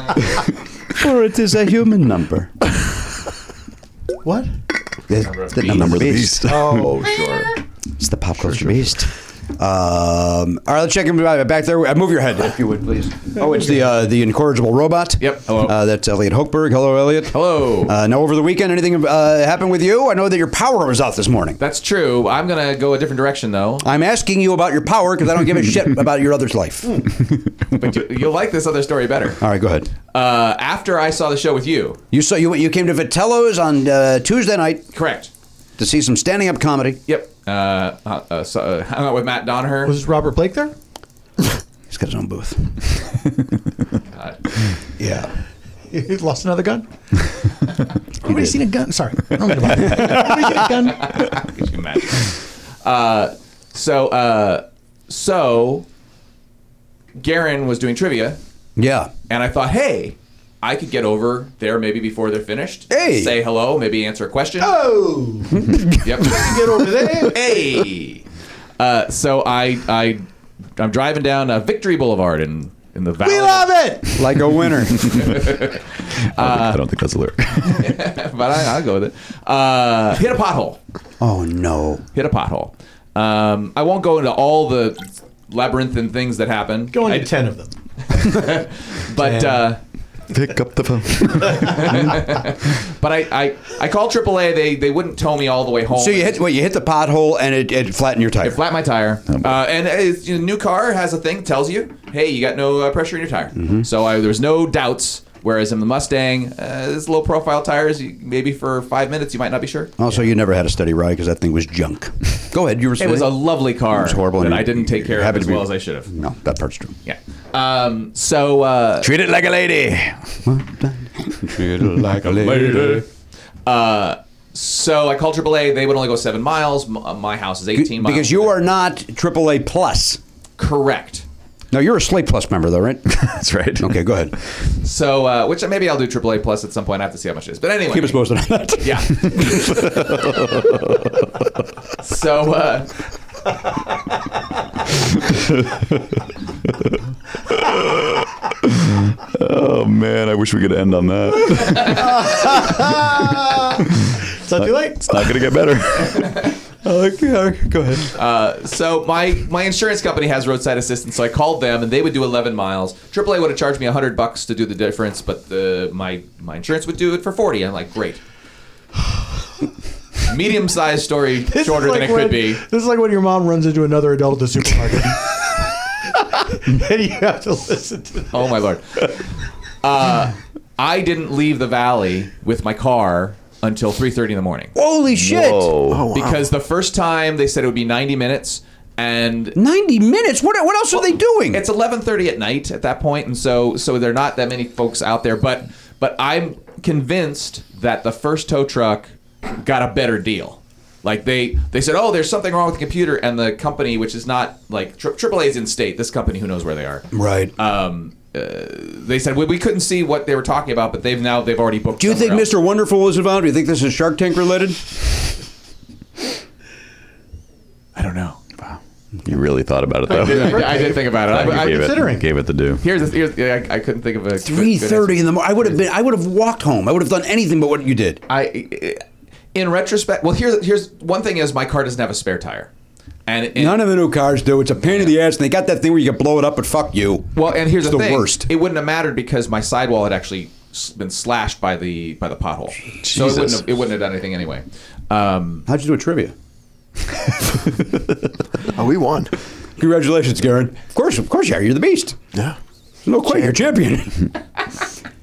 S5: For it is a human number.
S12: what?
S5: The, the number of the beast.
S1: Oh, sure.
S5: It's the pop culture beast. Um, all right, let's check him out back there. Uh, Move your head, if you would, please. Oh, it's the uh, the incorrigible robot. Yep. Uh, that's Elliot Hochberg. Hello, Elliot.
S8: Hello.
S5: Uh, now, over the weekend, anything uh, happened with you? I know that your power was out this morning.
S8: That's true. I'm gonna go a different direction though.
S5: I'm asking you about your power because I don't give a shit about your other's life. All
S8: But you, you'll like this other story better.
S5: right, go ahead.
S8: Uh, after I saw the show with you,
S5: You saw you you came to Vitello's on uh, Tuesday night.
S8: Correct.
S5: To see some standing up comedy.
S8: Yep. uh, uh, uh, so, uh, hung out with Matt Donaher.
S12: Was Robert Blake there?
S5: He's got his own booth. yeah.
S12: He lost another gun. Nobody's seen a gun. Sorry, I don't mean to bother you. Nobody's seen a gun.
S8: Could you imagine? Uh, so, uh, so, Garen was doing trivia,
S5: Yeah.
S8: and I thought, hey, I could get over there maybe before they're finished. Hey, say hello, maybe answer a question.
S12: Oh,
S8: yep.
S12: get over there.
S8: hey. Uh, so I I I'm driving down uh, Victory Boulevard in in the valley.
S12: We love it.
S5: Like a winner.
S1: I don't think that's a lyric.
S8: but I, I'll go with it. Uh, hit a pothole.
S5: oh no.
S8: Hit a pothole. Um, I won't go into all the labyrinthine things that happen.
S12: Going
S8: I
S12: to ten of them.
S8: But uh,
S1: Pick up the phone.
S8: but I, I I called AAA. They they wouldn't tow me all the way home.
S5: So you hit wait, you hit the pothole and it, it flattened your tire.
S8: I flat my tire. Uh, and it's, you know, new car has a thing that tells you, hey, you got no uh, pressure in your tire. So I, there was no doubts. Whereas in the Mustang, uh, this low profile tires, you, maybe for five minutes you might not be sure.
S5: also, Oh, you never had a steady ride because that thing was junk. Go ahead. You were
S8: It was a lovely car.
S5: It was horrible.
S8: that
S5: and you-
S8: I didn't take care
S5: you
S8: of
S5: happened
S8: as
S5: to be-
S8: well as I should have.
S5: No, that part's true.
S8: Yeah. Um, so uh,
S5: Treat it like a lady. Treat it like a lady.
S8: uh, so I called AAA. They would only go seven miles. M- uh, My house is eighteen miles.
S5: Because you are not AAA plus.
S8: correct.
S5: No, you're a Slate Plus member though, right?
S1: That's right.
S5: okay, go ahead.
S8: So uh, which maybe I'll do AAA plus at some point. I have to see how much it is. But anyway,
S5: Keep us posted on that.
S8: Yeah. so, uh.
S1: Oh man, I wish we could end on that.
S12: It's not too late.
S1: It's not gonna get better. okay, go ahead.
S8: So my my insurance company has roadside assistance, so I called them and they would do 11 miles. AAA would have charged me 100 bucks to do the difference, but the my my insurance would do it for 40. I'm like, great. Medium sized story,
S12: This is
S8: shorter
S12: like
S8: than it
S12: when-
S8: could be.
S12: This is like when your mom runs into another adult at the supermarket. and you have to listen to them.
S8: Oh my lord. Uh, I didn't leave the valley with my car until 3:30 in the morning
S5: Holy shit!
S1: Oh,
S8: because the first time they said it would be 90 minutes and
S5: 90 minutes? What, what else are they doing?
S8: It's eleven thirty at night at that point, and so so there are not that many folks out there. But but I'm convinced that the first tow truck got a better deal. Like they they said, oh, there's something wrong with the computer, and the company, which is not like tri- AAA is in state. This company, who knows where they are.
S5: right.
S8: Um, uh, they said well, we couldn't see what they were talking about, but they've now they've already booked.
S5: Do you think
S8: somewhere else.
S5: Mr. Wonderful was involved? Do you think this is Shark Tank related?
S8: I don't know.
S1: you really thought about it
S8: I
S1: though.
S8: did, I did think about it.
S1: You
S8: I, I,
S1: gave
S12: considering.
S1: It, gave it the do.
S8: here's the, here's yeah, I, I couldn't think of a good- good
S5: Three thirty
S8: answer.
S5: in the morning. I would have been. I would have walked home. I would have done anything but what you did.
S8: I, in retrospect, well, here's here's one thing is my car doesn't have a spare tire, and, and
S5: None of the new cars do. It's a pain in the ass, and they got that thing where you can blow it up, but fuck you.
S8: well, and here's
S5: It's
S8: the,
S5: the
S8: thing,
S5: worst.
S8: It wouldn't have mattered because my sidewall had actually s- been slashed by the by the pothole, so it wouldn't
S1: Jesus.
S8: have, it wouldn't have done anything anyway. Um,
S5: How'd you do a trivia?
S7: Oh, we won.
S5: Congratulations, Garen. Of course, of course you are. You're the beast.
S7: Yeah.
S5: No question, you're champion.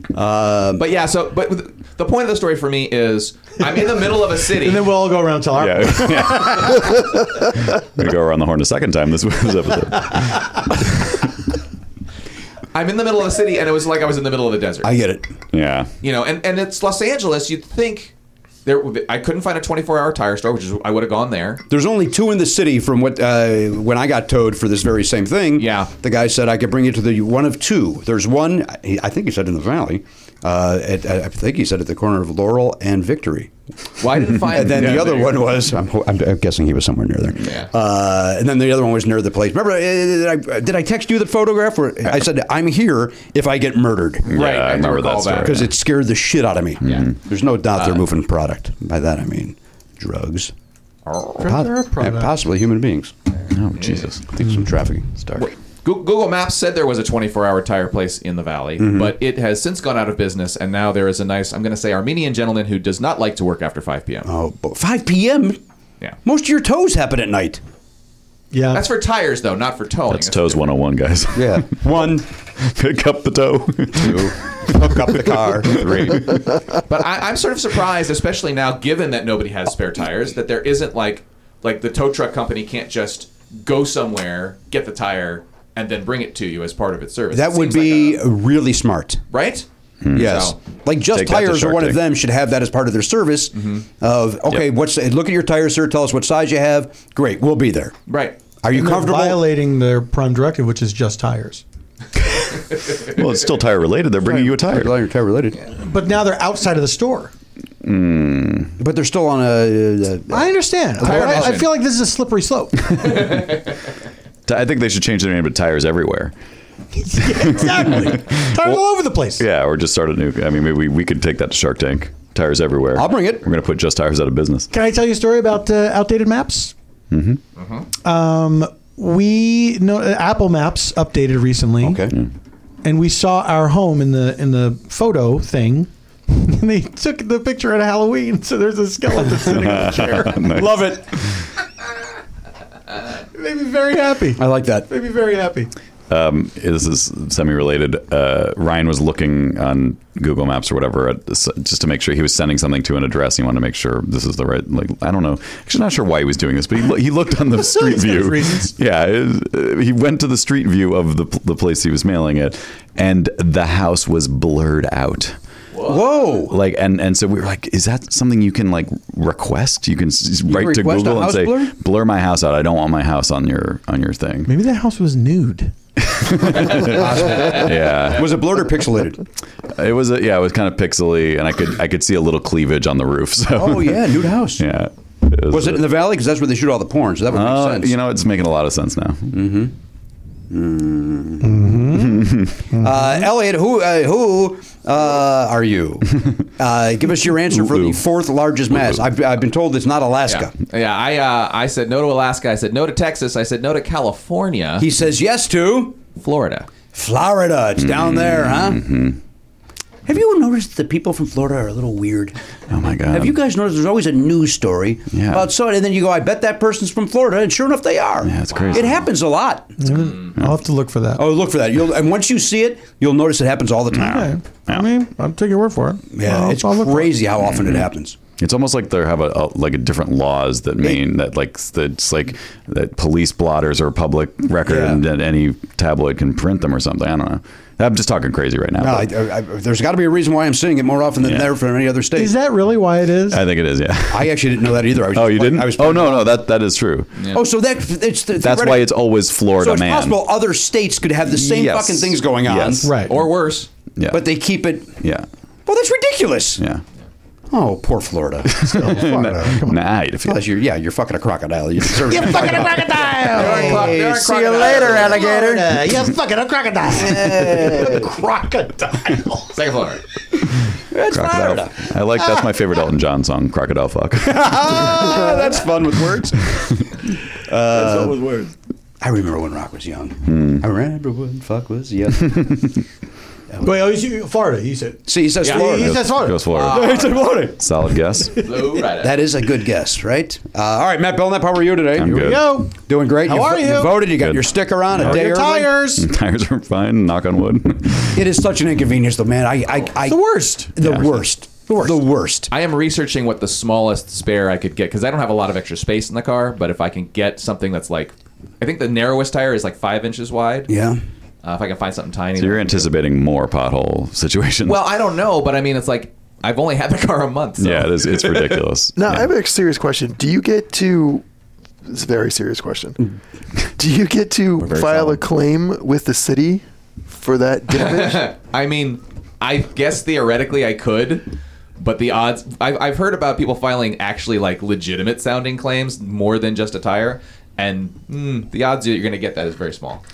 S8: but yeah, so but with- the point of the story for me is I'm in the middle of a city.
S12: And then we'll all go around and tell our.
S1: Yeah. I'm gonna go around the horn a second time this this episode.
S8: I'm in the middle of a city, and it was like I was in the middle of the desert.
S5: I get it.
S1: Yeah.
S8: you know, and, and it's Los Angeles. You'd think there would be- I couldn't find a 24 hour tire store, which is I would have gone there.
S5: There's only two in the city from what uh, when I got towed for this very same thing.
S8: Yeah.
S5: the guy said I could bring you to the one of two. There's one I I think he said in the valley. Uh, at, I think he said at the corner of Laurel and Victory.
S8: Why didn't find
S5: And then
S8: Yeah,
S5: the other
S8: there you
S5: one
S8: go.
S5: was I'm, I'm, I'm guessing he was somewhere near there.
S8: Yeah.
S5: Uh, and then the other one was near the place. Remember, uh, did I, did I text you the photograph where I said I'm here if I get murdered?
S8: Right,
S1: Yeah, I,
S8: I do
S1: remember that
S8: recall
S1: story.
S8: that.
S5: Because it scared the shit out of me. There's no doubt
S8: Uh,
S5: they're moving product. By that I mean drugs,
S12: They're a
S5: and
S12: product.
S5: possibly human beings.
S1: Oh Jesus!
S5: I think some traffic
S8: Wait, Goo- Google Maps said there was a 24-hour tire place in the valley,
S5: Mm-hmm.
S1: Mhm.
S8: but it has since gone out of business, and now there is a nice, I'm going to say, Armenian gentleman who does not like to work after 5 p.m.
S5: Oh, 5 p.m.
S8: Yeah.
S5: Most of your toes happen at night.
S12: Yeah.
S8: That's for tires, though, not for towing.
S1: That's toes 101, guys.
S5: Yeah.
S1: One, pick up the toe. Two,
S5: hook up the car.
S1: Three.
S8: but I, I'm sort of surprised, especially now, given that nobody has spare tires, that there isn't like like the tow truck company can't just go somewhere, get the tire, and then bring it to you as part of its service.
S5: That
S8: It
S5: would
S8: seems like
S5: be really smart.
S8: a- right.
S5: Yes.
S8: So-
S5: like just
S8: Take that to
S5: tires or
S8: Shark
S5: one of
S8: Tank.
S5: them should have that as part of their service of okay, what's look at your tires, sir, tell us what size you have. Great, we'll be there.
S8: Right.
S5: Are you
S12: And they're
S5: comfortable?
S12: violating their prime directive, which is just tires?
S1: well, it's still tire related. They're bringing you a tire.
S5: Tire, tire related.
S12: But now they're outside of the store.
S5: But they're still on a. uh,
S12: I understand.
S1: Tire
S12: But I, I
S1: mission.
S12: feel like this is a slippery slope.
S1: Ti- I think they should change their name to Tires Everywhere.
S12: exactly. Tires all over the place.
S1: Yeah, or just start a new. I mean, maybe we, we could take that to Shark Tank. Tires Everywhere. I'll bring it. We're going to put just tires out of business.
S12: Can I tell you a story about uh, outdated maps?
S1: Mm-hmm.
S12: Um, we no Apple Maps updated recently. Okay. And we saw our home in the in the photo thing. And they took the picture at Halloween, so there's a skeleton sitting on a chair.
S1: Nice.
S12: Love it. Made me very happy.
S5: I like that.
S12: Made me very happy.
S1: Um, this is semi-related. Uh, Ryan was looking on Google Maps or whatever at this, just to make sure he was sending something to an address. He wanted to make sure this is the right. Like I don't know. Actually, not sure why he was doing this, but he, lo- he looked on the street
S12: He's got his
S1: view.
S12: reasons.
S1: Yeah, it- uh, he went to the street view of the the place he was mailing it, and the house was blurred out.
S5: Whoa!
S1: Like and and so we were like, is that something you can like request? You can s- write to
S12: request a
S1: Google and
S12: house
S1: say,
S12: blur?
S1: blur my house out. I don't want my house on your on your thing.
S12: Maybe that house was nude.
S1: yeah.
S5: Was it blurred or pixelated?
S1: It was a, yeah, it was kind of pixely and I could I could see a little cleavage on the roof. So
S5: Oh, yeah, nude house.
S1: Yeah.
S5: Was, it in the valley? Because that's where they shoot all the porn. So that would make
S1: Uh,
S5: sense.
S1: you know, it's making a lot of sense now. Mm-hmm.
S5: Uh, Elliot, who uh, who uh, are you? Uh, give us your answer for the fourth largest mass. I've, I've been told it's not Alaska.
S8: Yeah, I uh, I said no to Alaska. I said no to Texas. I said no to California.
S5: He says yes to
S8: Florida.
S5: Florida. It's down there, huh?
S1: Mm-hmm.
S5: Have you noticed that people from Florida are a little weird?
S1: Oh my god.
S5: Have you guys noticed there's always a news story
S1: Yeah.
S5: about someone, and then you go, I bet that person's from Florida, and sure enough, they are. Yeah, that's
S1: crazy. Mm.
S5: It happens a lot.
S12: I'll have to look for that.
S5: Oh, look for that. You'll, and once you see it, you'll notice it happens all the time.
S12: I mean, I'll take your word for it.
S5: Yeah,
S12: I'll-
S5: it's
S12: I'll look for it.
S5: crazy how often
S1: Mm-hmm.
S5: it happens.
S1: It's almost like they have a, a like a different laws that mean that like that's like that police blotters are a public record
S5: Yeah.
S1: and that any tabloid can print them or something. I don't know. I'm just talking crazy right now.
S5: No,
S1: but
S5: I, I, I- there's got to be a reason why I'm seeing it more often than
S1: Yeah.
S5: there for any other state.
S12: Is that really why it is?
S1: I think it is. Yeah.
S5: I actually didn't know that either. I was
S1: Oh,
S5: just
S1: you
S5: playing-
S1: didn't?
S5: I was
S1: oh no, no, that that is true.
S5: Oh, so that it's the,
S1: That's why it's always Florida
S5: so it's
S1: man.
S5: possible other states could have the same
S1: Yes.
S5: fucking things going on,
S1: Yes. Right.
S8: Or worse.
S1: Yeah.
S5: But they keep it.
S1: Yeah.
S5: Well, that's ridiculous.
S1: Yeah.
S5: Oh, poor Florida.
S1: Nah, you'd feel-
S5: Plus, you're, yeah, you're fucking a crocodile. You deserve
S6: You
S5: it.
S6: fucking a crocodile.
S5: Hey, see you
S6: crocodile.
S5: later, alligator.
S6: Florida, You fucking a crocodile. crocodile.
S8: Second floor.
S1: Crocodile. I like that's my favorite Elton John song, Crocodile Fuck.
S5: Ah, that's fun with words. Uh,
S9: That's always words.
S5: I remember when rock was young.
S1: Hmm.
S5: I remember when fuck was young.
S12: Wait, oh, you, Florida, you said.
S5: See, he says
S12: Yeah,
S5: Florida. Ah.
S12: he says Florida.
S1: Goes Florida.
S5: He said Florida.
S1: Solid guess.
S8: Florida.
S5: That is a good guess, right? Uh, all right, Matt Belknap, how are you today?
S1: I'm
S5: Here we
S1: good.
S5: go. Doing great.
S12: How
S5: you, vo-
S12: are you?
S5: voted. You got
S1: Good.
S5: your sticker on a
S1: How are
S5: day
S12: Your
S5: early.
S12: tires.
S1: Tires are fine. Knock on wood.
S5: It is such an inconvenience, though, man. I, I, I
S12: The worst.
S5: The
S1: Yeah.
S5: worst. The worst.
S8: I am researching what the smallest spare I could get because I don't have a lot of extra space in the car. But if I can get something that's like, I think the narrowest tire is like five inches wide.
S5: Yeah.
S8: Uh, if I can find something tiny.
S1: So you're anticipating more pothole situations.
S8: well, I don't know, but I mean, it's like I've only had the car a month. So.
S1: yeah, it is, it's ridiculous.
S7: Now, I have a serious question. Do you get to? It's a very serious question.
S5: Mm.
S7: Do you get to
S1: very
S7: file a
S1: solemn.
S7: claim with the city for that damage?
S8: I mean, I guess theoretically I could, but the odds. I've, I've heard about people filing actually like legitimate sounding claims more than just a tire, and mm, the odds that you're going to get that is very small.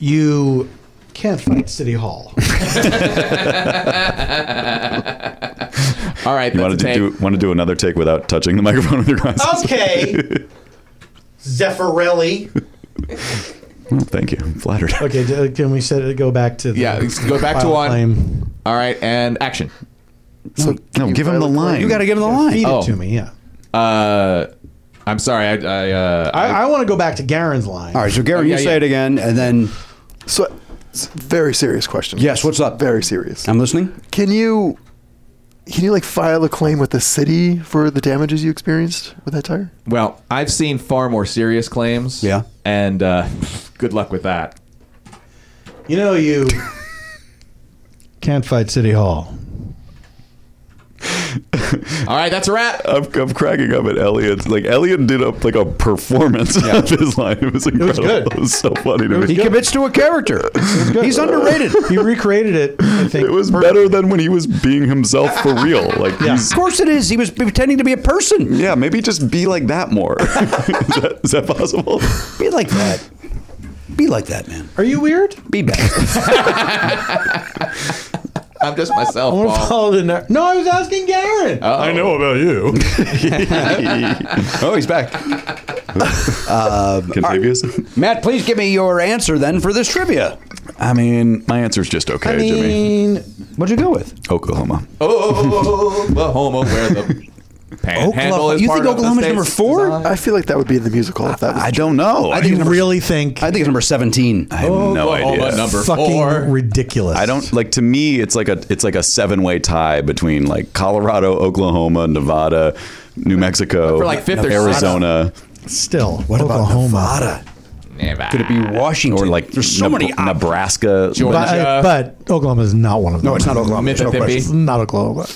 S12: You can't fight City Hall.
S8: All right,
S1: You
S8: that's
S1: want to
S8: a take.
S1: do want to do another take without touching the microphone with your glasses?
S12: okay. Zeffirelli.
S1: Well, thank you. I'm flattered.
S12: Okay, d- can we set it, go back to the
S8: Yeah, let's go back to
S12: file
S8: one.
S12: claim?
S8: All right, and action.
S12: No,
S1: no, give him the line.
S12: You got to give him the line. Feed
S8: Oh.
S12: it to me. Yeah.
S8: Uh, I'm sorry. I I, uh,
S12: I, I want to go back to Garen's line.
S5: All right, so
S12: Uh,
S5: Garen, you say it again, and then
S7: So, it's a very serious question.
S5: Yes, what's up?
S7: Very serious.
S5: I'm listening.
S7: Can you, can you like file a claim with the city for the damages you experienced with that tire?
S8: Well, I've seen far more serious claims. Yeah. And uh, good luck with that.
S12: You know you can't fight City Hall.
S8: All right, that's a wrap.
S1: I'm, I'm cracking up at Elliot. Like Elliot did up like a performance of his line. It was incredible. It was, so funny to me.
S5: He commits to a character. He's underrated.
S12: he recreated it. I think
S1: it was better than when he was being himself for real. Like he's,
S5: Of course it is. He was pretending to be a person.
S1: Yeah, maybe just be like that more. is, that, is that possible?
S5: Be like that. Be like that, man.
S12: Are you weird?
S5: Be better.
S8: I'm just myself.
S12: I want to
S8: Paul.
S12: follow the ner- No, I was asking Garen.
S8: Uh-oh.
S14: I know about you.
S5: oh, he's back. Um,
S1: Contagious.
S5: Matt, please give me your answer then for this trivia.
S1: I mean, Mm, my answer's just okay,
S12: I
S1: Jimmy.
S12: mean,
S5: What'd you go with?
S1: Oklahoma.
S8: Oh, Oklahoma, where the panhandle
S5: Oklahoma.
S8: is
S5: You
S8: part
S5: think
S8: of the
S5: Oklahoma's
S8: state's
S5: number four?
S8: design.
S7: I feel like that would be in the musical if that was.
S1: I don't know. I,
S5: I think
S12: you
S5: number,
S12: really think
S5: I think it's number seventeen.
S1: I have no
S8: Oklahoma
S1: idea.
S8: number
S12: fucking
S8: four.
S12: ridiculous.
S1: I don't like to me it's like a it's like a seven-way tie between like Colorado, Oklahoma, Nevada, New Mexico,
S8: For, like, fifth or
S1: Arizona.
S12: Still,
S5: What about
S12: Oklahoma.
S5: Nevada?
S8: Never.
S5: Could it be Washington?
S1: Or like
S5: there's so
S1: Neb-
S5: many. op-
S1: Nebraska.
S8: Georgia.
S12: But, I- but Oklahoma is not one of them.
S5: No, it's not Oklahoma. There's no
S8: Mississippi.
S5: question.
S12: It's not Oklahoma.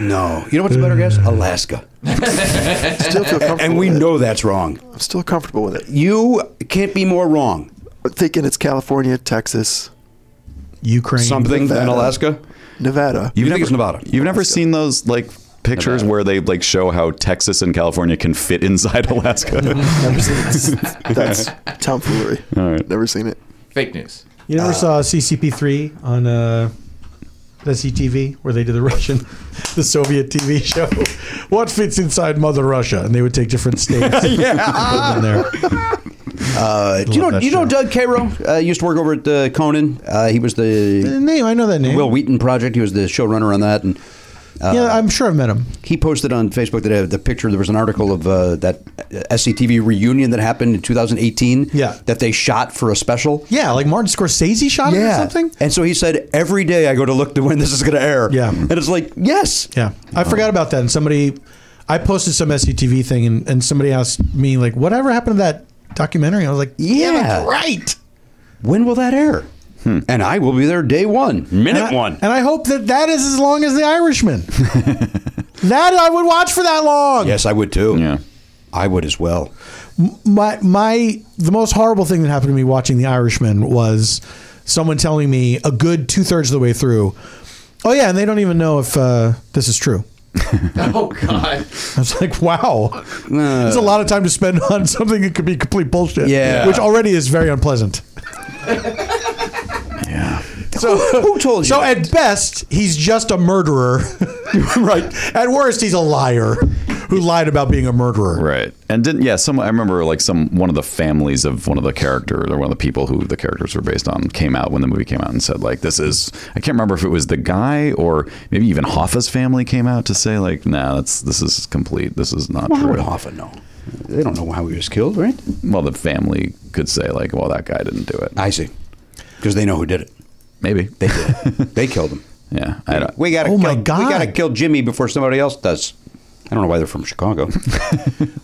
S5: No. You know what's a better guess? Alaska.
S7: Still feel comfortable.
S5: And we
S7: with it.
S5: know that's wrong.
S7: I'm still comfortable with it.
S5: You can't be more wrong.
S7: I'm thinking it's California, Texas,
S12: Ukraine.
S5: Something in
S7: Nevada.
S5: Alaska?
S7: Nevada.
S5: You think it's Nevada?
S1: You've never seen those like pictures where they like show how Texas and California can fit inside Alaska.
S7: Never seen it. That's tomfoolery.
S1: All right.
S7: Never seen it.
S8: Fake news.
S12: You never saw CCP3 on uh, the CTV where they did the Russian, the Soviet TV show? What fits inside Mother Russia? And they would take different states. yeah. in there.
S5: Uh, do you know?
S12: love that
S5: Do you know
S12: show.
S5: Doug Cairo? Uh, used to work over at uh, Conan. Uh, he was
S12: The
S5: the
S12: name, I know that name.
S5: Will Wheaton project. He was the showrunner on that, and
S12: yeah, I'm sure I've met him.
S5: he posted on Facebook that uh, the picture. There was an article of uh, that SCTV reunion that happened in 2018.
S12: Yeah.
S5: that they shot for a special.
S12: Yeah, like Martin Scorsese shot him or something.
S5: And so he said, every day I go to look to when this is going to air.
S12: Yeah.
S5: and it's like yes.
S12: Yeah, I forgot about that. And somebody, I posted some SCTV thing, and, and somebody asked me like, "Whatever happened to that documentary?" I was like, "Yeah,
S5: Yeah.
S12: that's right,
S5: When will that air? And I will be there day one, minute
S12: And I- And I hope that that is as long as The Irishman. that I would watch for that long.
S5: yes, I would too.
S1: Yeah.
S5: I would as well.
S12: my my the most horrible thing that happened to me watching The Irishman was someone telling me a good two thirds of the way through. Oh yeah, and they don't even know if uh, this is true.
S8: Oh God.
S12: I was like, wow, it's a lot of time to spend on something that could be complete bullshit.
S5: Yeah.
S12: which already is very unpleasant.
S5: So who told you?
S12: So
S5: that?
S12: at best, he's just a murderer. right. At worst, he's a liar who lied about being a murderer.
S1: Right. And didn't yeah, some I remember like some one of the families of one of the characters or one of the people who the characters were based on came out when the movie came out and said like this is I can't remember if it was the guy or maybe even Hoffa's family came out to say like nah, that's this is complete. This is not
S5: Well, how
S1: true.
S5: would Hoffa know? They don't know how he was killed, right?
S1: Well, the family could say like well that guy didn't do it.
S7: Uh,
S5: I see. Because they know who did it.
S1: Maybe.
S5: They did. it. they killed him.
S1: yeah, I don't
S5: We got to
S12: Oh,
S5: kill,
S12: my
S5: We got to
S12: God.
S5: kill Jimmy before somebody else does. I don't know why they're from Chicago.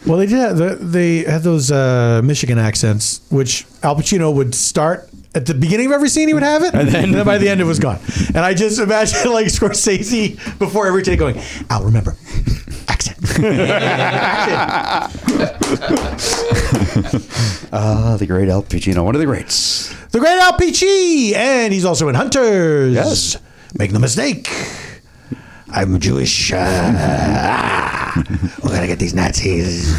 S12: Well, they did. Have, they had those uh, Michigan accents, which Al Pacino would start at the beginning of every scene. He would have it, and then, by the end, it was gone. And I just imagine like Scorsese before every take going, "Al, remember."
S5: Ah, the great Al Pacino, one of the greats.
S12: The great Al Pacino, and he's also in Hunters.
S5: Yes.
S12: Make no mistake. I'm Jewish. Uh, ah, we're gonna get these Nazis.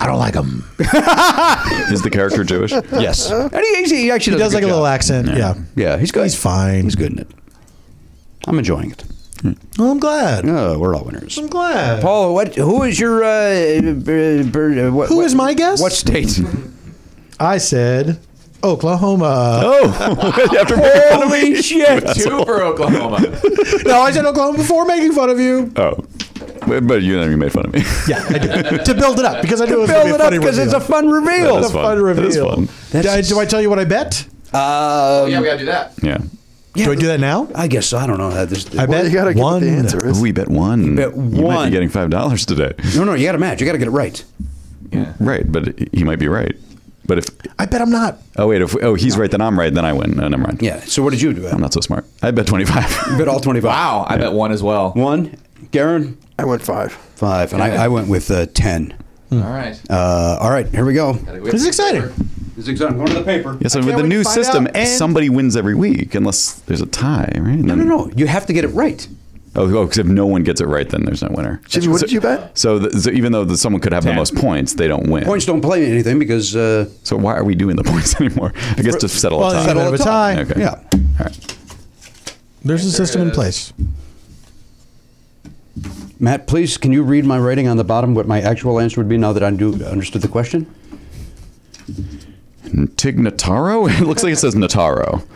S12: I don't like them.
S1: Is the character Jewish?
S5: Yes, and he, he actually
S12: He does like
S5: good
S12: a little
S5: job.
S12: accent. Yeah.
S5: Yeah, he's good.
S12: He's fine.
S5: He's good in it. I'm enjoying it.
S12: Well, I'm glad.
S5: Oh, we're all winners.
S12: I'm glad.
S5: Paul, what? Who is your? Uh, b- b- what,
S12: Who
S5: what-
S12: is my guest?
S5: What state?
S12: I said Oklahoma.
S1: Oh, after making fun of me,
S12: holy
S1: you
S12: shit!
S1: asshole.
S12: no, I said Oklahoma before making fun of you.
S5: Uh,
S1: Oh, but but you know you made fun of me.
S12: Yeah, I did. to build it up because I knew
S1: To
S12: it was
S1: build
S12: gonna
S1: it up
S12: be a funny
S1: 'cause it's
S12: reveal.
S1: a fun reveal. That is
S12: It's a
S1: fun.
S12: fun
S1: That
S12: reveal.
S1: is fun.
S12: Did I- do I tell you what I bet?
S5: Um,
S8: yeah, we gotta do that.
S1: Yeah.
S12: do I do that now?
S5: I guess so. I don't know how this.
S12: I bet one.
S1: Ooh, we bet one. You
S5: bet
S1: might
S5: one.
S1: be getting five dollars today.
S5: No, no, you got to match. You got to get it right.
S1: Right, but he might be right. But if
S12: I bet I'm not.
S1: oh wait, if oh he's right, then I'm right, then I win. No, never mind.
S5: Yeah. So what did you do?
S1: I'm not so smart. I bet twenty five.
S5: You bet all twenty-five.
S8: Wow, I bet one as well.
S5: One, Garen.
S7: I went five.
S5: Five, and I, I went with uh, ten.
S8: All right.
S5: Uh, all right, here we go.
S12: This is exciting.
S5: This is exciting. Going to the paper.
S1: Yeah, so with the new system, somebody wins every week unless there's a tie, right? No,
S5: no, no. You have to get it right.
S1: Oh, because if no one gets it right, then there's no winner.
S7: Jimmy, what did you bet?
S1: So, the, so even though the, someone could have the most points, they don't win.
S5: Points don't play anything because uh,
S1: So why are we doing the points anymore? I guess to settle
S12: Well,
S1: a tie.
S12: settle a tie.
S1: Okay.
S12: Yeah.
S1: All right.
S12: There's a system in place.
S5: Matt, please, can you read my writing on the bottom? What my actual answer would be now that I do understood the question?
S1: Tignataro? It looks like it says Nataro.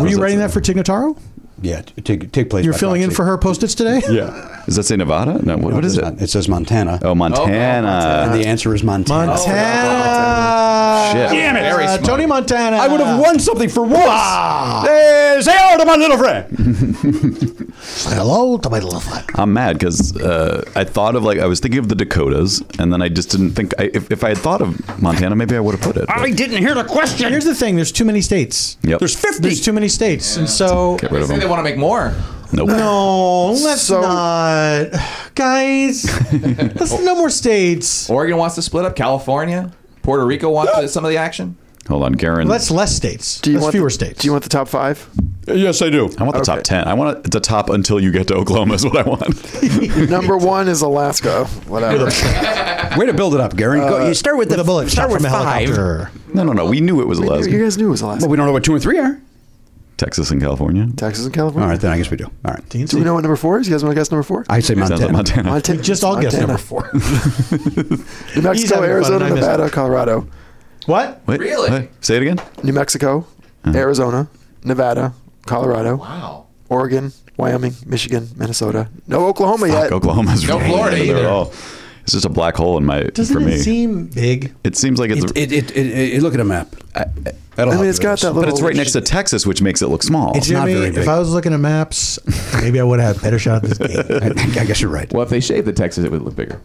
S12: Were you writing that for Tignataro?
S5: Yeah, t- take take place.
S12: You're
S5: by
S12: filling in
S5: proxy.
S12: for her post-its today.
S1: Yeah. Does that say Nevada? No. What,
S5: No,
S1: what is
S5: does
S1: it?
S5: not. It says Montana.
S1: Oh, Montana.
S5: And
S12: Ah.
S5: the answer is Montana.
S12: Montana.
S1: Shit.
S12: Damn it,
S8: Very smart.
S12: Tony Montana.
S5: I would have won something for once. Hey, say hello to my little friend.
S12: Hello to my little friend.
S1: I'm mad because uh, I thought of like I was thinking of the Dakotas, and then I just didn't think. I, if, if I had thought of Montana, maybe I would have put it.
S5: I didn't hear the question.
S12: Here's the thing: there's too many states.
S1: Yep.
S5: There's 50.
S12: There's too many states, and so
S1: Get rid
S8: I
S1: of
S8: think they
S1: them.
S8: want to make more.
S1: Nope.
S12: no, let's
S7: So-
S12: not, uh, guys. let's no more states.
S8: Oregon wants to split up. California, Puerto Rico wants some of the action.
S1: Hold on, Garen.
S12: Let's less states.
S7: Do you
S12: Let's
S7: want
S12: fewer
S7: the,
S12: states.
S7: Do you want the top five?
S1: Yes, I do. I want the top
S7: Okay.
S1: ten. I want it to top until you get to Oklahoma. Is what I want.
S7: Number one is Alaska. Whatever.
S5: Way to build it up, Gary. Go, you start with,
S12: Uh, with
S5: the
S12: a bullet
S5: Start
S12: shot
S5: with
S12: from a
S5: five.
S12: helicopter?
S1: no, no, no. We knew it was Alaska,
S7: you guys knew it was Alaska.
S5: Well, we don't know what two and three are.
S1: Texas, and California.
S7: Texas and
S5: All
S7: California.
S5: right, then I guess we do. All right.
S7: Do we know what number four is? You guys want to guess number four?
S5: I say
S1: Sounds like
S5: Montana.
S1: Montana.
S7: Montana.
S12: We just all guessed
S7: Montana.
S12: number four.
S7: New
S12: He's
S7: Mexico,
S12: having fun, and
S7: Arizona,
S12: I missed
S7: Nevada, Colorado.
S12: What?
S1: Wait,
S8: Really?
S1: what? Say it again.
S7: New Mexico, Arizona, Nevada, Colorado,
S8: Wow.
S7: Oregon, Wyoming, Michigan, Minnesota. No Oklahoma yet.
S1: Fuck, Oklahoma's
S8: No
S1: right
S8: Florida
S1: under there
S8: either.
S1: at all. It's just a black hole in my
S12: Doesn't
S1: for me.
S12: it seem big?
S1: it seems like it's. a-
S5: It, it, it, it, it- look at a map. That'll
S7: I
S5: help
S7: mean, it's
S5: you
S7: got
S5: with this.
S7: that
S1: but
S7: little.
S1: it's right next to Texas, which makes it look small.
S5: It's not
S12: Jimmy,
S5: very big.
S12: if I was looking at maps, maybe I would have had a better shot at this game.
S5: I, I guess you're right.
S8: Well, if they shaved the Texas, it would look bigger.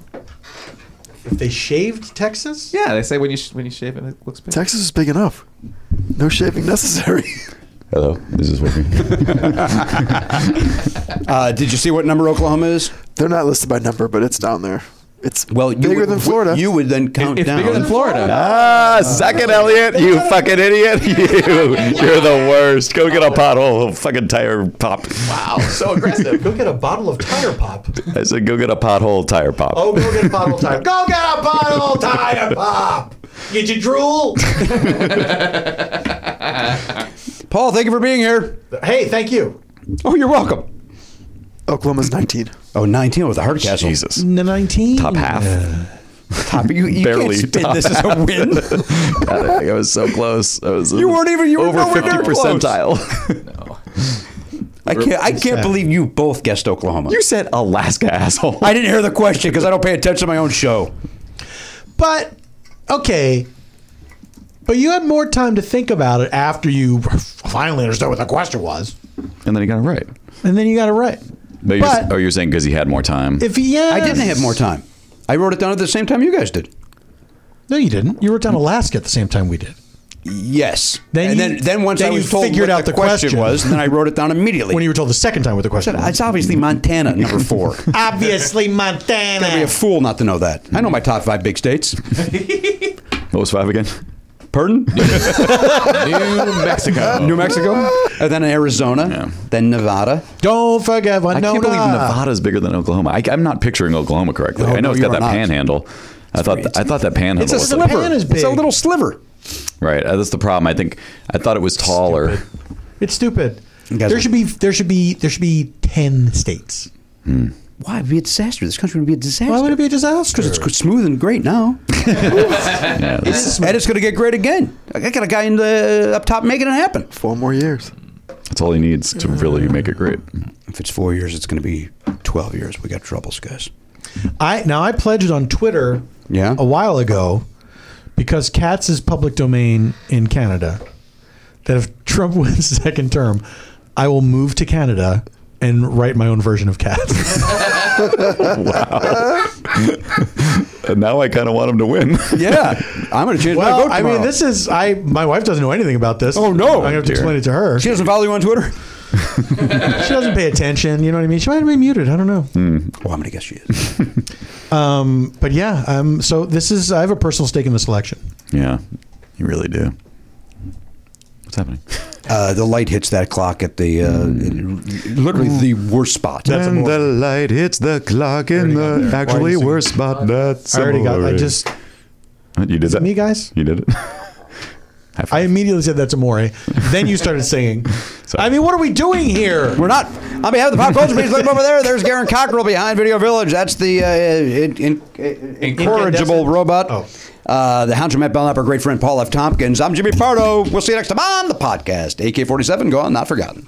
S12: if they shaved Texas,
S8: Yeah, they say when you sh- when you shave it, it looks bigger.
S7: Texas is big enough. No shaving necessary.
S1: Hello, this is working.
S5: Uh, did you see what number Oklahoma is?
S7: They're not listed by number, but it's down there. It's
S5: Well, you
S7: bigger
S5: would,
S7: than Florida.
S5: You would then count
S8: It's
S5: down.
S8: bigger than Florida.
S1: ah, suck it, Elliot. You fucking idiot. You, you're the worst. Go get a pothole. Fucking tire pop.
S8: Wow, so aggressive.
S12: go get a bottle of tire pop.
S1: I said, go get a pothole tire pop.
S12: Oh, go get a bottle of tire. Go get a bottle of tire pop. Did you drool?
S5: Paul, thank you for being here.
S12: hey, thank you.
S5: Oh, you're welcome.
S7: Oklahoma's 19.
S5: Oh, 19 with the hard castle.
S1: Jesus.
S12: Nineteen.
S1: Top half.
S5: Top, you, you
S1: Barely
S5: can't spin
S1: top.
S5: this as a win.
S1: God, I think I was so close. I was
S5: You weren't even- you were
S1: over
S5: nowhere
S1: fifty
S5: near
S1: percentile.
S5: I can't. I can't believe you both guessed Oklahoma.
S1: you said Alaska, asshole.
S5: I didn't hear the question because I don't pay attention to my own show.
S12: But okay. But you had more time to think about it after you finally understood what the question was,
S1: and then he got it right.
S12: and then you got it right.
S1: But, you're,
S12: But-
S1: oh, you're saying because he had more time.
S12: If yeah,
S5: I didn't have more time. I wrote it down at the same time you guys did.
S12: No, you didn't. You were down Alaska at the same time we did.
S5: Yes.
S12: Then
S5: and
S12: you-
S5: then, then once
S12: then
S5: I
S12: you
S5: was told
S12: figured
S5: what
S12: out
S5: the
S12: the
S5: question,
S12: question.
S5: was, then I wrote it down immediately.
S12: When you were told the second time what the question was.
S5: it's obviously Montana number four.
S12: Obviously,
S5: I'd be
S12: Montana.
S5: a fool not to know that. I know my top five big states.
S1: what was five again?
S5: Pardon?
S8: New Mexico.
S5: New Mexico, and then Arizona,
S1: Yeah.
S5: then Nevada.
S12: Don't forget
S1: I
S12: Winona.
S1: can't believe Nevada's bigger than Oklahoma. I, am not picturing Oklahoma correctly.
S5: No,
S1: I know
S5: no,
S1: it's got
S5: you are
S1: that
S5: not.
S1: panhandle. I thought th- I thought that panhandle
S5: It's a
S1: was
S12: the
S5: sliver.
S12: pan is
S5: It's a
S12: big.
S5: little sliver.
S1: right. uh, That's the problem. I think I thought it was taller.
S12: It's stupid.
S5: guys
S12: There
S5: are- Hmm.
S12: should be there should be there should be ten states.
S5: Why it'd be a disaster? This country would be a disaster. Why
S12: would it be a disaster?
S5: Because it's smooth and great now.
S12: that's-
S5: and it's going to get great again. I got a guy in the up top making it happen.
S7: Four more years.
S1: That's all he needs to really make it great.
S5: If it's four years, it's going to be twelve years. We got troubles, guys.
S12: I now I pledged on Twitter
S5: yeah.
S12: a while ago because cats is public domain in Canada. That if Trump wins the second term, I will move to Canada and write my own version of cats.
S1: wow. and now I kind of want him to win.
S5: yeah, I'm going to change
S12: well, I mean, this is I. My wife doesn't know anything about this. Oh no, I'm gonna have to
S5: Dear.
S12: explain it to her.
S5: She doesn't follow you on Twitter.
S12: she doesn't pay attention. You know what I mean? She might be muted. I don't know.
S5: Well, I'm going to guess she is.
S12: Um, but yeah, um, so this is I have a personal stake in this election.
S1: Yeah, you really do. What's happening?
S5: Uh, the light hits that clock at the uh, literally the worst spot.
S1: When the light hits the clock in the actually worst spot. That's
S12: I already got. I
S1: amore.
S12: just
S1: You did
S12: Is it
S1: that,
S12: me, guys?
S1: You did it.
S12: I immediately said that's amore. Then you started singing. I mean, what are we doing here?
S5: We're not. On behalf of the pop culture, please look over there. There's Garen Cockrell behind Video Village. That's the uh, in, in, incorrigible robot. Uh, the Hound Matt Belknap, our great friend Paul F. Tompkins. I'm Jimmy Pardo. We'll see you next time on the podcast. AK 47, gone, not forgotten.